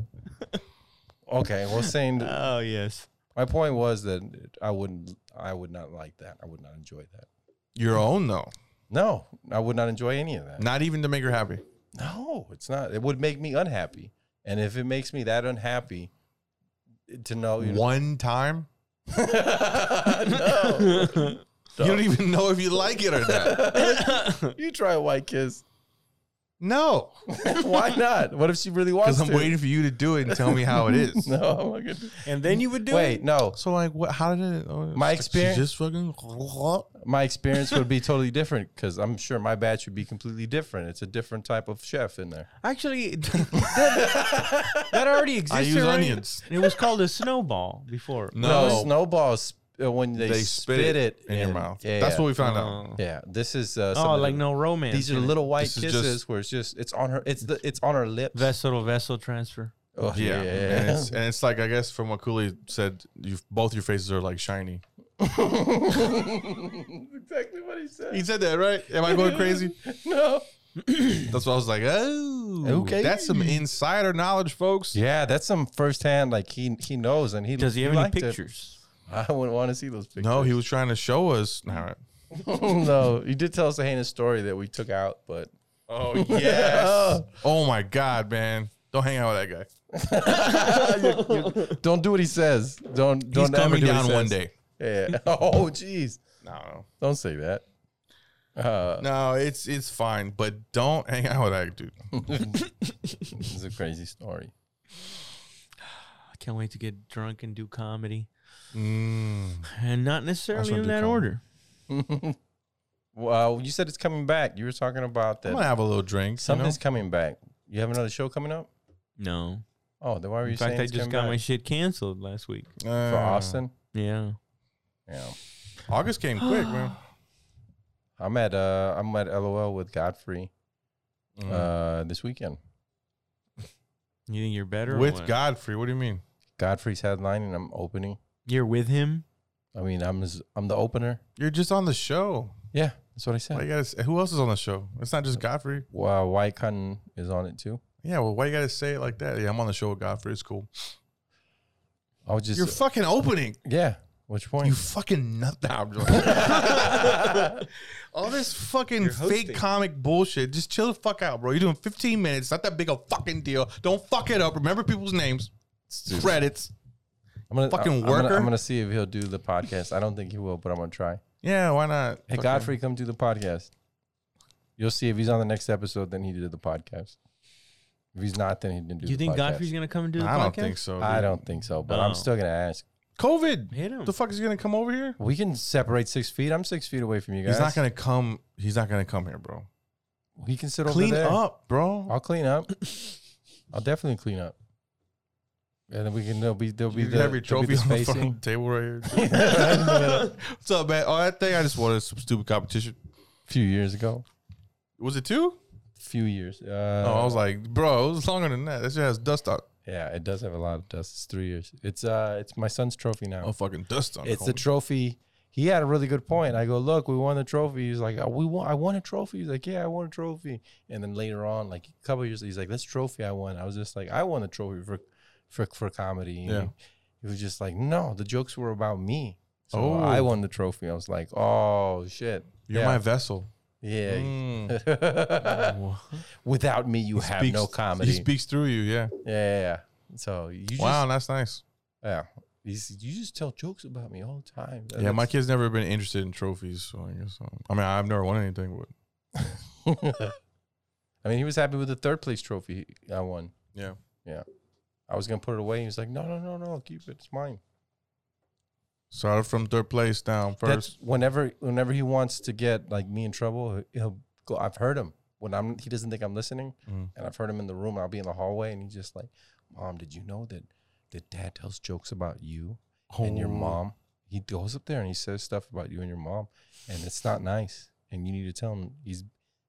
Speaker 5: Okay, well, saying
Speaker 4: oh yes.
Speaker 5: my point was that I wouldn't. I would not like that. I would not enjoy that.
Speaker 3: Your own, though.
Speaker 5: No, I would not enjoy any of that.
Speaker 3: Not even to make her happy.
Speaker 5: No, it's not. It would make me unhappy. And if it makes me that unhappy, to know you
Speaker 3: One time.
Speaker 5: no,
Speaker 3: You don't even know if you like it or not.
Speaker 5: you try a white kiss.
Speaker 3: No.
Speaker 5: Why not? What if she really wants
Speaker 3: Because
Speaker 5: to?
Speaker 3: I'm waiting for you to do it and tell me how it is.
Speaker 5: No, I'm not gonna-
Speaker 4: And then you would do
Speaker 5: wait, no.
Speaker 3: So, like, what? How did it? oh,
Speaker 5: My
Speaker 3: she
Speaker 5: experience-
Speaker 3: Just fucking.
Speaker 5: My experience would be totally different because I'm sure my batch would be completely different. It's a different type of chef in there.
Speaker 4: Actually, that, that already exists.
Speaker 3: I use
Speaker 4: already.
Speaker 3: onions.
Speaker 4: It was called a snowball before.
Speaker 5: No, snowballs uh, when they,
Speaker 3: They spit, it in, your mouth.
Speaker 5: Yeah,
Speaker 3: That's
Speaker 5: yeah.
Speaker 3: what we found out.
Speaker 4: Oh,
Speaker 5: Yeah, this is uh,
Speaker 4: Oh,
Speaker 5: something
Speaker 4: like
Speaker 5: that-
Speaker 4: no romance.
Speaker 5: These are
Speaker 4: in it.
Speaker 5: little white
Speaker 3: This is just-
Speaker 5: kisses where it's just it's on her. It's the it's on her lips.
Speaker 4: vessel to vessel transfer.
Speaker 5: Oh,
Speaker 3: Yeah, And, it's, and it's like I guess from what Cooley said, you both your faces are like shiny.
Speaker 5: exactly what he said.
Speaker 3: He said that right? Am I going crazy?
Speaker 5: No.
Speaker 3: That's what I was like. Oh,
Speaker 5: Okay.
Speaker 3: That's some insider knowledge, folks.
Speaker 5: Yeah, that's some firsthand. Like he he knows, and he
Speaker 4: Does he have any
Speaker 5: liked it.
Speaker 4: pictures?
Speaker 5: I wouldn't want to see those pictures.
Speaker 3: No, he was trying to show us. All right.
Speaker 5: no, he did tell us a heinous story that we took out, but
Speaker 3: Oh yes. oh my God, man! Don't hang out with that guy.
Speaker 5: don't do what he says. Don't don't
Speaker 3: He's
Speaker 5: ever
Speaker 3: coming
Speaker 5: do what he
Speaker 3: down one
Speaker 5: says.
Speaker 3: day.
Speaker 5: Yeah. Oh, jeez.
Speaker 3: No,
Speaker 5: Don't say that. Uh,
Speaker 3: no, no. It's it's fine, but don't hang out with that dude.
Speaker 5: it's a crazy story.
Speaker 4: I can't wait to get drunk and do comedy,
Speaker 3: Mm.
Speaker 4: and not
Speaker 3: I
Speaker 4: necessarily
Speaker 3: also
Speaker 4: in
Speaker 3: do
Speaker 4: that
Speaker 3: comedy.
Speaker 4: order.
Speaker 5: Well, you said it's coming back. You were talking about
Speaker 3: I'm gonna
Speaker 5: that.
Speaker 3: have a little drink. you know?
Speaker 5: Something's coming back. You have another show coming up?
Speaker 4: No,
Speaker 5: Oh, then why were you
Speaker 4: in fact,
Speaker 5: saying
Speaker 4: I
Speaker 5: it's
Speaker 4: just
Speaker 5: coming
Speaker 4: got
Speaker 5: back?
Speaker 4: my shit canceled last week.
Speaker 3: Uh,
Speaker 5: for Austin?
Speaker 4: Yeah,
Speaker 5: Yeah.
Speaker 3: August came quick, man.
Speaker 5: I'm at uh I'm at LOL with Godfrey
Speaker 3: Mm.
Speaker 4: Mm.
Speaker 5: uh this weekend.
Speaker 4: you think you're better or
Speaker 3: with
Speaker 4: what?
Speaker 3: Godfrey. What do you mean?
Speaker 5: Godfrey's headline and I'm opening.
Speaker 4: You're with him.
Speaker 5: I mean, I'm s- I'm the opener.
Speaker 3: You're just on the show.
Speaker 5: Yeah, that's what I said.
Speaker 3: Why you gotta, say- who else is on the show? It's not just Godfrey.
Speaker 5: Wow, White Cotton is on it too.
Speaker 3: Yeah, well, why you gotta say it like that? Yeah, I'm on the show with Godfrey. It's cool.
Speaker 5: I was just
Speaker 3: You're fucking opening.
Speaker 5: yeah. Which point?
Speaker 3: You fucking nut. Nah, I'm joking. All this fucking fake comic bullshit. Just chill the fuck out, bro. You're doing 15 minutes. Not that big a fucking deal. Don't fuck it up. Remember people's names. Credits.
Speaker 5: I'm gonna
Speaker 3: fucking
Speaker 5: I'm gonna-
Speaker 3: worker.
Speaker 5: I'm gonna see if he'll do the podcast. I don't think he will, but I'm gonna try.
Speaker 3: Yeah, why not?
Speaker 5: Hey,
Speaker 3: Fucking-
Speaker 5: Godfrey, come do the podcast. You'll see if he's on the next episode, then he did the podcast. If he's not, then he didn't do
Speaker 4: You
Speaker 5: the
Speaker 4: think
Speaker 5: podcast.
Speaker 4: Godfrey's gonna come and do the
Speaker 3: I
Speaker 4: podcast?
Speaker 3: don't think so.
Speaker 5: I
Speaker 3: dude.
Speaker 5: don't think so, but
Speaker 4: Oh.
Speaker 5: I'm still gonna ask.
Speaker 3: COVID.
Speaker 4: Hit him.
Speaker 3: The fuck is he gonna come over here?
Speaker 5: We can separate six feet. I'm six feet away from you guys.
Speaker 3: He's not gonna come. He's not gonna come here, bro.
Speaker 5: He can sit
Speaker 3: Clean
Speaker 5: over there.
Speaker 3: up, bro.
Speaker 5: I'll clean up. I'll definitely clean up. And then we can. There'll be. There'll be
Speaker 3: You
Speaker 5: the.
Speaker 3: have your
Speaker 5: there'll be
Speaker 3: trophy
Speaker 5: the
Speaker 3: on the
Speaker 5: spacing.
Speaker 3: fucking table right here. What's up, man? Oh, that thing I just wanted some stupid competition.
Speaker 5: few years ago.
Speaker 3: Was it two?
Speaker 5: Few years. Uh,
Speaker 3: oh, I was like, bro, it was longer than that. That shit has dust on.
Speaker 5: yeah, it does have a lot of dust. It's three years. It's uh, it's my son's trophy now.
Speaker 3: Oh, fucking dust on.
Speaker 5: it's
Speaker 3: the
Speaker 5: the trophy. He had a really good point. I go, look, we won the trophy. He's like, oh, we won. I won a trophy. He's like, yeah, I won a trophy. And then later on, like a couple years, he's like, this trophy I won. I was just like, I won the trophy for, for, for comedy.
Speaker 3: Yeah.
Speaker 5: He was just like, no, the jokes were about me. So
Speaker 3: Oh.
Speaker 5: I won the trophy. I was like, oh shit,
Speaker 3: You're
Speaker 5: yeah.
Speaker 3: my vessel.
Speaker 5: yeah.
Speaker 3: Mm.
Speaker 5: Without me, you have
Speaker 3: Speaks-
Speaker 5: no comedy.
Speaker 3: He speaks through you. Yeah.
Speaker 5: yeah, yeah, yeah. So you just,
Speaker 3: Wow, that's nice.
Speaker 5: yeah. He's, you just tell jokes about me all the time.
Speaker 3: Yeah, my kid's never been interested in trophies. So I guess um, I mean I've never won anything, but
Speaker 5: I mean, he was happy with the third place trophy I won.
Speaker 3: yeah.
Speaker 5: I was gonna put it away. He was like, "No, no, no, no, keep it. It's mine."
Speaker 3: Started from third place down first.
Speaker 5: That's whenever, whenever he wants to get like me in trouble, he'll go. I've heard him when I'm. He doesn't think I'm listening,
Speaker 3: Mm.
Speaker 5: and I've heard him in the room. I'll be in the hallway, and he's just like, "Mom, did you know that that Dad tells jokes about you and your
Speaker 3: Oh.
Speaker 5: mom? He goes up there and he says stuff about you and your mom, and it's not nice. And you need to tell him he's.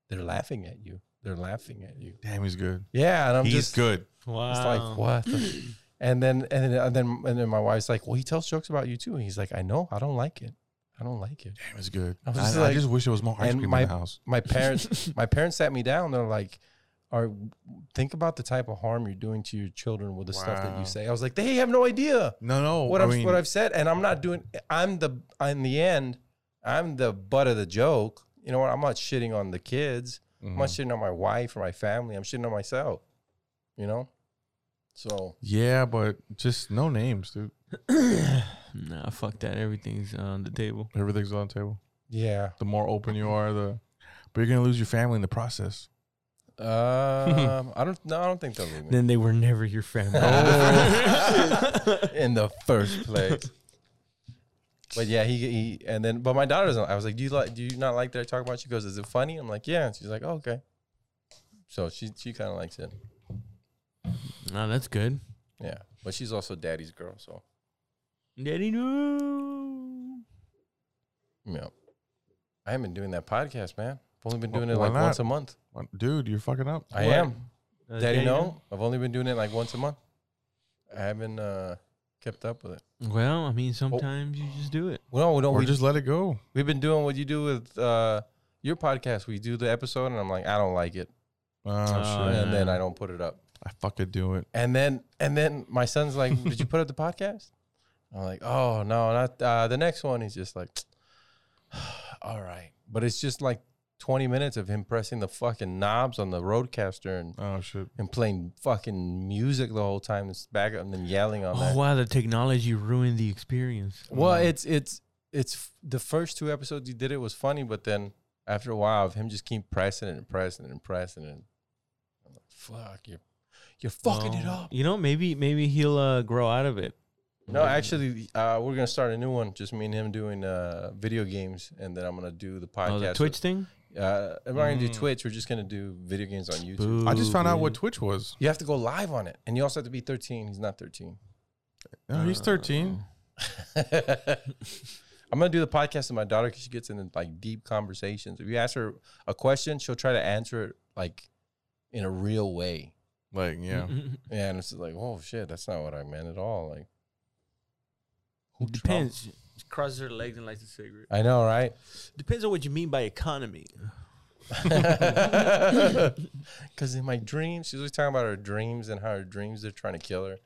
Speaker 5: They're laughing at you. They're laughing at you.
Speaker 3: Damn, he's good.
Speaker 5: Yeah, and I'm
Speaker 3: he's
Speaker 5: just
Speaker 3: good.
Speaker 4: Wow.
Speaker 5: It's like what? the- and then and then and then and then my wife's like, well, he tells jokes about you too. And he's like, I know, I don't like it. I don't like it.
Speaker 3: Damn, he's good.
Speaker 5: I
Speaker 3: I,
Speaker 5: was just
Speaker 3: I
Speaker 5: like-
Speaker 3: just wish there was more ice
Speaker 5: and
Speaker 3: cream
Speaker 5: my-
Speaker 3: in the house.
Speaker 5: My parents, my parents sat me down. They're like, are think about the type of harm you're doing to your children with the stuff that
Speaker 3: Wow.
Speaker 5: you say. I was like, they have no idea
Speaker 3: No, no.
Speaker 5: what
Speaker 3: I
Speaker 5: I've
Speaker 3: mean,
Speaker 5: what I've said, and I'm not doing. I'm the in the end, I'm the butt of the joke. You know what? I'm not shitting on the kids. I'm not
Speaker 3: mhm.
Speaker 5: shitting on my wife or my family. I'm shitting on myself. You know, so
Speaker 3: Yeah, but just no names, dude.
Speaker 4: nah, fuck that. Everything's on the table.
Speaker 3: Everything's on the table.
Speaker 5: yeah.
Speaker 3: The more open you are, the but you're gonna lose your family in the process.
Speaker 5: Um, I don't. No, I don't think they'll leave me
Speaker 4: Then they were never your family. Oh.
Speaker 5: in the first place. But yeah, he, he and then but my daughter doesn't. I was like, do you like? Do you not like that I talk about? She goes, is it funny? I'm like, yeah. And she's like, oh, okay. So she she kind of likes it.
Speaker 4: no, that's good.
Speaker 5: Yeah, but she's also daddy's girl. So
Speaker 4: Daddy no.
Speaker 5: yeah, I haven't been doing that podcast, man. I've only been doing it
Speaker 3: Why
Speaker 5: like
Speaker 3: not?
Speaker 5: once a month.
Speaker 3: What- Dude, you're fucking up.
Speaker 5: I
Speaker 4: What?
Speaker 5: am
Speaker 4: Uh,
Speaker 5: daddy. No, I've only been doing it like once a month. I haven't uh kept up with it.
Speaker 4: Well, I
Speaker 5: Oh.
Speaker 4: mean, sometimes you just do it.
Speaker 5: Well, we don't.
Speaker 3: Or
Speaker 5: we
Speaker 3: just let it go.
Speaker 5: We've been doing what you do with uh, your podcast. We do the episode, and I'm like, I don't like it,
Speaker 3: Oh,
Speaker 4: Oh,
Speaker 3: shit.
Speaker 5: and then
Speaker 4: yeah.
Speaker 5: I don't put it up.
Speaker 3: I fucking do it.
Speaker 5: And then and then my son's like, Did you put up the podcast? I'm like, Oh no, not uh, the next one. He's just like, All right, but it's just like 20 minutes of him pressing the fucking knobs on the roadcaster and.
Speaker 3: Oh shit.
Speaker 5: And playing fucking music the whole time, it's back and then yelling on that.
Speaker 4: Oh wow, the technology ruined the experience.
Speaker 5: Well, it's it's it's f- the first two episodes you did it was funny, but then after a while of him just keep pressing it and pressing it and pressing it. I'm like, fuck you, you're fucking it
Speaker 4: Well,
Speaker 5: up.
Speaker 4: You know, maybe maybe he'll uh, grow out of it.
Speaker 5: No, actually, uh, we're gonna start a new one. Just me and him doing uh, video games, and then I'm gonna do the podcast.
Speaker 4: Oh, the Twitch Hmm. thing.
Speaker 5: Uh, I'm not gonna do
Speaker 3: Mm.
Speaker 5: Twitch. We're just gonna do video games on YouTube.
Speaker 4: Boo,
Speaker 3: I just found out what
Speaker 4: dude.
Speaker 3: Twitch was.
Speaker 5: You have to go live on it, and you also have to be 13. He's not 13.
Speaker 3: No, he's
Speaker 4: Uh,
Speaker 3: 13.
Speaker 5: I'm gonna do the podcast with my daughter because she gets into like deep conversations. If you ask her a question, she'll try to answer it like in a real way.
Speaker 3: Like, yeah.
Speaker 5: Yeah, and it's just like, oh shit, that's not what I meant at all. Like,
Speaker 4: It depends. Just Crosses her legs and lights a cigarette.
Speaker 5: I know, right?
Speaker 4: Depends on what you mean by economy.
Speaker 5: Because in my dreams, she's always talking about her dreams and how her dreams are trying to kill her.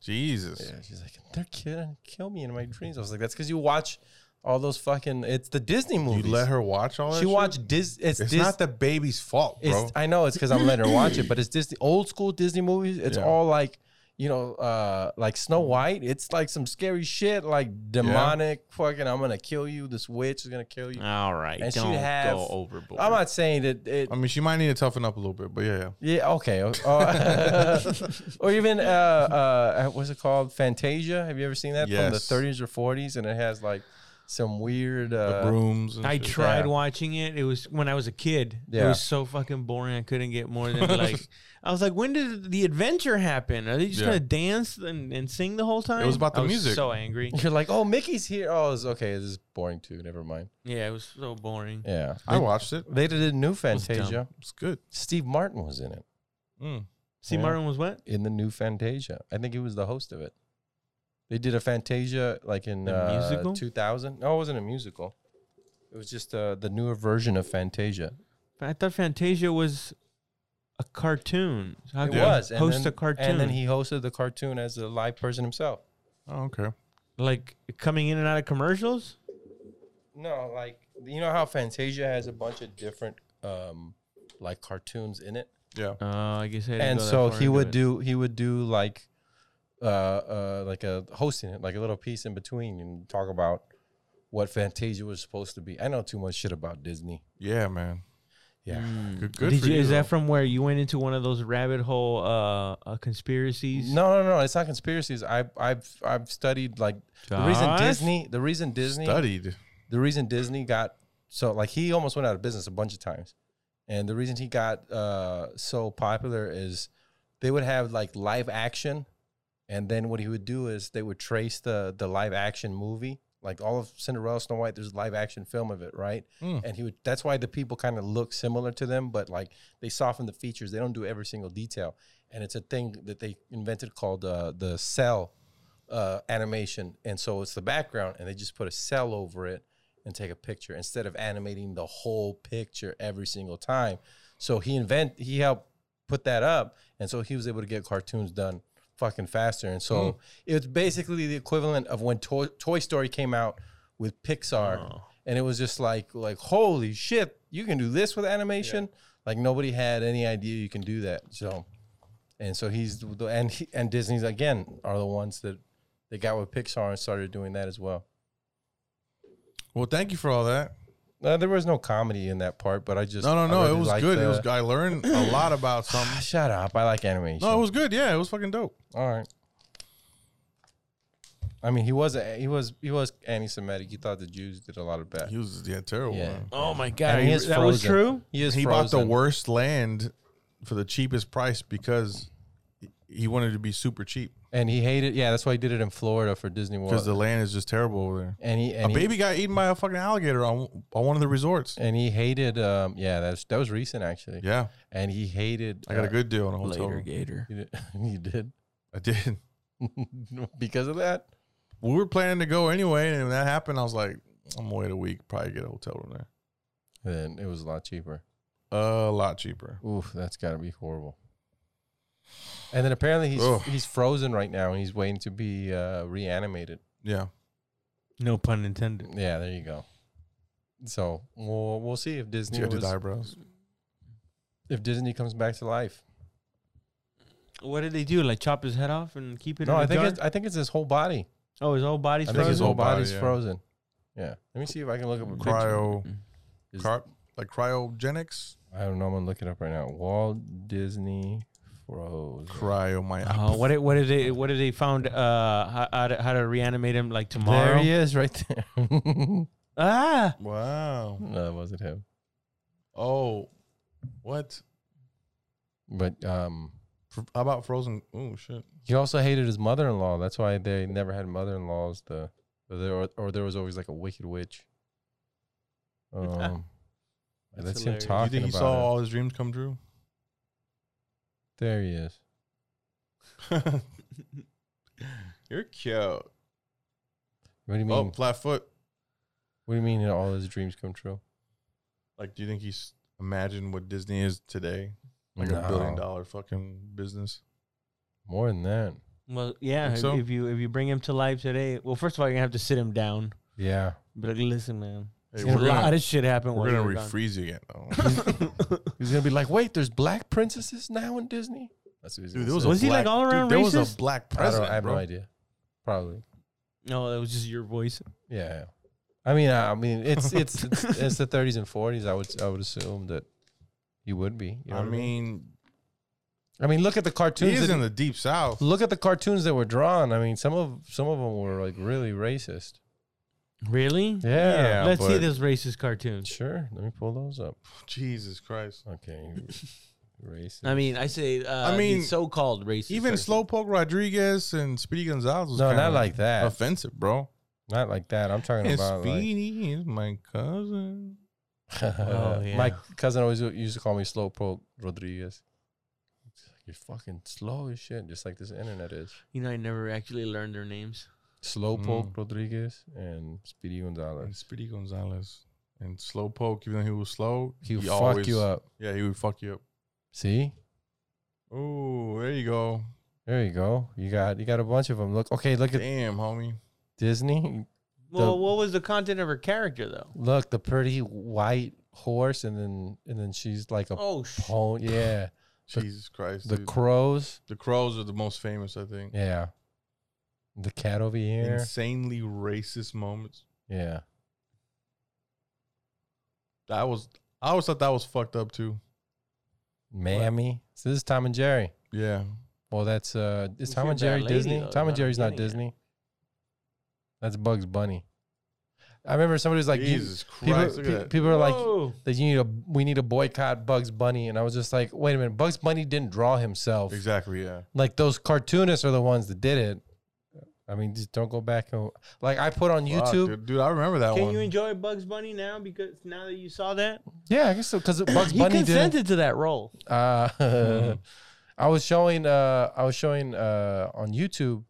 Speaker 3: Jesus.
Speaker 5: Yeah, she's like, they're killing kill me in my dreams. I was like, that's because you watch all those fucking. It's the Disney
Speaker 3: You
Speaker 5: movies.
Speaker 3: let her watch all that.
Speaker 5: She
Speaker 3: shit?
Speaker 5: watched Dis. It's,
Speaker 3: It's
Speaker 5: Dis-
Speaker 3: not the baby's fault, bro.
Speaker 5: It's, I know it's because I'm letting her watch it, but it's Disney old school Disney movies. It's
Speaker 3: Yeah.
Speaker 5: all like you know, uh, like Snow White, it's like some scary shit, like demonic fucking. I'm gonna kill you. This witch is gonna kill you.
Speaker 4: All right,
Speaker 5: And she'd
Speaker 4: don't
Speaker 5: have-
Speaker 4: go overboard.
Speaker 5: I'm not saying that it.
Speaker 3: I mean, she might need to toughen up a little bit, but yeah, yeah.
Speaker 5: yeah, okay. Or, or even uh, uh, what's it called? Fantasia. Have you ever seen that from the
Speaker 3: Yes.
Speaker 5: 30s or 40s? And it has like some weird.
Speaker 3: The
Speaker 5: Uh,
Speaker 3: brooms. And
Speaker 4: I
Speaker 3: shit.
Speaker 4: tried
Speaker 5: Yeah.
Speaker 4: watching it. It was when I was a kid. It
Speaker 5: Yeah.
Speaker 4: was so fucking boring. I couldn't get more than like. I was like, when did the adventure happen? Are they just
Speaker 3: Yeah.
Speaker 4: gonna dance and, and sing the whole time?
Speaker 3: was about the
Speaker 4: I was
Speaker 3: music.
Speaker 4: So angry.
Speaker 5: You're like, oh, Mickey's here. Oh, it's okay. This is boring too. Never mind.
Speaker 4: Yeah, it was so boring.
Speaker 5: Yeah,
Speaker 3: I watched it.
Speaker 5: they did a new
Speaker 4: was dumb.
Speaker 5: Fantasia.
Speaker 3: It's good.
Speaker 5: Steve Martin was in it.
Speaker 3: Mm.
Speaker 4: See,
Speaker 5: Yeah.
Speaker 4: Martin was what?
Speaker 5: in the new Fantasia. I think he was the host of it. They did a Fantasia like in
Speaker 4: A musical?
Speaker 5: uh, 2000. No, it wasn't a musical. It was just uh, the newer version of Fantasia.
Speaker 4: I thought Fantasia was a cartoon. So how
Speaker 5: It
Speaker 4: could he
Speaker 5: was. and
Speaker 4: host
Speaker 5: then-
Speaker 4: a cartoon.
Speaker 5: And then he hosted the cartoon as a live person himself.
Speaker 3: Oh, okay.
Speaker 4: like coming in and out of commercials.
Speaker 5: No, like, you know how Fantasia has a bunch of different um, like cartoons in it?
Speaker 3: Yeah.
Speaker 4: Oh, I guess I didn't
Speaker 5: and
Speaker 4: go that
Speaker 5: so
Speaker 4: far
Speaker 5: he
Speaker 4: into
Speaker 5: would
Speaker 4: it.
Speaker 5: do he would do like uh uh like a hosting it like a little piece in between and talk about what fantasia was supposed to be i know too much shit about disney
Speaker 3: Yeah, man.
Speaker 5: yeah
Speaker 4: Mm.
Speaker 3: Good, good
Speaker 4: Did
Speaker 3: for
Speaker 4: you,
Speaker 3: you.
Speaker 4: is that
Speaker 3: though.
Speaker 4: from where you went into one of those rabbit hole uh, uh conspiracies?
Speaker 5: no no no it's not conspiracies i i've i've studied like the reason
Speaker 4: Josh?
Speaker 5: disney the reason disney
Speaker 3: studied?
Speaker 5: the reason Disney got so like he almost went out of business a bunch of times, and the reason he got uh, so popular is they would have like live action, and then what he would do is they would trace the the live action movie. Like all of Cinderella, Snow White, there's a live action film of it, right?
Speaker 3: Mm.
Speaker 5: And he would. That's why the people kind of look similar to them, but like they soften the features. They don't do every single detail, and it's a thing that they invented called uh, the cell uh, animation, and so it's the background, and they just put a cell over it and take a picture instead of animating the whole picture every single time. So he invent he helped put that up, and so he was able to get cartoons done fucking faster. And so it's basically the equivalent of when Toy, Toy Story came out with Pixar, and it was just like like holy shit, you can do this with animation. Like nobody had any idea you can do that. So and so he's the- and he, and Disney's again are the ones that they got with Pixar and started doing that as well.
Speaker 3: Well, thank you for all that.
Speaker 5: Uh, there was no comedy in that part, but I just
Speaker 3: No, no,
Speaker 5: I
Speaker 3: no.
Speaker 5: really
Speaker 3: it was
Speaker 5: liked
Speaker 3: good.
Speaker 5: the-
Speaker 3: It was. I learned a lot about
Speaker 5: Ah,
Speaker 3: something.
Speaker 5: Shut up! I like animation.
Speaker 3: No, it was good. Yeah, it was fucking dope.
Speaker 5: all right. I mean, he was a, he was he was anti-Semitic. He thought the Jews did a lot of bad.
Speaker 3: He was yeah terrible.
Speaker 5: Yeah.
Speaker 3: man.
Speaker 4: Oh my god,
Speaker 5: And he is
Speaker 4: that was
Speaker 5: frozen.
Speaker 4: true.
Speaker 5: He is
Speaker 3: He bought the
Speaker 5: frozen.
Speaker 3: worst land for the cheapest price because he- he wanted to be super cheap
Speaker 5: and he hated. Yeah, that's why he did it in Florida for Disney World.
Speaker 3: because the land is just terrible over there.
Speaker 5: and he
Speaker 3: A
Speaker 5: and he,
Speaker 3: baby got eaten by a fucking alligator on on one of the resorts.
Speaker 5: and he hated. Um, yeah, that was, that was recent actually.
Speaker 3: Yeah,
Speaker 5: and he hated.
Speaker 3: I got a
Speaker 5: uh,
Speaker 3: good deal on a hotel. room.
Speaker 4: Gator.
Speaker 5: He did, he did.
Speaker 3: I did.
Speaker 5: because of that.
Speaker 3: We were planning to go anyway, and when that happened, I was like, I'm gonna wait a week, probably get a hotel room there.
Speaker 5: Then it was a lot cheaper.
Speaker 3: A lot cheaper.
Speaker 5: Oof, that's got to be horrible. And then apparently he's
Speaker 3: Ugh.
Speaker 5: he's frozen right now, and he's waiting to be uh, reanimated.
Speaker 3: Yeah.
Speaker 4: No pun intended.
Speaker 5: Yeah, there you go. So we'll we'll see if Disney
Speaker 3: Tinted
Speaker 5: was-
Speaker 3: eyebrows.
Speaker 5: if Disney comes back to life.
Speaker 4: What did they do? Like chop his head off and keep it?
Speaker 5: No,
Speaker 4: in
Speaker 5: I
Speaker 4: a
Speaker 5: think
Speaker 4: jar?
Speaker 5: it's, I think it's his whole body.
Speaker 4: oh, his whole body's
Speaker 5: I think his
Speaker 4: frozen.
Speaker 3: whole
Speaker 5: whole
Speaker 3: body,
Speaker 5: body's
Speaker 3: yeah.
Speaker 5: frozen. Yeah, let me see if I can look up a picture.
Speaker 3: Cryo,
Speaker 5: Is-
Speaker 3: cry, like cryogenics,
Speaker 5: I don't know. I'm gonna look it up right now. Walt Disney froze.
Speaker 3: cryomyopathy.
Speaker 4: Oh, what did what did they what did they found uh how, how, to, how to reanimate him like
Speaker 5: There
Speaker 4: tomorrow?
Speaker 5: he is, right there. no,
Speaker 4: Ah,
Speaker 3: Wow.
Speaker 5: that wasn't him.
Speaker 3: Oh, what?
Speaker 5: But um,
Speaker 3: Fr- How about Frozen? Oh shit.
Speaker 5: He also hated his mother-in-law. That's why they never had mother-in-laws. The or there, or, there was always like a wicked witch. Um,
Speaker 4: That's
Speaker 5: that's,
Speaker 4: hilarious.
Speaker 5: him
Speaker 4: You
Speaker 3: You
Speaker 5: talking
Speaker 3: think he
Speaker 5: about.
Speaker 3: saw
Speaker 5: it.
Speaker 3: all his dreams come true?
Speaker 5: There he is.
Speaker 3: You're cute.
Speaker 5: What do you mean?
Speaker 3: Oh, flat foot.
Speaker 5: What do you mean? that All his dreams come true?
Speaker 3: Like, do you think he's imagine what Disney is today? Like a billion
Speaker 5: No,
Speaker 3: dollar fucking business.
Speaker 5: More than that.
Speaker 4: well, yeah.
Speaker 3: Think
Speaker 4: If,
Speaker 3: so?
Speaker 4: if you if you bring him to life today, well, first of all, you're gonna have to sit him down.
Speaker 5: Yeah.
Speaker 4: But like, listen, man,
Speaker 3: Hey,
Speaker 4: a
Speaker 3: we're
Speaker 4: lot
Speaker 3: gonna,
Speaker 4: of shit happened.
Speaker 3: we're
Speaker 4: while
Speaker 3: gonna
Speaker 4: you were gone.
Speaker 3: refreeze you again. though.
Speaker 5: He's gonna be like, wait, there's black princesses now in Disney. That's what he's
Speaker 3: Dude,
Speaker 5: gonna
Speaker 3: there was,
Speaker 5: say.
Speaker 3: a
Speaker 4: Was he, like,
Speaker 3: black-
Speaker 4: all
Speaker 3: dude,
Speaker 4: around
Speaker 3: There was
Speaker 4: racist?
Speaker 3: a black
Speaker 5: I, don't,
Speaker 3: president.
Speaker 5: I have
Speaker 3: bro.
Speaker 5: no idea. Probably.
Speaker 4: No, that was just your voice.
Speaker 5: Yeah. yeah. I mean, I, I mean, it's it's it's, it's the 30s and 40s. I would I would assume that he would be. you know
Speaker 3: I
Speaker 5: what
Speaker 3: mean,
Speaker 5: I mean, look at the
Speaker 3: he
Speaker 5: cartoons.
Speaker 3: is
Speaker 5: That,
Speaker 3: in the deep south.
Speaker 5: look at the cartoons that were drawn. I mean, some of some of them were like really racist.
Speaker 4: Really?
Speaker 5: Yeah,
Speaker 4: Let's see
Speaker 5: but-
Speaker 4: those racist cartoons.
Speaker 5: Sure, let me pull those up.
Speaker 3: Jesus Christ.
Speaker 5: Okay, racist.
Speaker 4: I mean, I say. Uh,
Speaker 3: I
Speaker 4: I
Speaker 3: mean,
Speaker 4: mean, so-called racist.
Speaker 3: Even
Speaker 4: cartoons.
Speaker 3: Slowpoke Rodriguez and Speedy Gonzalez was
Speaker 5: no,
Speaker 3: kinda
Speaker 5: not like that.
Speaker 3: offensive, bro.
Speaker 5: Not like that. I'm talking
Speaker 3: And
Speaker 5: about like,
Speaker 3: Speedy is my cousin.
Speaker 4: Oh, yeah.
Speaker 5: my cousin always used to call me Slowpoke Rodriguez. He's like, You're fucking slow as shit, just like this internet is.
Speaker 4: You know, I never actually learned their names.
Speaker 5: Slowpoke
Speaker 3: Mm.
Speaker 5: Rodriguez and Speedy
Speaker 3: And
Speaker 5: Gonzalez.
Speaker 3: Speedy Gonzalez and Slowpoke, even though he was slow,
Speaker 5: He would fuck
Speaker 3: always-
Speaker 5: you up.
Speaker 3: Yeah, he would fuck you up.
Speaker 5: See,
Speaker 3: Oh, there you go.
Speaker 5: there you go. You got you got a bunch of them. Look, okay, look at
Speaker 3: Damn, homie.
Speaker 5: Disney.
Speaker 4: Well, what was the content of her character though?
Speaker 5: Look, the pretty white horse, and then and then she's like a
Speaker 4: Oh, sh-
Speaker 5: pony. Yeah, The-
Speaker 3: Jesus Christ.
Speaker 5: the
Speaker 3: dude.
Speaker 5: crows.
Speaker 3: the crows are the most famous, I think.
Speaker 5: Yeah, the cat over here.
Speaker 3: Insanely racist moments.
Speaker 5: Yeah.
Speaker 3: That was I always thought that was fucked up too.
Speaker 5: Mammy. So this is Tom and Jerry.
Speaker 3: Yeah.
Speaker 5: Well, that's uh, is
Speaker 4: Who's
Speaker 5: Tom
Speaker 4: your
Speaker 5: and Jerry
Speaker 4: bad lady,
Speaker 5: Disney?
Speaker 4: though, is
Speaker 5: Tom
Speaker 4: what
Speaker 5: and
Speaker 4: I'm
Speaker 5: Jerry's not
Speaker 4: getting at.
Speaker 5: Disney. That's Bugs Bunny. I remember somebody was like, you-
Speaker 3: Jesus
Speaker 5: people,
Speaker 3: Christ. look at
Speaker 5: pe-
Speaker 3: that.
Speaker 5: people are like,
Speaker 4: Whoa.
Speaker 5: that you need a, we need to boycott Bugs Bunny, and I was just like, wait a minute, Bugs Bunny didn't draw himself.
Speaker 3: Exactly, yeah.
Speaker 5: Like those cartoonists are the ones that did it. I mean, just don't go back and like I put on
Speaker 3: Fuck,
Speaker 5: YouTube.
Speaker 3: dude, Dude, I remember that
Speaker 4: Can
Speaker 3: one.
Speaker 4: you enjoy Bugs Bunny now? Because now that you saw that,
Speaker 5: Yeah, I guess so because Bugs
Speaker 4: he
Speaker 5: Bunny did.
Speaker 4: consented to that role.
Speaker 5: Uh,
Speaker 3: Mhm.
Speaker 5: I was showing uh, I was showing uh, on YouTube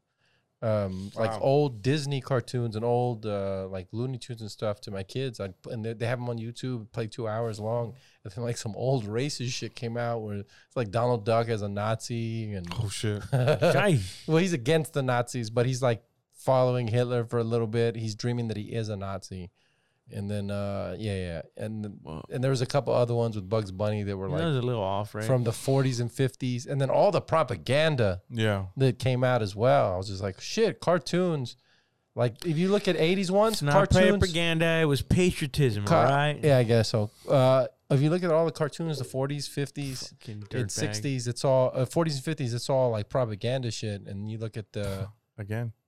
Speaker 5: um,
Speaker 3: Wow.
Speaker 5: like old Disney cartoons and old uh, like Looney Tunes and stuff to my kids. I and they, they have them on YouTube, play two hours long, and then like some old racist shit came out where it's like Donald Duck as a Nazi and
Speaker 3: oh shit.
Speaker 5: well, he's against the Nazis, but he's like following Hitler for a little bit. He's dreaming that he is a Nazi. And then, uh, yeah, yeah, and
Speaker 4: Wow.
Speaker 5: and there was a couple other ones with Bugs Bunny that were like
Speaker 4: that was a little off, right?
Speaker 5: from the 40s and 50s and then all the propaganda
Speaker 3: Yeah.
Speaker 5: that came out as well i was just like shit cartoons like if you look at 80s ones
Speaker 4: it's not
Speaker 5: cartoons
Speaker 4: propaganda. It was patriotism,
Speaker 5: ca-
Speaker 4: right?
Speaker 5: yeah i guess so uh, if you look at all the cartoons the 40s 50s
Speaker 4: Fucking
Speaker 5: and
Speaker 4: dirtbag.
Speaker 5: 60s it's all uh, 40s and 50s it's all like propaganda shit and you look at the
Speaker 3: Again.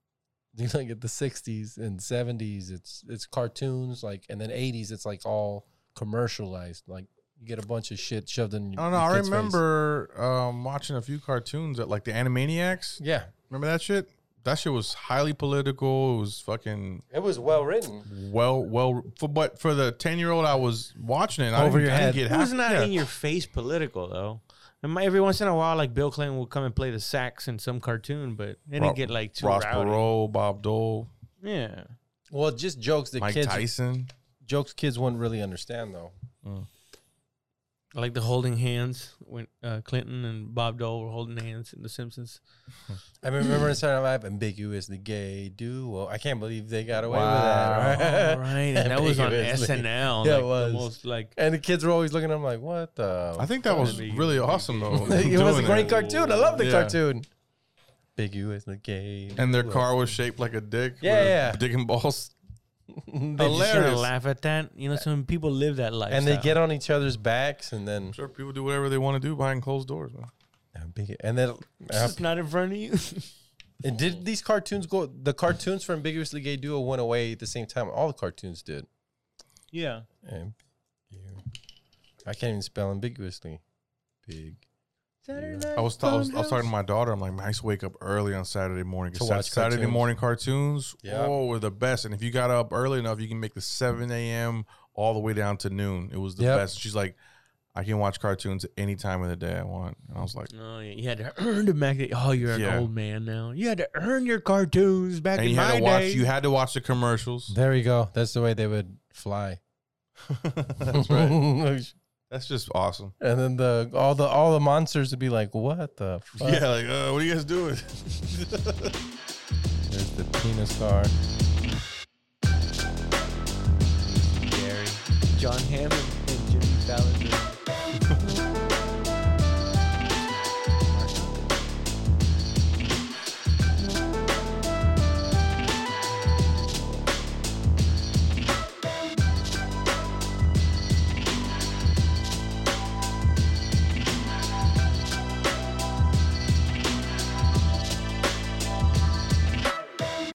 Speaker 5: you look at the 60s and 70s it's it's cartoons like and then 80s it's like all commercialized like you get a bunch of shit shoved in
Speaker 3: I
Speaker 5: your
Speaker 3: don't know.
Speaker 5: your
Speaker 3: I
Speaker 5: kid's face.
Speaker 3: remember um, watching a few cartoons that like the Animaniacs.
Speaker 5: yeah
Speaker 3: Remember that shit? That shit was highly political. It was fucking
Speaker 5: it was well written
Speaker 3: well, well. For but for the ten year old, I was watching it. and I
Speaker 5: Over
Speaker 3: didn't-
Speaker 5: your
Speaker 3: I didn't
Speaker 5: head.
Speaker 3: get
Speaker 4: It was
Speaker 3: half-
Speaker 4: not
Speaker 3: yeah.
Speaker 4: in your face political though. And my- every once in a while, like Bill Clinton will come and play the sax in some cartoon, but it
Speaker 3: Ro-
Speaker 4: didn't get like too
Speaker 3: Ross
Speaker 4: rowdy.
Speaker 3: Perot, Bob Dole,
Speaker 4: Yeah,
Speaker 5: Well, just jokes that
Speaker 3: Mike
Speaker 5: kids
Speaker 3: Tyson.
Speaker 5: jokes kids wouldn't really understand though.
Speaker 4: I like the holding hands when uh, Clinton and Bob Dole were holding hands in The Simpsons.
Speaker 5: I remember in Saturday Night Live, ambiguously gay duo. I can't believe they got away
Speaker 3: Wow.
Speaker 5: with that.
Speaker 4: All
Speaker 5: Right?
Speaker 4: right, and that was on
Speaker 5: Ambiguously.
Speaker 4: SNL.
Speaker 5: Yeah,
Speaker 4: Yeah, like,
Speaker 5: it was.
Speaker 4: The most like
Speaker 5: And the kids were always looking. I'm like, what the?
Speaker 3: I think that was really awesome though.
Speaker 5: it was a
Speaker 3: doing
Speaker 5: great
Speaker 3: that.
Speaker 5: cartoon. I love the
Speaker 3: Yeah.
Speaker 5: cartoon. Ambiguously gay.
Speaker 3: And their
Speaker 5: duo.
Speaker 3: car was shaped like a dick. with
Speaker 5: Yeah, yeah.
Speaker 3: Dick and balls.
Speaker 5: They
Speaker 4: They just
Speaker 5: just-
Speaker 4: gonna
Speaker 3: Hilarious.
Speaker 4: oh, laugh at that. You know, some people live that life.
Speaker 5: and they get on each other's backs, and then
Speaker 3: Sure, people do whatever they want to do behind closed doors, man.
Speaker 5: Ambig- and then
Speaker 4: just not in front of you.
Speaker 5: and did these cartoons go? The cartoons for ambiguously gay duo went away at the same time. All the cartoons did.
Speaker 4: yeah.
Speaker 5: Ambigu- I can't even spell ambiguously. Big.
Speaker 3: I was, I was I was talking to my daughter. I'm like, man, I used to wake up early on Saturday morning. 'cause
Speaker 5: To
Speaker 3: Sat-
Speaker 5: watch
Speaker 3: Saturday
Speaker 5: cartoons.
Speaker 3: morning cartoons,
Speaker 5: Yeah.
Speaker 3: oh, were the best. And if you got up early enough, you can make the 7 a.m. all the way down to noon. It was the
Speaker 5: Yep.
Speaker 3: best. She's like, I can watch cartoons any time of the day I want. And I was like,
Speaker 4: Oh, yeah. You had to earn the Mac. Oh, you're an
Speaker 3: Yeah.
Speaker 4: old man now. You had to earn your cartoons back
Speaker 3: and
Speaker 4: in
Speaker 3: you had
Speaker 4: my
Speaker 3: to watch.
Speaker 4: day.
Speaker 3: You had to watch the commercials.
Speaker 5: There you go. That's the way they would fly.
Speaker 3: That's right. That's just awesome.
Speaker 5: and then the all the all the monsters would be like, "What the fuck?"
Speaker 3: Yeah, like, uh, what are you guys doing?
Speaker 5: There's the penis car.
Speaker 4: John Hammond and Jimmy Fallon.